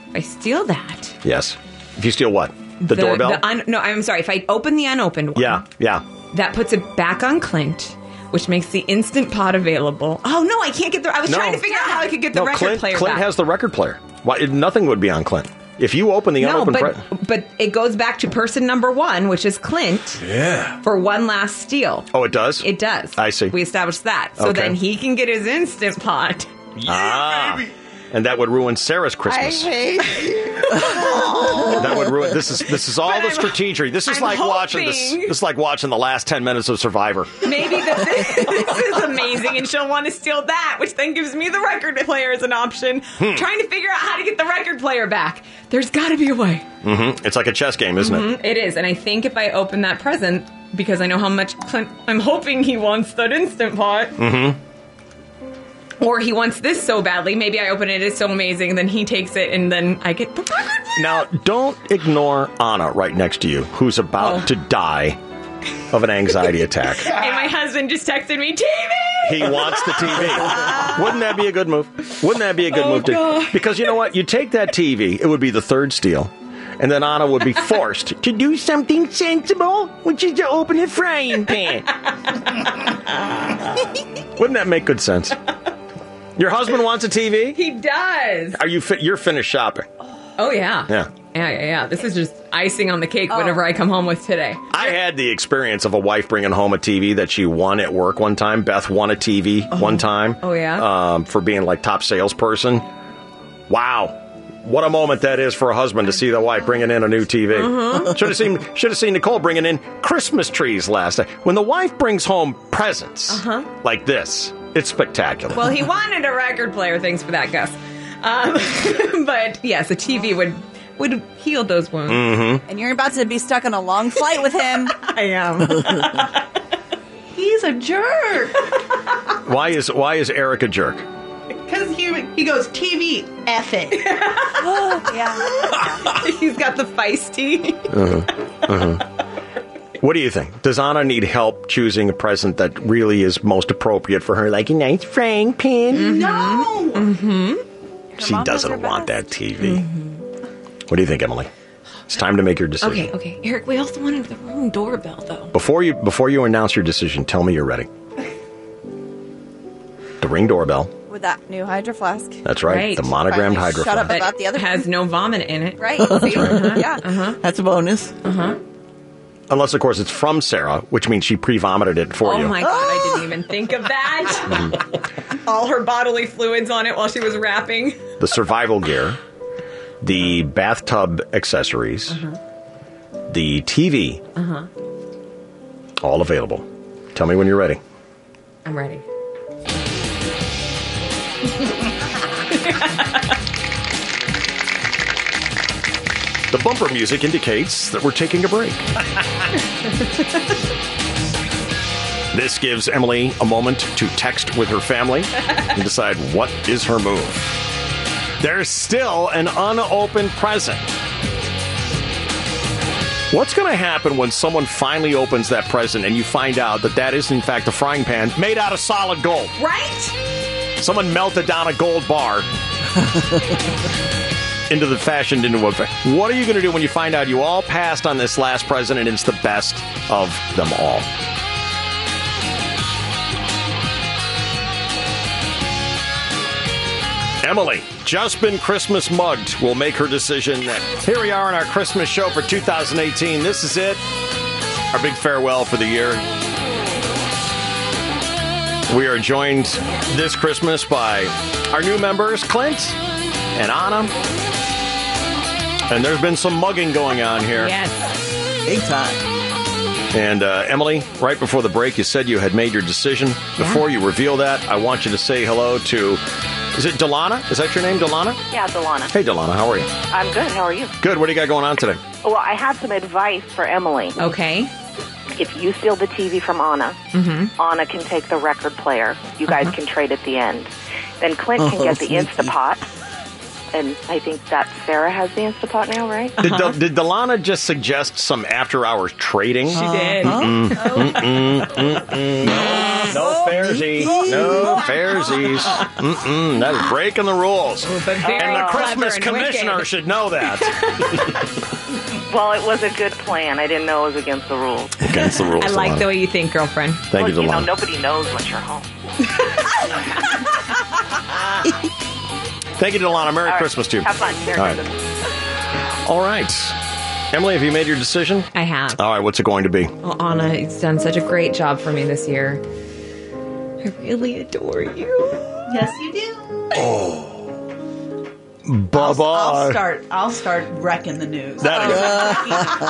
if I steal that.
Yes. If you steal what? The, doorbell?
the un- no, I'm sorry. If I open the unopened one.
yeah, yeah.
That puts it back on Clint, which makes the instant pot available. Oh no, I can't get the. I was
No.
trying to figure out how I could get the
no,
record
Clint,
player
Clint
back.
has the record player. Why, it- nothing would be on Clint. If you open the
no,
unopened
but
pre-
but it goes back to person number one, which is Clint,
Yeah.
for one last steal.
Oh, it does?
It does.
I see.
We established that, so
Okay.
then he can get his instant pot.
ah. And that would ruin Sarah's Christmas.
I hate.
That would ruin this is this is all the strategy. This is
I'm
like watching this
hoping-
this is like watching the last ten minutes of Survivor.
Maybe that this, this is amazing, and she'll want to steal that, which then gives me the record player as an option.
Hmm.
Trying to figure out how to get the record player back. There's got to be a way.
Mm-hmm. It's like a chess game, isn't it?
Mhm, It is, and I think if I open that present, because I know how much Clint, I'm hoping he wants that instant pot,
Mm-hmm.
or he wants this so badly. Maybe I open it; it's so amazing, and then he takes it, and then I get the record.
Now, don't ignore Anna right next to you, who's about
Oh.
to die of an anxiety attack.
and my husband just texted me, TV.
He wants the TV. Wouldn't that be a good move? Wouldn't that be a good
Oh,
move?
God.
To, because you know what? You take that TV, it would be the third steal, and then Anna would be forced to do something sensible, which is to open a frying pan. Wouldn't that make good sense? Your husband wants a TV?
He does.
Are you fi- you're finished shopping?
Oh yeah.
Yeah. Oh.
Yeah, yeah, yeah. This is just icing on the cake. Whatever I come home with today.
I had the experience of a wife bringing home a TV that she won at work one time. Beth won a TV one time.
Oh, yeah?
um, for being like top salesperson. Wow, what a moment that is for a husband to see the wife bringing in a new TV.
Uh-huh.
Mhm.
Should have seen should have seen Nicole bringing in Christmas trees last night. When the wife brings home presents
Uh-huh.
like this, it's spectacular.
Well, he wanted a record player. Thanks for that, Gus. Um, but yes, a TV would would heal those wounds.
Mm-hmm.
And you're about to be stuck on a long flight with him.
I am.
He's a jerk.
Why is why is Eric a jerk?
Because he, he goes, TV, F it.
Mm.
yeah. He's got the feisty.
Uh-huh. Uh-huh. What do you think? Does Anna need help choosing a present that really is most appropriate for her? Like a nice frying pan?
No. Mm-hmm.
She doesn't want that TV.
Mm-hmm.
What do you think, Emily? It's time to make your decision.
Okay, okay. Eric, we also wanted the room doorbell, though.
Before you before you announce your decision, tell me you're ready. The ring doorbell.
With that new Hydro Flask.
That's right. The monogrammed
Finally
Hydro
Shut up
Flask.
about the other
Has no vomit in it.
Right. See? Yeah.
That's a bonus.
Uh-huh.
Unless, of course, it's from Sarah, which means she pre-vomited it for
oh
you.
my god, I didn't even think of that. All her bodily fluids on it while she was rapping.
the survival gear, the bathtub accessories, the TV,
Uh-huh.
all available. Tell me when you're ready.
I'm ready.
The bumper music indicates that we're taking a break. This gives Emily a moment to text with her family and decide what is her move. There's still an unopened present. What's going to happen when someone finally opens that present and you find out that that is, in fact, a frying pan made out of solid gold?
Right?
Someone melted down a gold bar into the fashioned into a. fa- What are you going to do when you find out you all passed on this last present and it's the best of them all? Emily, just been Christmas mugged, will make her decision. Here we are on our Christmas show for 2018. This is it. Our big farewell for the year. We are joined this Christmas by our new members, Clint and Anna. And there's been some mugging going on here.
Yes.
Big time.
And uh, Emily, right before the break, you said you had made your decision. Before you reveal that, I want you to say hello to. Is it Delana? Is that your name, Delana?
Yeah, Delana.
Hey, Delana, how are you?
I'm good. How are you?
Good. What do you got going on today?
Well, I had some advice for Emily.
Okay.
If you steal the TV from Anna,
Mm-hmm. Uh-huh.
Anna can take the record player. You guys can trade at the end. Then Clint can
Oh,
get the
sneaky.
Instapot. And I think that Sarah has the Instapot now, right?
Did, Del- did Delana just suggest some after hours trading? She
did.
Mm-mm,
Oh.
mm-mm, mm-mm. No fairsy.
oh,
No fairsies. Mm-mm, that is breaking the rules.
very
and the
clever
Christmas
and
commissioner
wicked.
should know that.
Well, it was a good plan. I didn't know it was against the rules.
Against the rules.
I like the way you think, girlfriend.
Thank you,
Well, know,
Delana.
nobody knows once you're home.
Thank you, Delana. Merry
All right.
Christmas to you.
Have fun. Merry
All right. All right. Emily, have you made your decision?
I have.
All right, what's it going to be?
Oh, Anna, it's done such a great job for me this year. I really adore you.
Yes, you do.
Bye bye.
I'll start. I'll start wrecking the news.
That
Uh.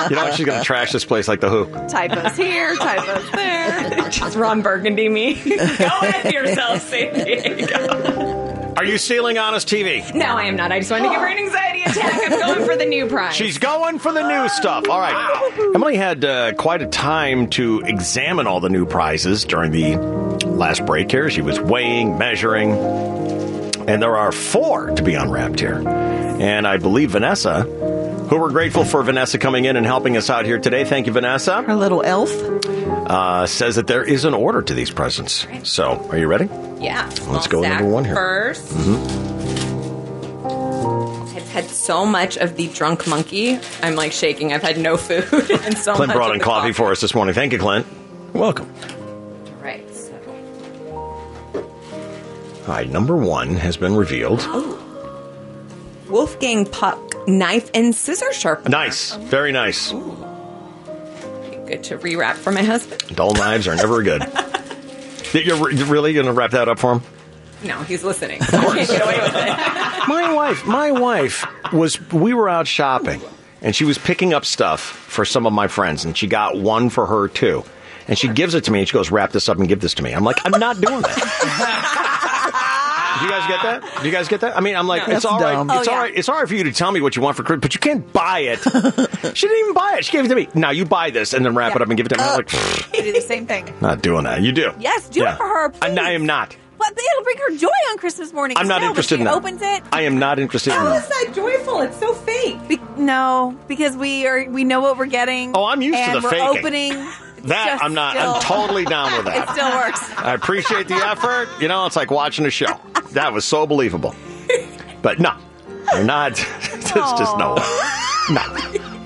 is- you know what? She's going to trash this place like the Who.
Typos here, typos there. Just Ron Burgundy me. Go after yourself, San Diego.
Are you stealing Honest TV?
No, I am not. I just wanted to give her an anxiety attack. I'm going for the new prize.
She's going for the new stuff. All right. Emily had uh, quite a time to examine all the new prizes during the last break here. She was weighing, measuring, and there are four to be unwrapped here. And I believe Vanessa, who we're grateful for Vanessa coming in and helping us out here today. Thank you, Vanessa. Our
little elf
uh, says that there is an order to these presents. So, are you ready?
Yeah.
Let's go with number one here.
1st
Mhm.
I've had so much of the drunk monkey. I'm like shaking. I've had no food and so
Clint
much.
brought
of
in
the
coffee for us this morning. Thank you, Clint. Welcome.
coffee. Right. So.
All right, number one has been revealed.
Wolfgang Puck knife and scissor sharpener.
Nice. Very nice.
pocket to rewrap for my husband.
Dull knives are never good. You're re- you're really going to wrap that up for him?
No, he's listening. So I can't get away with it.
my wife, my wife was. We were out shopping, and she was picking up stuff for some of my friends, and she got one for her too. And she gives it to me, and she goes, "Wrap this up and give this to me." I'm like, "I'm not doing that." Do you guys get that? Do you guys get that? I mean, I'm like,
No.
it's
That's
all right.
dumb.
It's
Oh,
all
yeah.
right. It's all right for you to tell me what you want for Christmas, but you can't buy it. she didn't even buy it. She gave it to me. Now you buy this and then wrap
Yeah.
it up and give it to me. I'm
Uh,
like, "Pfft,
You do the same thing.
not doing that. You do.
Yes, do it for her,
And I am not.
But it'll bring her joy on Christmas morning.
I'm not
still,
interested in
when she
that.
opens it.
I am not interested in that.
not joyful. It's so fake. Be- no, because we are we know what we're getting.
Oh, I'm used to
and
the
we're
faking.
opening.
That
just
I'm not.
still-
I'm totally down with
it
that.
still works.
I appreciate the effort. You know, it's like watching a show. That was so believable. But no, I'm not. It's just no way. No.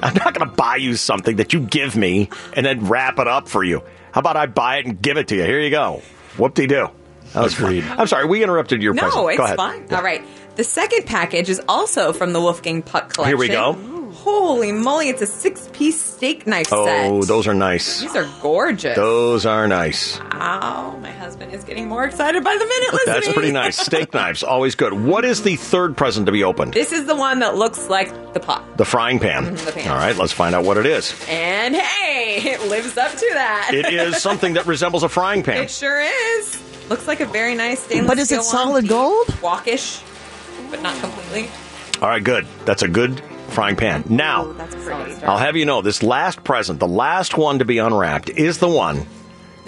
I'm not going to buy you something that you give me and then wrap it up for you. How about I buy it and give it to you? Here you go. Whoop de doo. That was great. I'm sorry, we interrupted your present.
No,
Go
it's
ahead.
fine. All right. The second package is also from the Wolfgang Puck
Here
collection.
we go.
Holy moly, it's a six piece steak knife set.
Oh, those are nice.
These are gorgeous.
Those are nice.
Ow, my husband is getting more excited by the minute listening.
That's pretty nice. Steak knives, always good. What is the third present to be opened?
This is the one that looks like the pot.
The frying pan.
Mhm, the pan.
All right, let's find out what it is.
And hey, it lives up to that.
It is something that resembles a frying pan.
It sure is. Looks like a very nice stainless
But is it
steel one,
solid
deep,
gold?
Walkish, but not completely.
All right, good. That's a good frying pan. Now,
That's pretty.
I'll have you know this last present, the last one to be unwrapped, is the one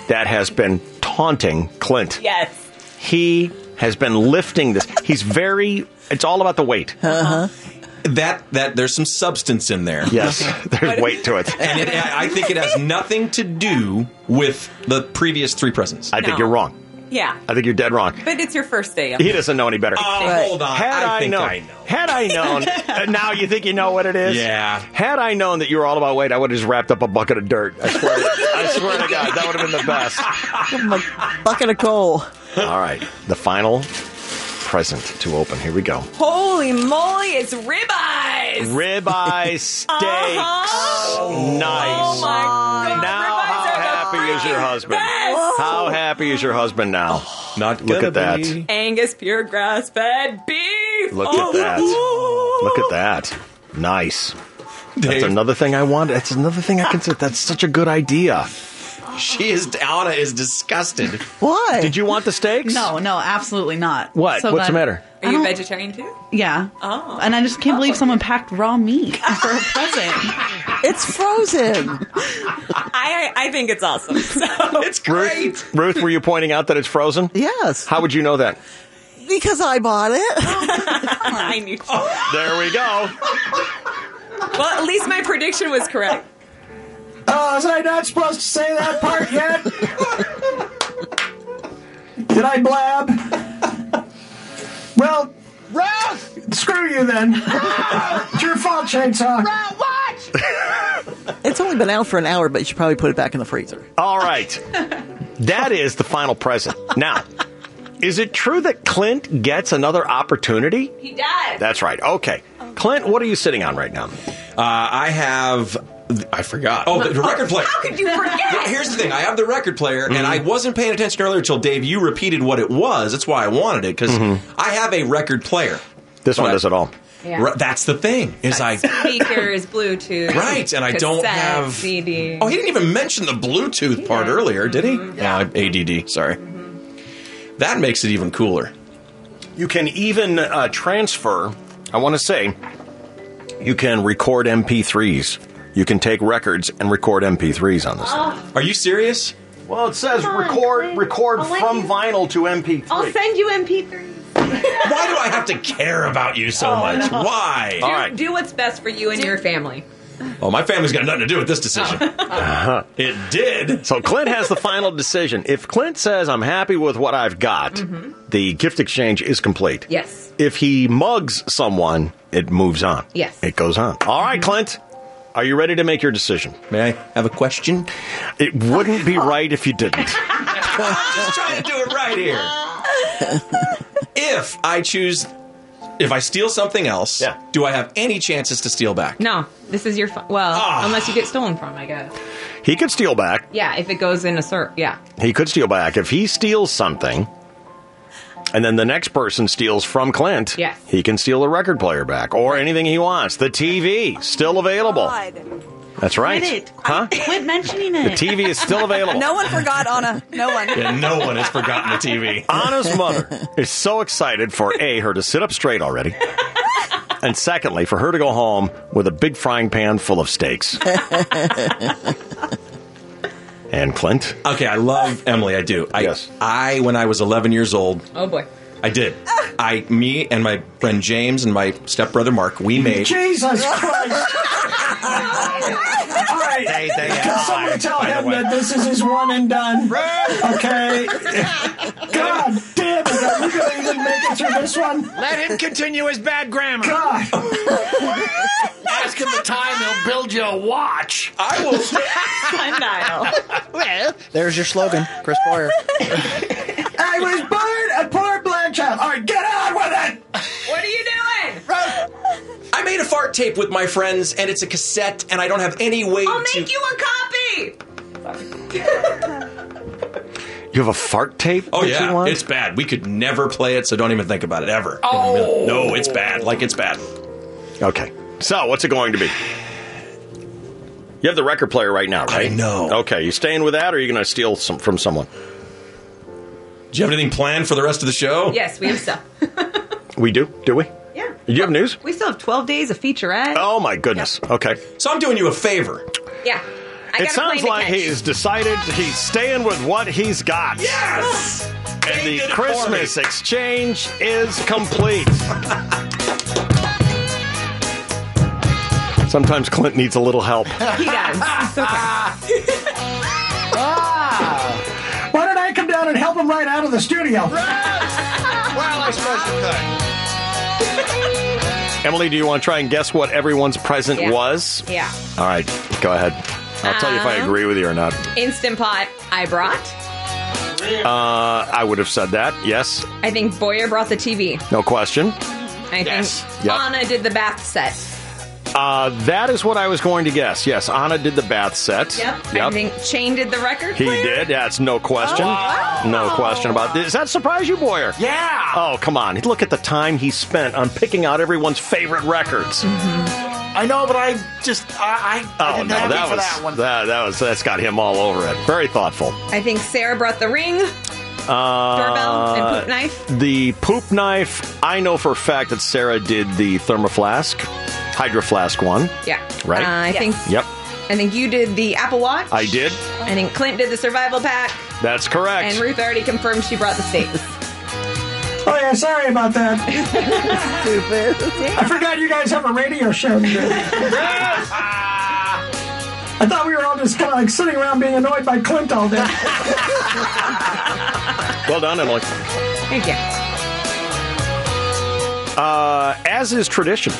that has been taunting Clint.
Yes.
He has been lifting this. He's very, it's all about the weight.
Uh-huh.
Uh huh.
That that there's some substance in there.
Yes, there's weight to it.
and it, I I think it has nothing to do with the previous three presents.
I think
No.
you're wrong.
Yeah,
I think you're dead wrong.
but it's your first day. up
He
there.
doesn't know any better.
Uh,
Oh, Right. hold on.
Had
I
I,
think
known,
I know.
had I known, uh, now you think you know what it is.
Yeah.
Had I known that you were all about weight, I would have just wrapped up a bucket of dirt. I swear, to, I swear to God, that would have been the best.
Give him a bucket of coal.
All right, the final present to open. Here we go.
Holy moly, it's ribeyes.
Ribeye steaks. Nice.
Uh-huh. Oh my god.
Now, how happy is your husband? How happy is your husband now?
Oh.
Not look at that.
Angus pure grass fed beef.
Look
Oh,
at that. Look at that. Nice. That's another thing I want. That's another thing I consider. That's such a good idea.
She is Anna is disgusted.
Why?
Did you want the steaks?
No, no, absolutely not.
What?
So
What's the
glad-
matter?
I
Are
Mm.
you
don't-
vegetarian too?
Yeah.
Oh.
And I just can't believe someone packed raw meat for a present.
It's frozen.
I I think it's awesome. So. it's great.
Ruth, were you pointing out that it's frozen?
Yes.
How would you know that?
Because I bought it.
I knew.
There we go.
Well, at least my prediction was correct.
Oh, was I not supposed to say that part yet? Did I blab? Well, Ralph! Screw you then. it's your fault, Chainsaw. Ralph, watch!
It's only been out for an hour, but you should probably put it back in the freezer.
All right. That is the final present. Now, is it true that Clint gets another opportunity?
He does.
That's right. Okay. Clint, what are you sitting on right now?
Uh, I have. I forgot. Oh, the, the record player.
How could you
No,
forget?
here's the thing. I have the record player, and I
Mm-hmm.
wasn't paying attention earlier until Dave, you repeated what it was. That's why I wanted it because I have a record player.
Mm-hmm. This one does it all.
Yeah.
that's the thing. Is I
Speakers, Bluetooth,
Right, and I don't
cassette,
have-
CD.
Oh, he didn't even mention the Bluetooth part earlier, did he? Yeah, ADD. Sorry. That makes it even cooler.
You can even uh, transfer, I want to say, you can record MP3s. You can take records and record MP3s on this.
Oh.
Are you serious?
Well, it says record record from vinyl to MP3.
I'll send you MP3.
Why do I have to care about you so much? Why?
Do, do what's best for you and your family.
Oh, my family's got nothing to do with this decision. It did.
Uh-huh. So Clint has the final decision. If Clint says, I'm happy with what I've got, the gift exchange is complete.
Yes.
If he mugs someone, it moves on.
Yes.
It goes on. All right, Clint. Are you ready to make your decision?
May I have a question?
It wouldn't be right if you didn't.
Just trying to do it right here. if I choose, if I steal something else, do I have any chances to steal back? Ah.
No, this is your. Fu- well, unless you get stolen from, I guess.
He could steal back.
Yeah, if it goes in a cert, yeah.
He could steal back. If he steals something, and then the next person steals from Clint,
Yes.
he can steal the record player back or anything he wants. The TV still available. That's right.
Quit it.
Huh?
Quit mentioning
The TV is still available.
no one forgot Anna. No one.
one has forgotten the TV. Anna's mother is so excited for A, her to sit up straight already, and secondly, for her to go home with a big frying pan full of steaks. and Clint?
Okay, I love Emily. I do. I, yes. I, when I was 11 years old,
Oh boy.
I did. I, me, and my friend James and my stepbrother Mark,
Mm-hmm.
we made.
Jesus Christ. All right.
They- they
Can
are,
someone tell
by the
him
way.
that this is his one and done? Okay. God damn it. Are we going to even make it through this one?
Let him continue his bad grammar.
God. Ask him the time, he'll build you a watch.
I will.
well,
There's your slogan, Chris Boyer.
I was born a poor black child. All right, get on with it.
What are you doing?
Oh. I made a fart tape with my friends, and it's a cassette, and I don't have any way
I'll
to.
make you a copy.
You have a fart tape?
Oh
that you
yeah,
want?
it's bad. We could never play it, so don't even think about it ever.
Oh.
no, it's bad. Like it's bad.
Okay. So, what's it going to be? You have the record player right now, right? I know. Okay, you staying with that, or are you going to steal some from someone?
Do you have anything planned for the rest of the show?
Yes, we have stuff.
We do, do we?
Yeah.
Do you have news?
We still have 12 days of featurette.
Oh my goodness. Okay.
So I'm doing you a favor.
Yeah. I
it
got a plane
sounds
to
like
catch.
he's decided he's staying with what he's got.
Yes!
And the Christmas exchange is complete. Sometimes Clint needs a little help.
He does. ah, why don't I come down and help him right out of the studio?
well, I suppose you could. Emily, do you want to try and guess what everyone's present
Yeah.
was?
Yeah.
All right, go ahead. I'll tell you if I
Uh,
agree with you or not.
Instant Pot, I brought.
Uh, I would have said that. Yes.
I think Boyer brought the TV.
No question.
I
Yes.
think
Yep.
Anna did the bath set.
Uh, that is what I was going to guess. Yes, Anna did the bath set.
Yep. I
Yep.
think Shane did the record.
He
player.
did. That's no question.
Oh,
No question about this. Does that surprise you, Boyer?
Yeah.
Oh, come on. Look at the time he spent on picking out everyone's favorite records.
I know, but I just I, I, I
Oh
didn't
no,
have it
that
for
was
that one.
that, that was that's got him all over it. Very thoughtful.
I think Sarah brought the ring.
Uh,
Doorbell and poop knife?
The poop knife. I know for a fact that Sarah did the thermoflask, hydro flask one.
Yeah.
Right.
Uh, I think.
Yep.
I think you did the Apple Watch.
I did.
I think Clint did the survival pack.
That's correct.
And Ruth already confirmed she brought the steaks.
Oh yeah, sorry about that. I forgot you guys have a radio show to do. I thought we were all just kind of like sitting around being annoyed by Clint all day.
Well done, Emily.
Thank you.
Uh, as is tradition,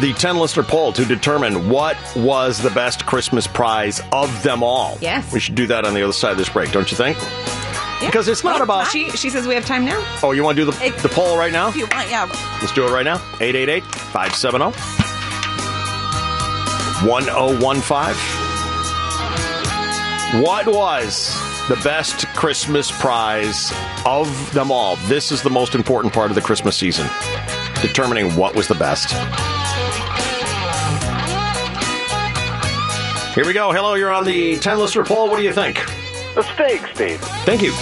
the 10 listener poll to determine what was the best Christmas prize of them all.
Yes.
We should do that on the other side of this break, don't you think? Because it's not about.
She, she says we have time now.
Oh, you want to do the, the poll right now?
you want, yeah.
Let's do it right now. 888 570 1015. What was the best Christmas prize of them all? This is the most important part of the Christmas season determining what was the best. Here we go. Hello, you're on the 10 listener poll. What do you think? The steak, Steve. Thank you.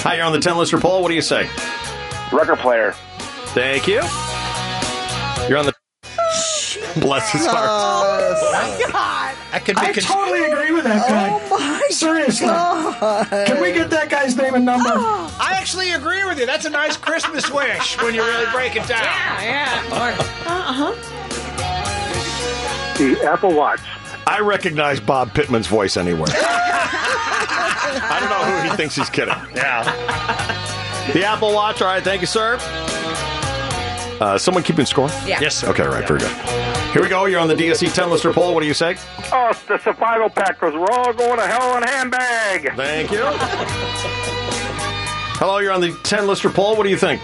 Hi, you're on the 10 listener poll. What do you say? Record player. Thank you. You're on the. Bless his heart.
Oh,
my
God.
I, totally agree with that guy. Oh my Seriously. Can we get that guy's name and number?
Oh.
I actually agree with you. That's a nice Christmas wish when you really break it down.
Yeah, yeah. Uh huh.
The Apple Watch. I recognize Bob Pittman's voice anywhere. I don't know who he thinks he's kidding. Yeah. The Apple Watch. All right. Thank you, sir. Uh, someone keeping score?
Yeah. Yes, sir.
Okay, all right, very good. Here we go. You're on the DSC 10 lister poll. What do you say?
Oh, it's the survival pack because we're all going to hell in a handbag.
Thank you. Hello, you're on the 10 lister poll. What do you think?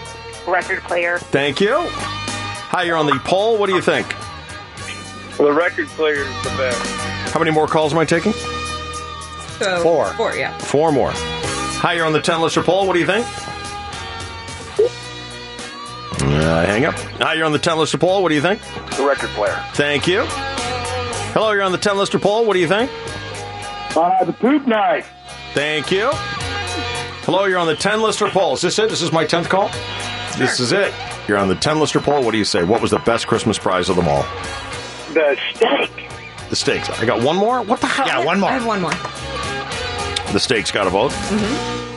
Record player.
Thank you. Hi, you're on the poll. What do you think?
The record player is the best.
How many more calls am I taking?
So,
Four.
Four, yeah.
Four more. Hi, you're on the 10 lister poll. What do you think? Uh, hang up. Hi, you're on the 10 lister poll. What do you think?
The record player.
Thank you. Hello, you're on the 10 lister poll. What do you think?
Uh, the poop knife.
Thank you. Hello, you're on the 10 lister poll. Is this it? Is this my 10th call? This is it. You're on the 10 lister poll. What do you say? What was the best Christmas prize of them all?
The steak.
The steaks. I got one more? What the hell? Yeah, one more.
I have one more.
The steaks got a vote.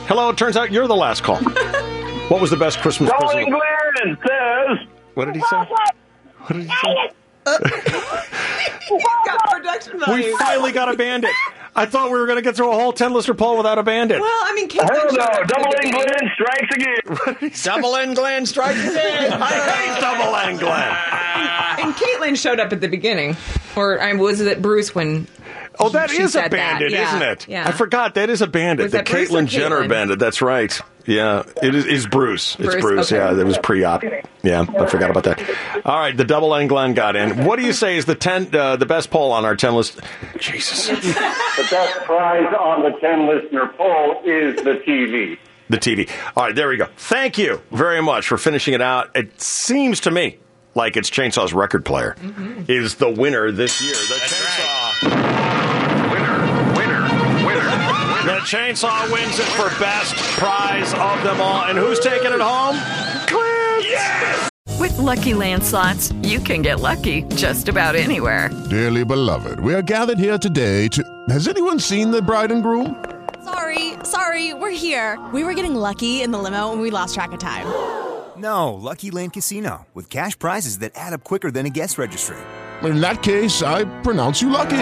Hello, it turns out you're the last call. what was the best Christmas present?
Rolling Glenn says.
What did he say? What did he say?
got production
We finally got a bandit. I thought we were going to get through a whole 10 lister poll without a bandit.
Well, I mean,
Hell no. Double N Glenn strikes again.
Double N Glenn strikes again. I hate Double N Glenn.
Ah,
Ah.
And Caitlin showed up at the beginning, or I was it Bruce when?
Oh, that
she
is a
said that,
bandit,
yeah,
isn't it?
Yeah.
I forgot. That is a bandit.
Was
the
that Bruce or
Caitlyn Jenner
Caitlyn?
bandit. That's right. Yeah, it is it's Bruce. It's
Bruce,
Bruce.
okay.
Yeah, that was pre-op. Yeah, I forgot about that. All right, the double N Glenn got in. What do you say is the ten uh, the best poll on our ten list? Jesus.
the best prize on the 10 listener poll is the TV.
The TV. All right, there we go. Thank you very much for finishing it out. It seems to me like it's Chainsaw's record player is the winner this year. The Chainsaw winner, winner, winner. The Chainsaw wins it for best prize of them all. And who's taking it home?
Uh-huh. With Lucky Land slots, you can get lucky just about anywhere.
Dearly beloved, we are gathered here today to. Has anyone seen the bride and groom?
Sorry, sorry, we're here. We were getting lucky in the limo and we lost track of time.
No, Lucky Land Casino, with cash prizes that add up quicker than a guest registry.
In that case, I pronounce you lucky.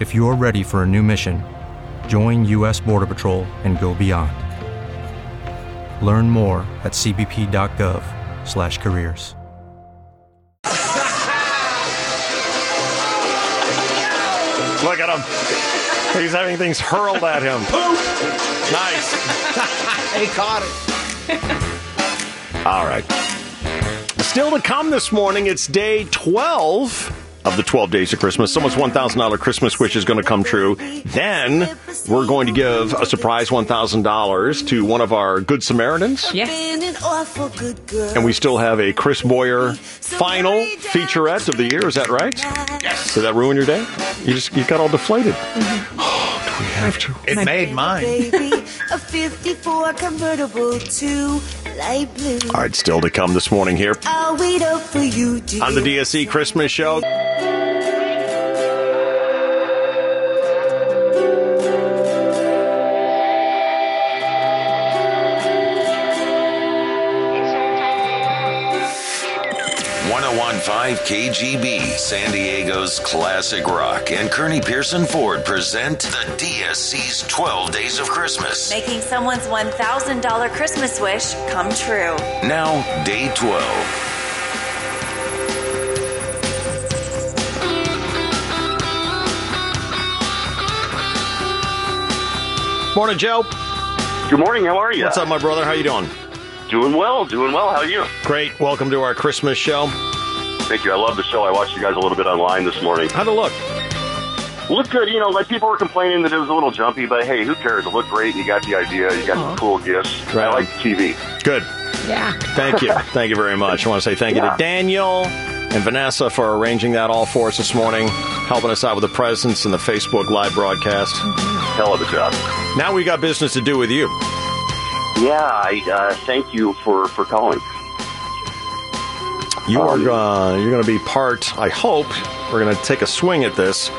If you're ready for a new mission, join U.S. Border Patrol and go beyond. Learn more at cbp.gov/careers.
Look at him. He's having things hurled at him. Nice.
he caught it.
All right. Still to come this morning, it's day 12 of the 12 days of Christmas. Someone's $1,000 Christmas wish is going to come true. Then we're going to give a surprise $1,000 to one of our Good Samaritans.
Been an awful good girl.
And we still have a Chris Boyer final featurette of the year. Is that right? Yes. Did that ruin your day? You just you got all deflated. We have to.
It made mine.
Baby, a 54 convertible to light blue.
All right, still to come this morning here
I'll wait up for you, dear.
on the DSC Christmas show.
oh KGB, San Diego's classic rock, and Kearney Pearson Ford present the DSC's 12 Days of Christmas. Making someone's $1,000 Christmas wish come true. Now, day 12.
Morning, Joe.
Good morning. How are you?
What's up, my brother? How you doing?
Doing well. Doing well. How are you?
Great. Welcome to our Christmas show.
Thank you. I love the show. I watched you guys a little bit online this morning.
How'd it look?
Looked good. You know, like people were complaining that it was a little jumpy, but hey, who cares? It looked great. You got the idea. You got some cool gifts. I like TV.
Good.
Yeah.
Thank you. thank you very much. I want to say thank you to Daniel and Vanessa for arranging that all for us this morning, helping us out with the presence and the Facebook live broadcast.
Hell of a job.
Now we got business to do with you.
Yeah. I uh, thank you for for calling.
You are uh, you're going to be part. I hope we're going to take a swing at this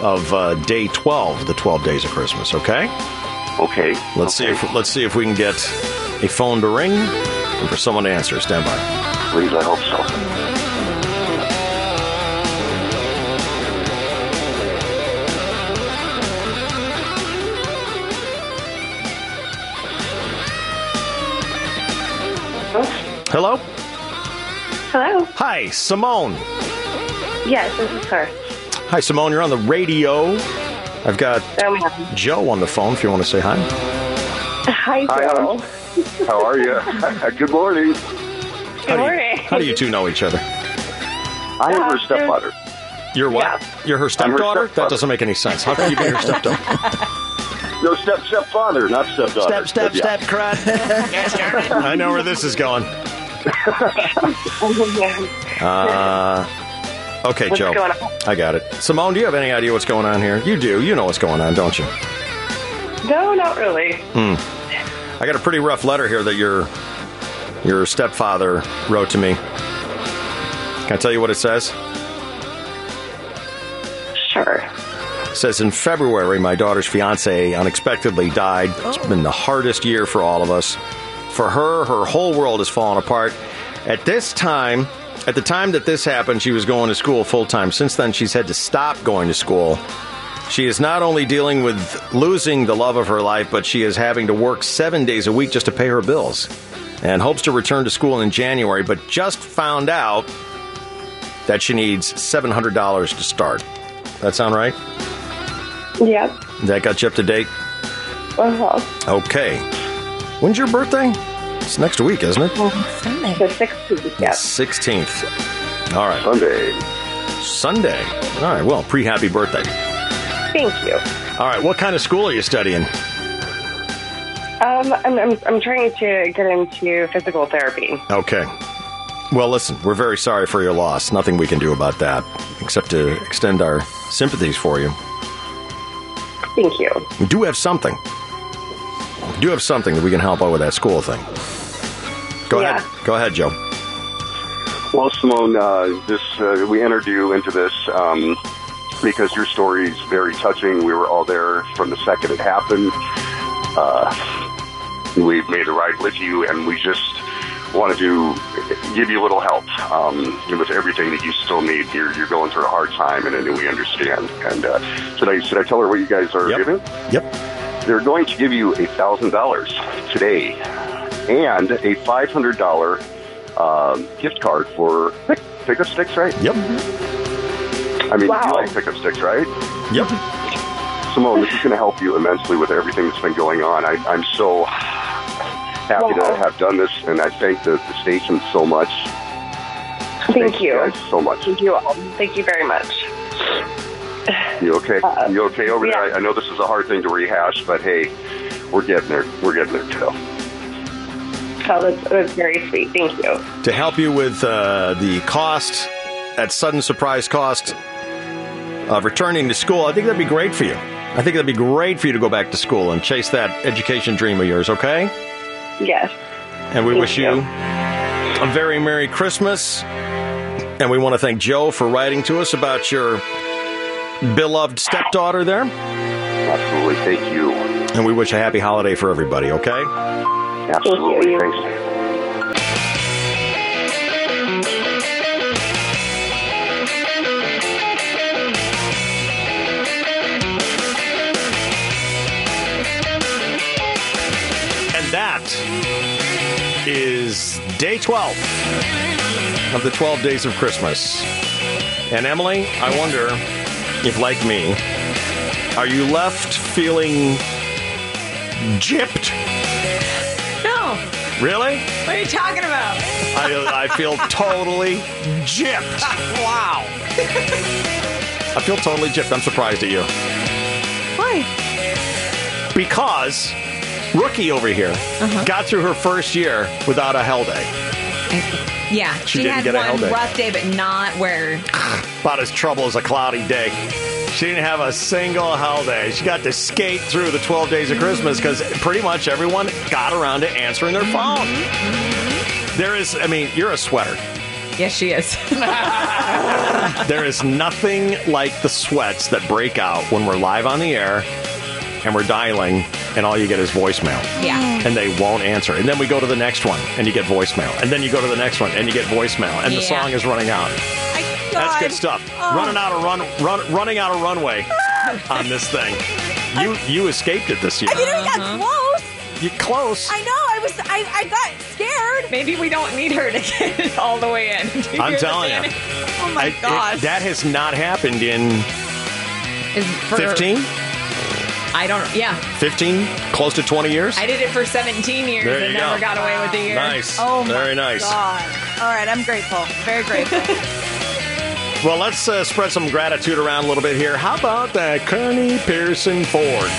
of uh, day twelve, the twelve days of Christmas. Okay.
Okay.
Let's see if let's see if we can get a phone to ring and for someone to answer. Stand by.
Please, I hope so.
Hello?
Hello.
Hi, Simone.
Yes, this is her.
Hi, Simone. You're on the radio. I've got Joe on the phone if you want to say hi.
Hi,
Joe.
How are you? Good morning.
How do, you, how do you two know each other?
I am her stepfather.
You're what? You're her
I'm her
stepdaughter? that
stepfather.
doesn't make any sense. How can you be her stepdaughter?
No, step stepfather, not stepdaughter.
Step, step,
But yeah.
step, crud. I know where this is going. Uh, okay,
What's
Joe.
going on?
I got it. Simone, do you have any idea what's going on here? You do. You know what's going on, don't you?
No, not really.
Hmm. I got a pretty rough letter here that your your stepfather wrote to me. Can I tell you what it says?
Sure.
It says in February, my daughter's fiance unexpectedly died. It's been the hardest year for all of us. For her, her whole world has fallen apart. At this time, at the time that this happened, she was going to school full time. Since then, she's had to stop going to school. She is not only dealing with losing the love of her life, but she is having to work seven days a week just to pay her bills and hopes to return to school in January, but just found out that she needs $700 to start. That sound right?
Yep.
That got you up to date?
Uh
Uh-huh.
huh.
Okay. When's your birthday? It's next week, isn't it?
Sunday. The 16th. Yes.
16th. All right. Sunday. Sunday. All right. Well, pre happy birthday.
Thank you.
All right. What kind of school are you studying?
Um, I'm, I'm, I'm trying to get into physical therapy.
Okay. Well, listen, we're very sorry for your loss. Nothing we can do about that except to extend our sympathies for you.
Thank you.
We do have something. We do have something that we can help out with that school thing. Go ahead. Go ahead, Joe.
Well, Simone, uh, this uh, we entered you into this um, because your story is very touching. We were all there from the second it happened. Uh, we made a ride with you, and we just wanted to give you a little help um, with everything that you still need. You're, you're going through a hard time, and, and we understand. And uh, should I should I tell her what you guys are giving? Yep. They're going to give you a thousand dollars today, and a five hundred dollar um, gift card for pick, pickup sticks, right?
Yep.
I mean,
Wow.
you like pickup sticks, right?
Yep.
Simone, this is going to help you immensely with everything that's been going on. I, I'm so happy to have done this, and I thank the, the station so much.
Thank you.
guys so much.
Thank you all. Thank you very much.
You okay? you okay over there? I, I know this is a hard thing to rehash, but hey, we're getting there. We're getting there, Joe.
Oh, that's, that's very sweet. Thank you.
to help you with uh, the cost, that sudden surprise cost of returning to school. I think that'd be great for you. I think that'd be great for you to go back to school and chase that education dream of yours, okay?
Yes.
And we wish you a very Merry Christmas. And we want to thank Joe for writing to us about your beloved stepdaughter there.
Absolutely. Thank you.
And we wish a happy holiday for everybody, okay?
Absolutely. Thanks.
And that is day 12 of the 12 days of Christmas. And Emily, I wonder if, like me, are you left feeling gypped?
No.
Really?
What are you talking about?
I, I feel totally gypped.
wow.
I feel totally gypped. I'm surprised at you.
Why?
Because Rookie over here got through her first year without a hell day.
Yeah,
She
she,
didn't
had
get a hell
one
day.
rough day, but not where.
About as trouble as a cloudy day. She didn't have a single holiday. She got to skate through the 12 days of Christmas because pretty much everyone got around to answering their phone. There is, I mean, you're a sweater.
Yes, she is.
There is nothing like the sweats that break out when we're live on the air and we're dialing and all you get is voicemail.
Yeah.
And they won't answer. And then we go to the next one and you get voicemail. And then you go to the next one and you get voicemail. And the
Yeah.
song is running out. That's good stuff.
Oh.
Running out of run, run running out of runway on this thing. You you escaped it this year.
Uh-huh.
Oh,
I mean, I got close.
You close.
I know. I was I, I got scared.
Maybe we don't need her to get it all the way in. Do hear
I'm
the
telling you.
panic? Oh my
I- it-
gosh.
that has not happened in
Is for-
15,
I don't. Yeah,
15, close to 20 years.
I did it for 17 years
There
and
you
never
go.
got away with the year.
Nice. Oh my Very nice.
God. All right, I'm grateful. Very grateful.
Well, let's uh, spread some gratitude around a little bit here. How about that Kearney Pearson Ford?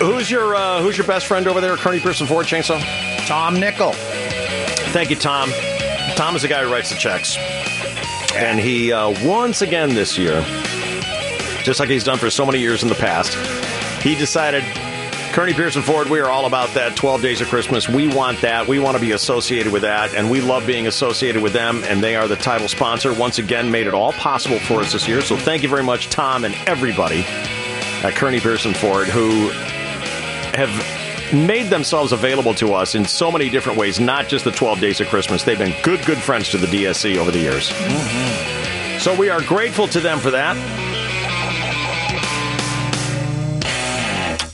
Who's your uh, Who's your best friend over there, at Kearney Pearson Ford Chainsaw?
Tom Nickel.
Thank you, Tom. Tom is the guy who writes the checks, and he uh, once again this year, just like he's done for so many years in the past, he decided. Kearney Pearson Ford, we are all about that 12 days of Christmas. We want that. We want to be associated with that. And we love being associated with them. And they are the title sponsor. Once again, made it all possible for us this year. So thank you very much, Tom and everybody at Kearney Pearson Ford who have made themselves available to us in so many different ways, not just the 12 days of Christmas. They've been good, good friends to the DSC over the years. So we are grateful to them for that.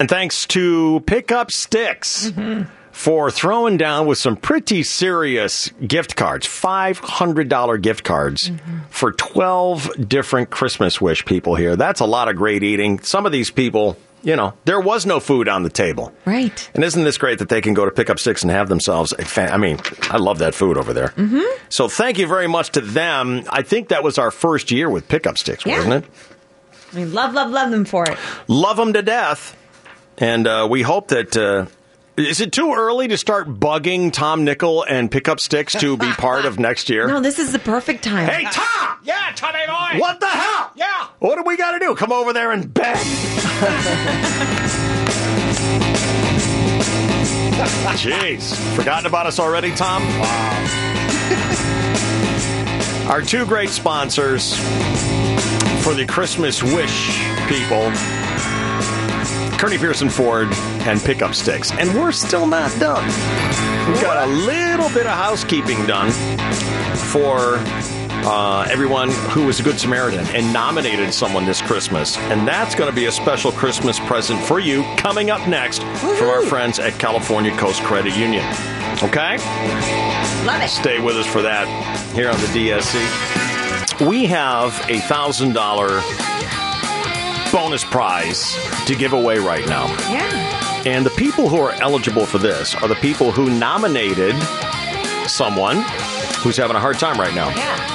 And thanks to Pickup Sticks for throwing down with some pretty serious gift cards $500 gift cards for 12 different Christmas wish people here. That's a lot of great eating. Some of these people, you know, there was no food on the table.
Right.
And isn't this great that they can go to Pickup Sticks and have themselves a fan? I mean, I love that food over there. Mm-hmm. So thank you very much to them. I think that was our first year with Pickup Sticks,
Yeah.
wasn't it?
We love, love, love them for it.
love them to death. And uh, we hope that. Uh, is it too early to start bugging Tom Nickel and Pickup Sticks to be part of next year?
No, this is the perfect time.
Hey, Tom!
Yeah, Tommy boy!
What the hell?
Yeah!
What do we got to do? Come over there and bang. Jeez. Forgotten about us already, Tom? Wow. Our two great sponsors for the Christmas Wish people Kearney Pearson Ford and Pickup Sticks. And we're still not done. We've got a little bit of housekeeping done for uh, everyone who was a Good Samaritan and nominated someone this Christmas. And that's going to be a special Christmas present for you coming up next from our friends at California Coast Credit Union. Okay?
Love it.
Stay with us for that here on the DSC. We have a $1,000 bonus prize to give away right now.
Yeah.
And the people who are eligible for this are the people who nominated someone who's having a hard time right now.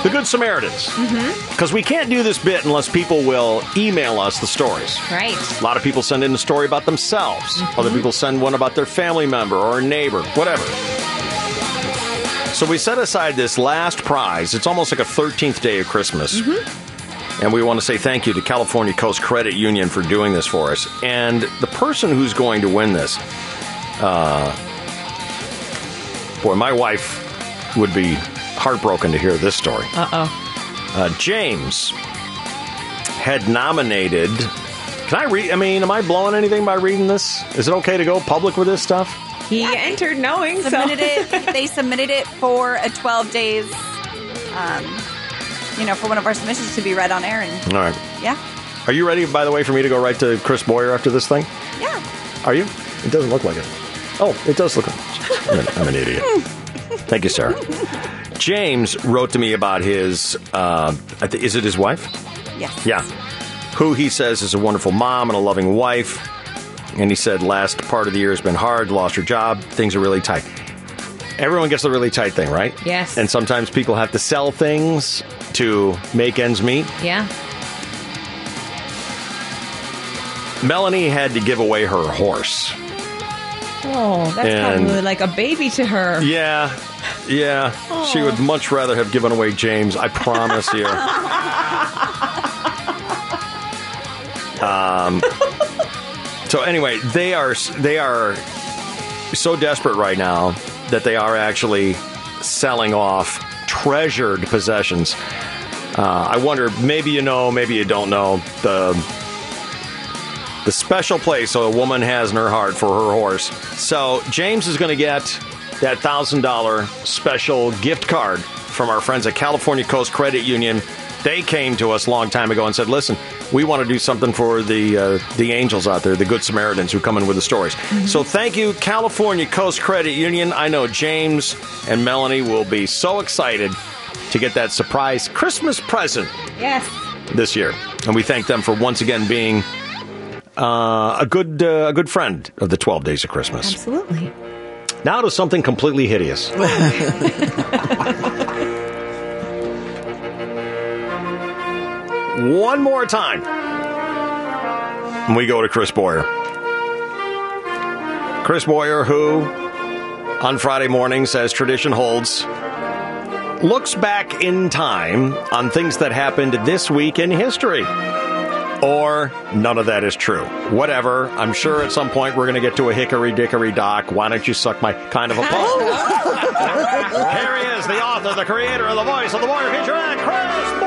The Good Samaritans.
Mm-hmm.
Because we can't do this bit unless people will email us the stories.
Right.
A lot of people send in a story about themselves. Other people send one about their family member or a neighbor, whatever. So we set aside this last prize. It's almost like a 13th day of Christmas. And we want to say thank you to California Coast Credit Union for doing this for us. And the person who's going to win this, uh, boy, my wife would be heartbroken to hear this story.
Uh-oh.
Uh, James had nominated. Can I read? I mean, am I blowing anything by reading this? Is it okay to go public with this stuff?
He entered knowing so.
submitted it. They submitted it for a 12 days, um, you know, for one of our submissions to be read on air. And
All right.
yeah,
Are you ready, by the way, for me to go right to Chris Boyer after this thing?
yeah.
Are you? It doesn't look like it. Oh, it does look. I'm an, I'm an idiot. Thank you, sir. James wrote to me about his. Uh, I thi- is it his wife?
Yes.
Yeah. Who he says is a wonderful mom and a loving wife. And he said last part of the year has been hard. Lost her job. Things are really tight. Everyone gets the really tight thing, right?
Yes.
And sometimes people have to sell things to make ends meet.
Yeah.
Melanie had to give away her horse.
Oh, that's
And-
probably like a baby to her.
Yeah, yeah. She would much rather have given away James. I promise you. um. So anyway, they are they are so desperate right now that they are actually selling off treasured possessions. Uh, I wonder, maybe you know, maybe you don't know the the special place a woman has in her heart for her horse. So James is going to get that thousand dollar special gift card from our friends at California Coast Credit Union. They came to us a long time ago and said, "Listen, we want to do something for the uh, the angels out there, the good Samaritans who come in with the stories." So thank you, California Coast Credit Union. I know James and Melanie will be so excited to get that surprise Christmas present
Yes.
this year, and we thank them for once again being uh, a good uh, a good friend of the Twelve Days of Christmas.
Absolutely.
Now to something completely hideous. One more time. And we go to Chris Boyer. Chris Boyer, who on Friday mornings, as tradition holds, looks back in time on things that happened this week in history. Or none of that is true. Whatever. I'm sure at some point we're going to get to a hickory dickory dock. Why don't you suck my kind of a pole?
Oh.
Here he is, the author, the creator, and the voice of the Warrior Feature Act, Chris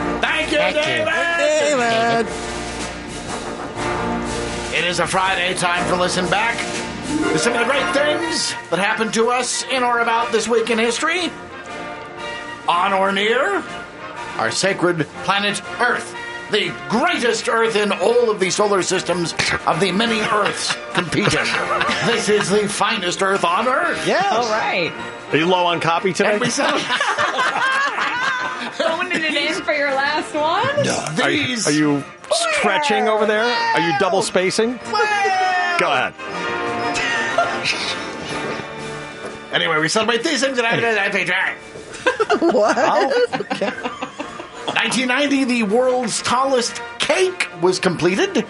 Boyle!
Thank you, David!
It is a Friday time for Listen Back. To some of the great things that happened to us in or about this week in history, on or near our sacred planet Earth, the greatest Earth in all of the solar systems of the many Earths competing. this is the finest Earth on Earth.
Yes.
All right.
Are you low on copy today?
And we celebrate
Phoning it in for your last one?
Are you, are you stretching over there? Are you double spacing? Go ahead.
Anyway, we celebrate these things that happened in that Patriot Act.
what?
1990, the world's tallest cake was completed.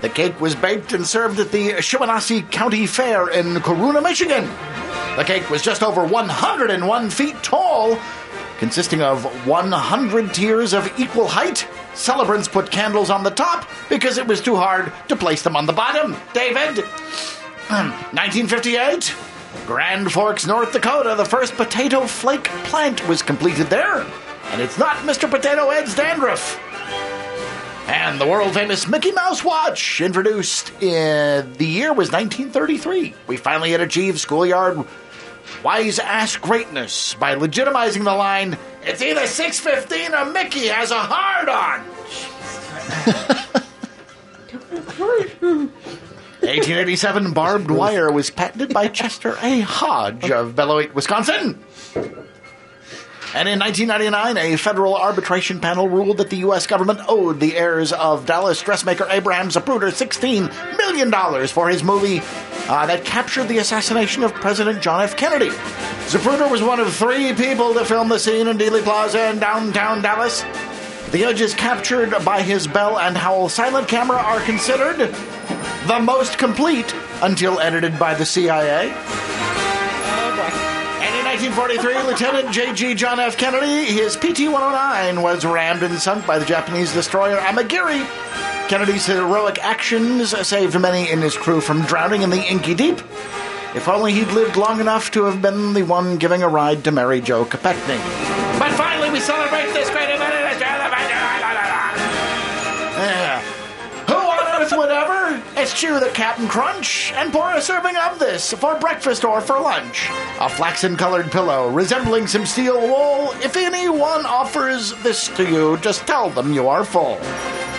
The cake was baked and served at the Shimonasi County Fair in Corunna, Michigan. The cake was just over 101 feet tall, consisting of 100 tiers of equal height. Celebrants put candles on the top because it was too hard to place them on the bottom. David? 1958, Hmm, Grand Forks, North Dakota, the first potato flake plant was completed there. And it's not Mr. Potato Head's dandruff. And the world famous Mickey Mouse watch, introduced in the year was 1933. We finally had achieved schoolyard wise ass greatness by legitimizing the line it's either 615 or Mickey has a hard on. 1887 barbed wire was patented by Chester A. Hodge of Beloit, Wisconsin. And in 1999, a federal arbitration panel ruled that the U.S. government owed the heirs of Dallas dressmaker Abraham Zapruder $16 million for his movie uh, that captured the assassination of President John F. Kennedy. Zapruder was one of three people to film the scene in Dealey Plaza in downtown Dallas. The images captured by his Bell and Howell silent camera are considered the most complete until edited by the CIA. And in 1943, Lieutenant J.G. John F. Kennedy, his PT 109 was rammed and sunk by the Japanese destroyer Amagiri. Kennedy's heroic actions saved many in his crew from drowning in the inky deep. If only he'd lived long enough to have been the one giving a ride to Mary Jo Kopechne.
But finally, we celebrate this great event. in Australia.
Yeah. Who on earth would ever eschew the Captain Crunch and pour a serving of this for breakfast or for lunch? A flaxen colored pillow resembling some steel wool. If anyone offers this to you, just tell them you are full.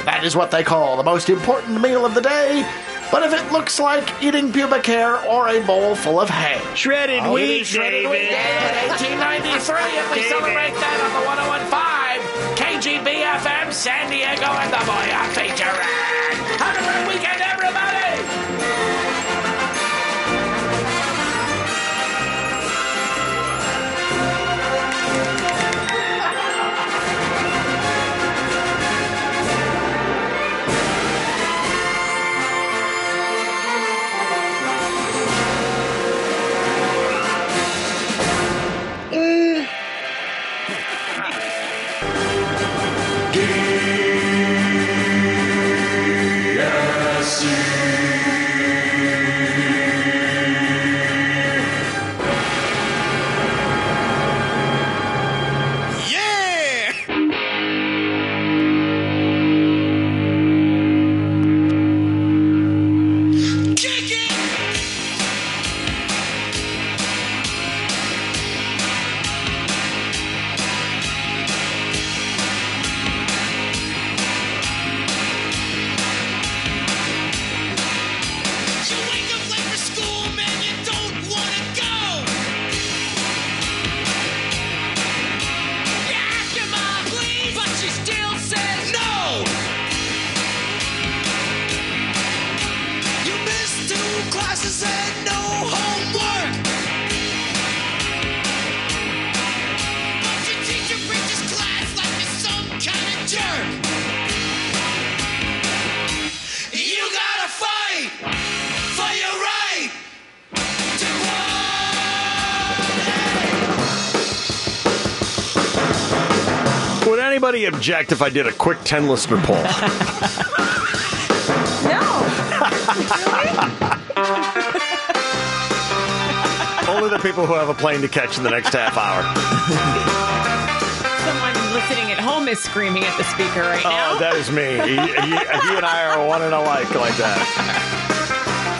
That is what they call the most important meal of the day. But if it looks like eating pubic hair or a bowl full of hay, Oh,
shredded
wheat,
shredded wheat.
David. 1893, and we celebrate that on the 1015 KGBFM San Diego and the Boya Feature Act. Have a great weekend, everybody! Yes,
anybody object if I did a quick 10 listener poll? Only the people who have a plane to catch in the next half hour.
Someone listening at home is screaming at the speaker right now.
Oh, that is me. He, he- he and I are one and alike like that.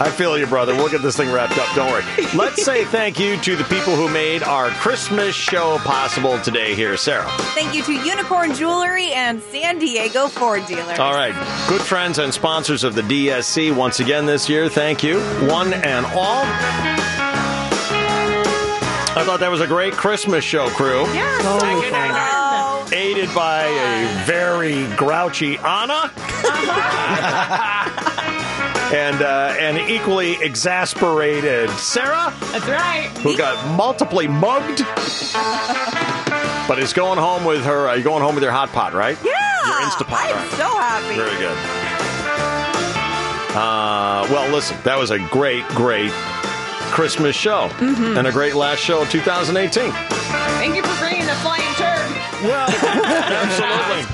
I feel you, brother. We'll get this thing wrapped up. Don't worry. Let's say thank you to the people who made our Christmas show possible today here, Sarah.
Thank you to Unicorn Jewelry and San Diego Ford Dealer.
All right. Good friends and sponsors of the DSC once again this year. Thank you, one and all. I thought that was a great Christmas show, crew.
Yeah, so Second fun. and
Aided by a very grouchy Anna. and uh, and equally exasperated Sarah.
That's right.
Who got multiply mugged, but is going home with her. Are you going home with your hot pot, right? Yeah. Your Instapot. I'm
so happy.
Very good. Uh, well, listen, that was a great, great Christmas show
Mhm.
and a great last show of 2018.
Thank you for bringing the flying turd.
Well, absolutely.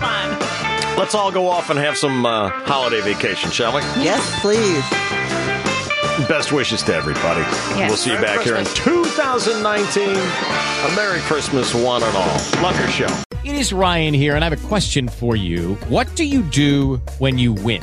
Let's all go off and have some uh, holiday vacation, shall we?
Yes, please.
Best wishes to everybody. We'll see you back here in 2019. A Merry Christmas, one and all. Love your show.
It is Ryan here, and I have a question for you. What do you do when you win?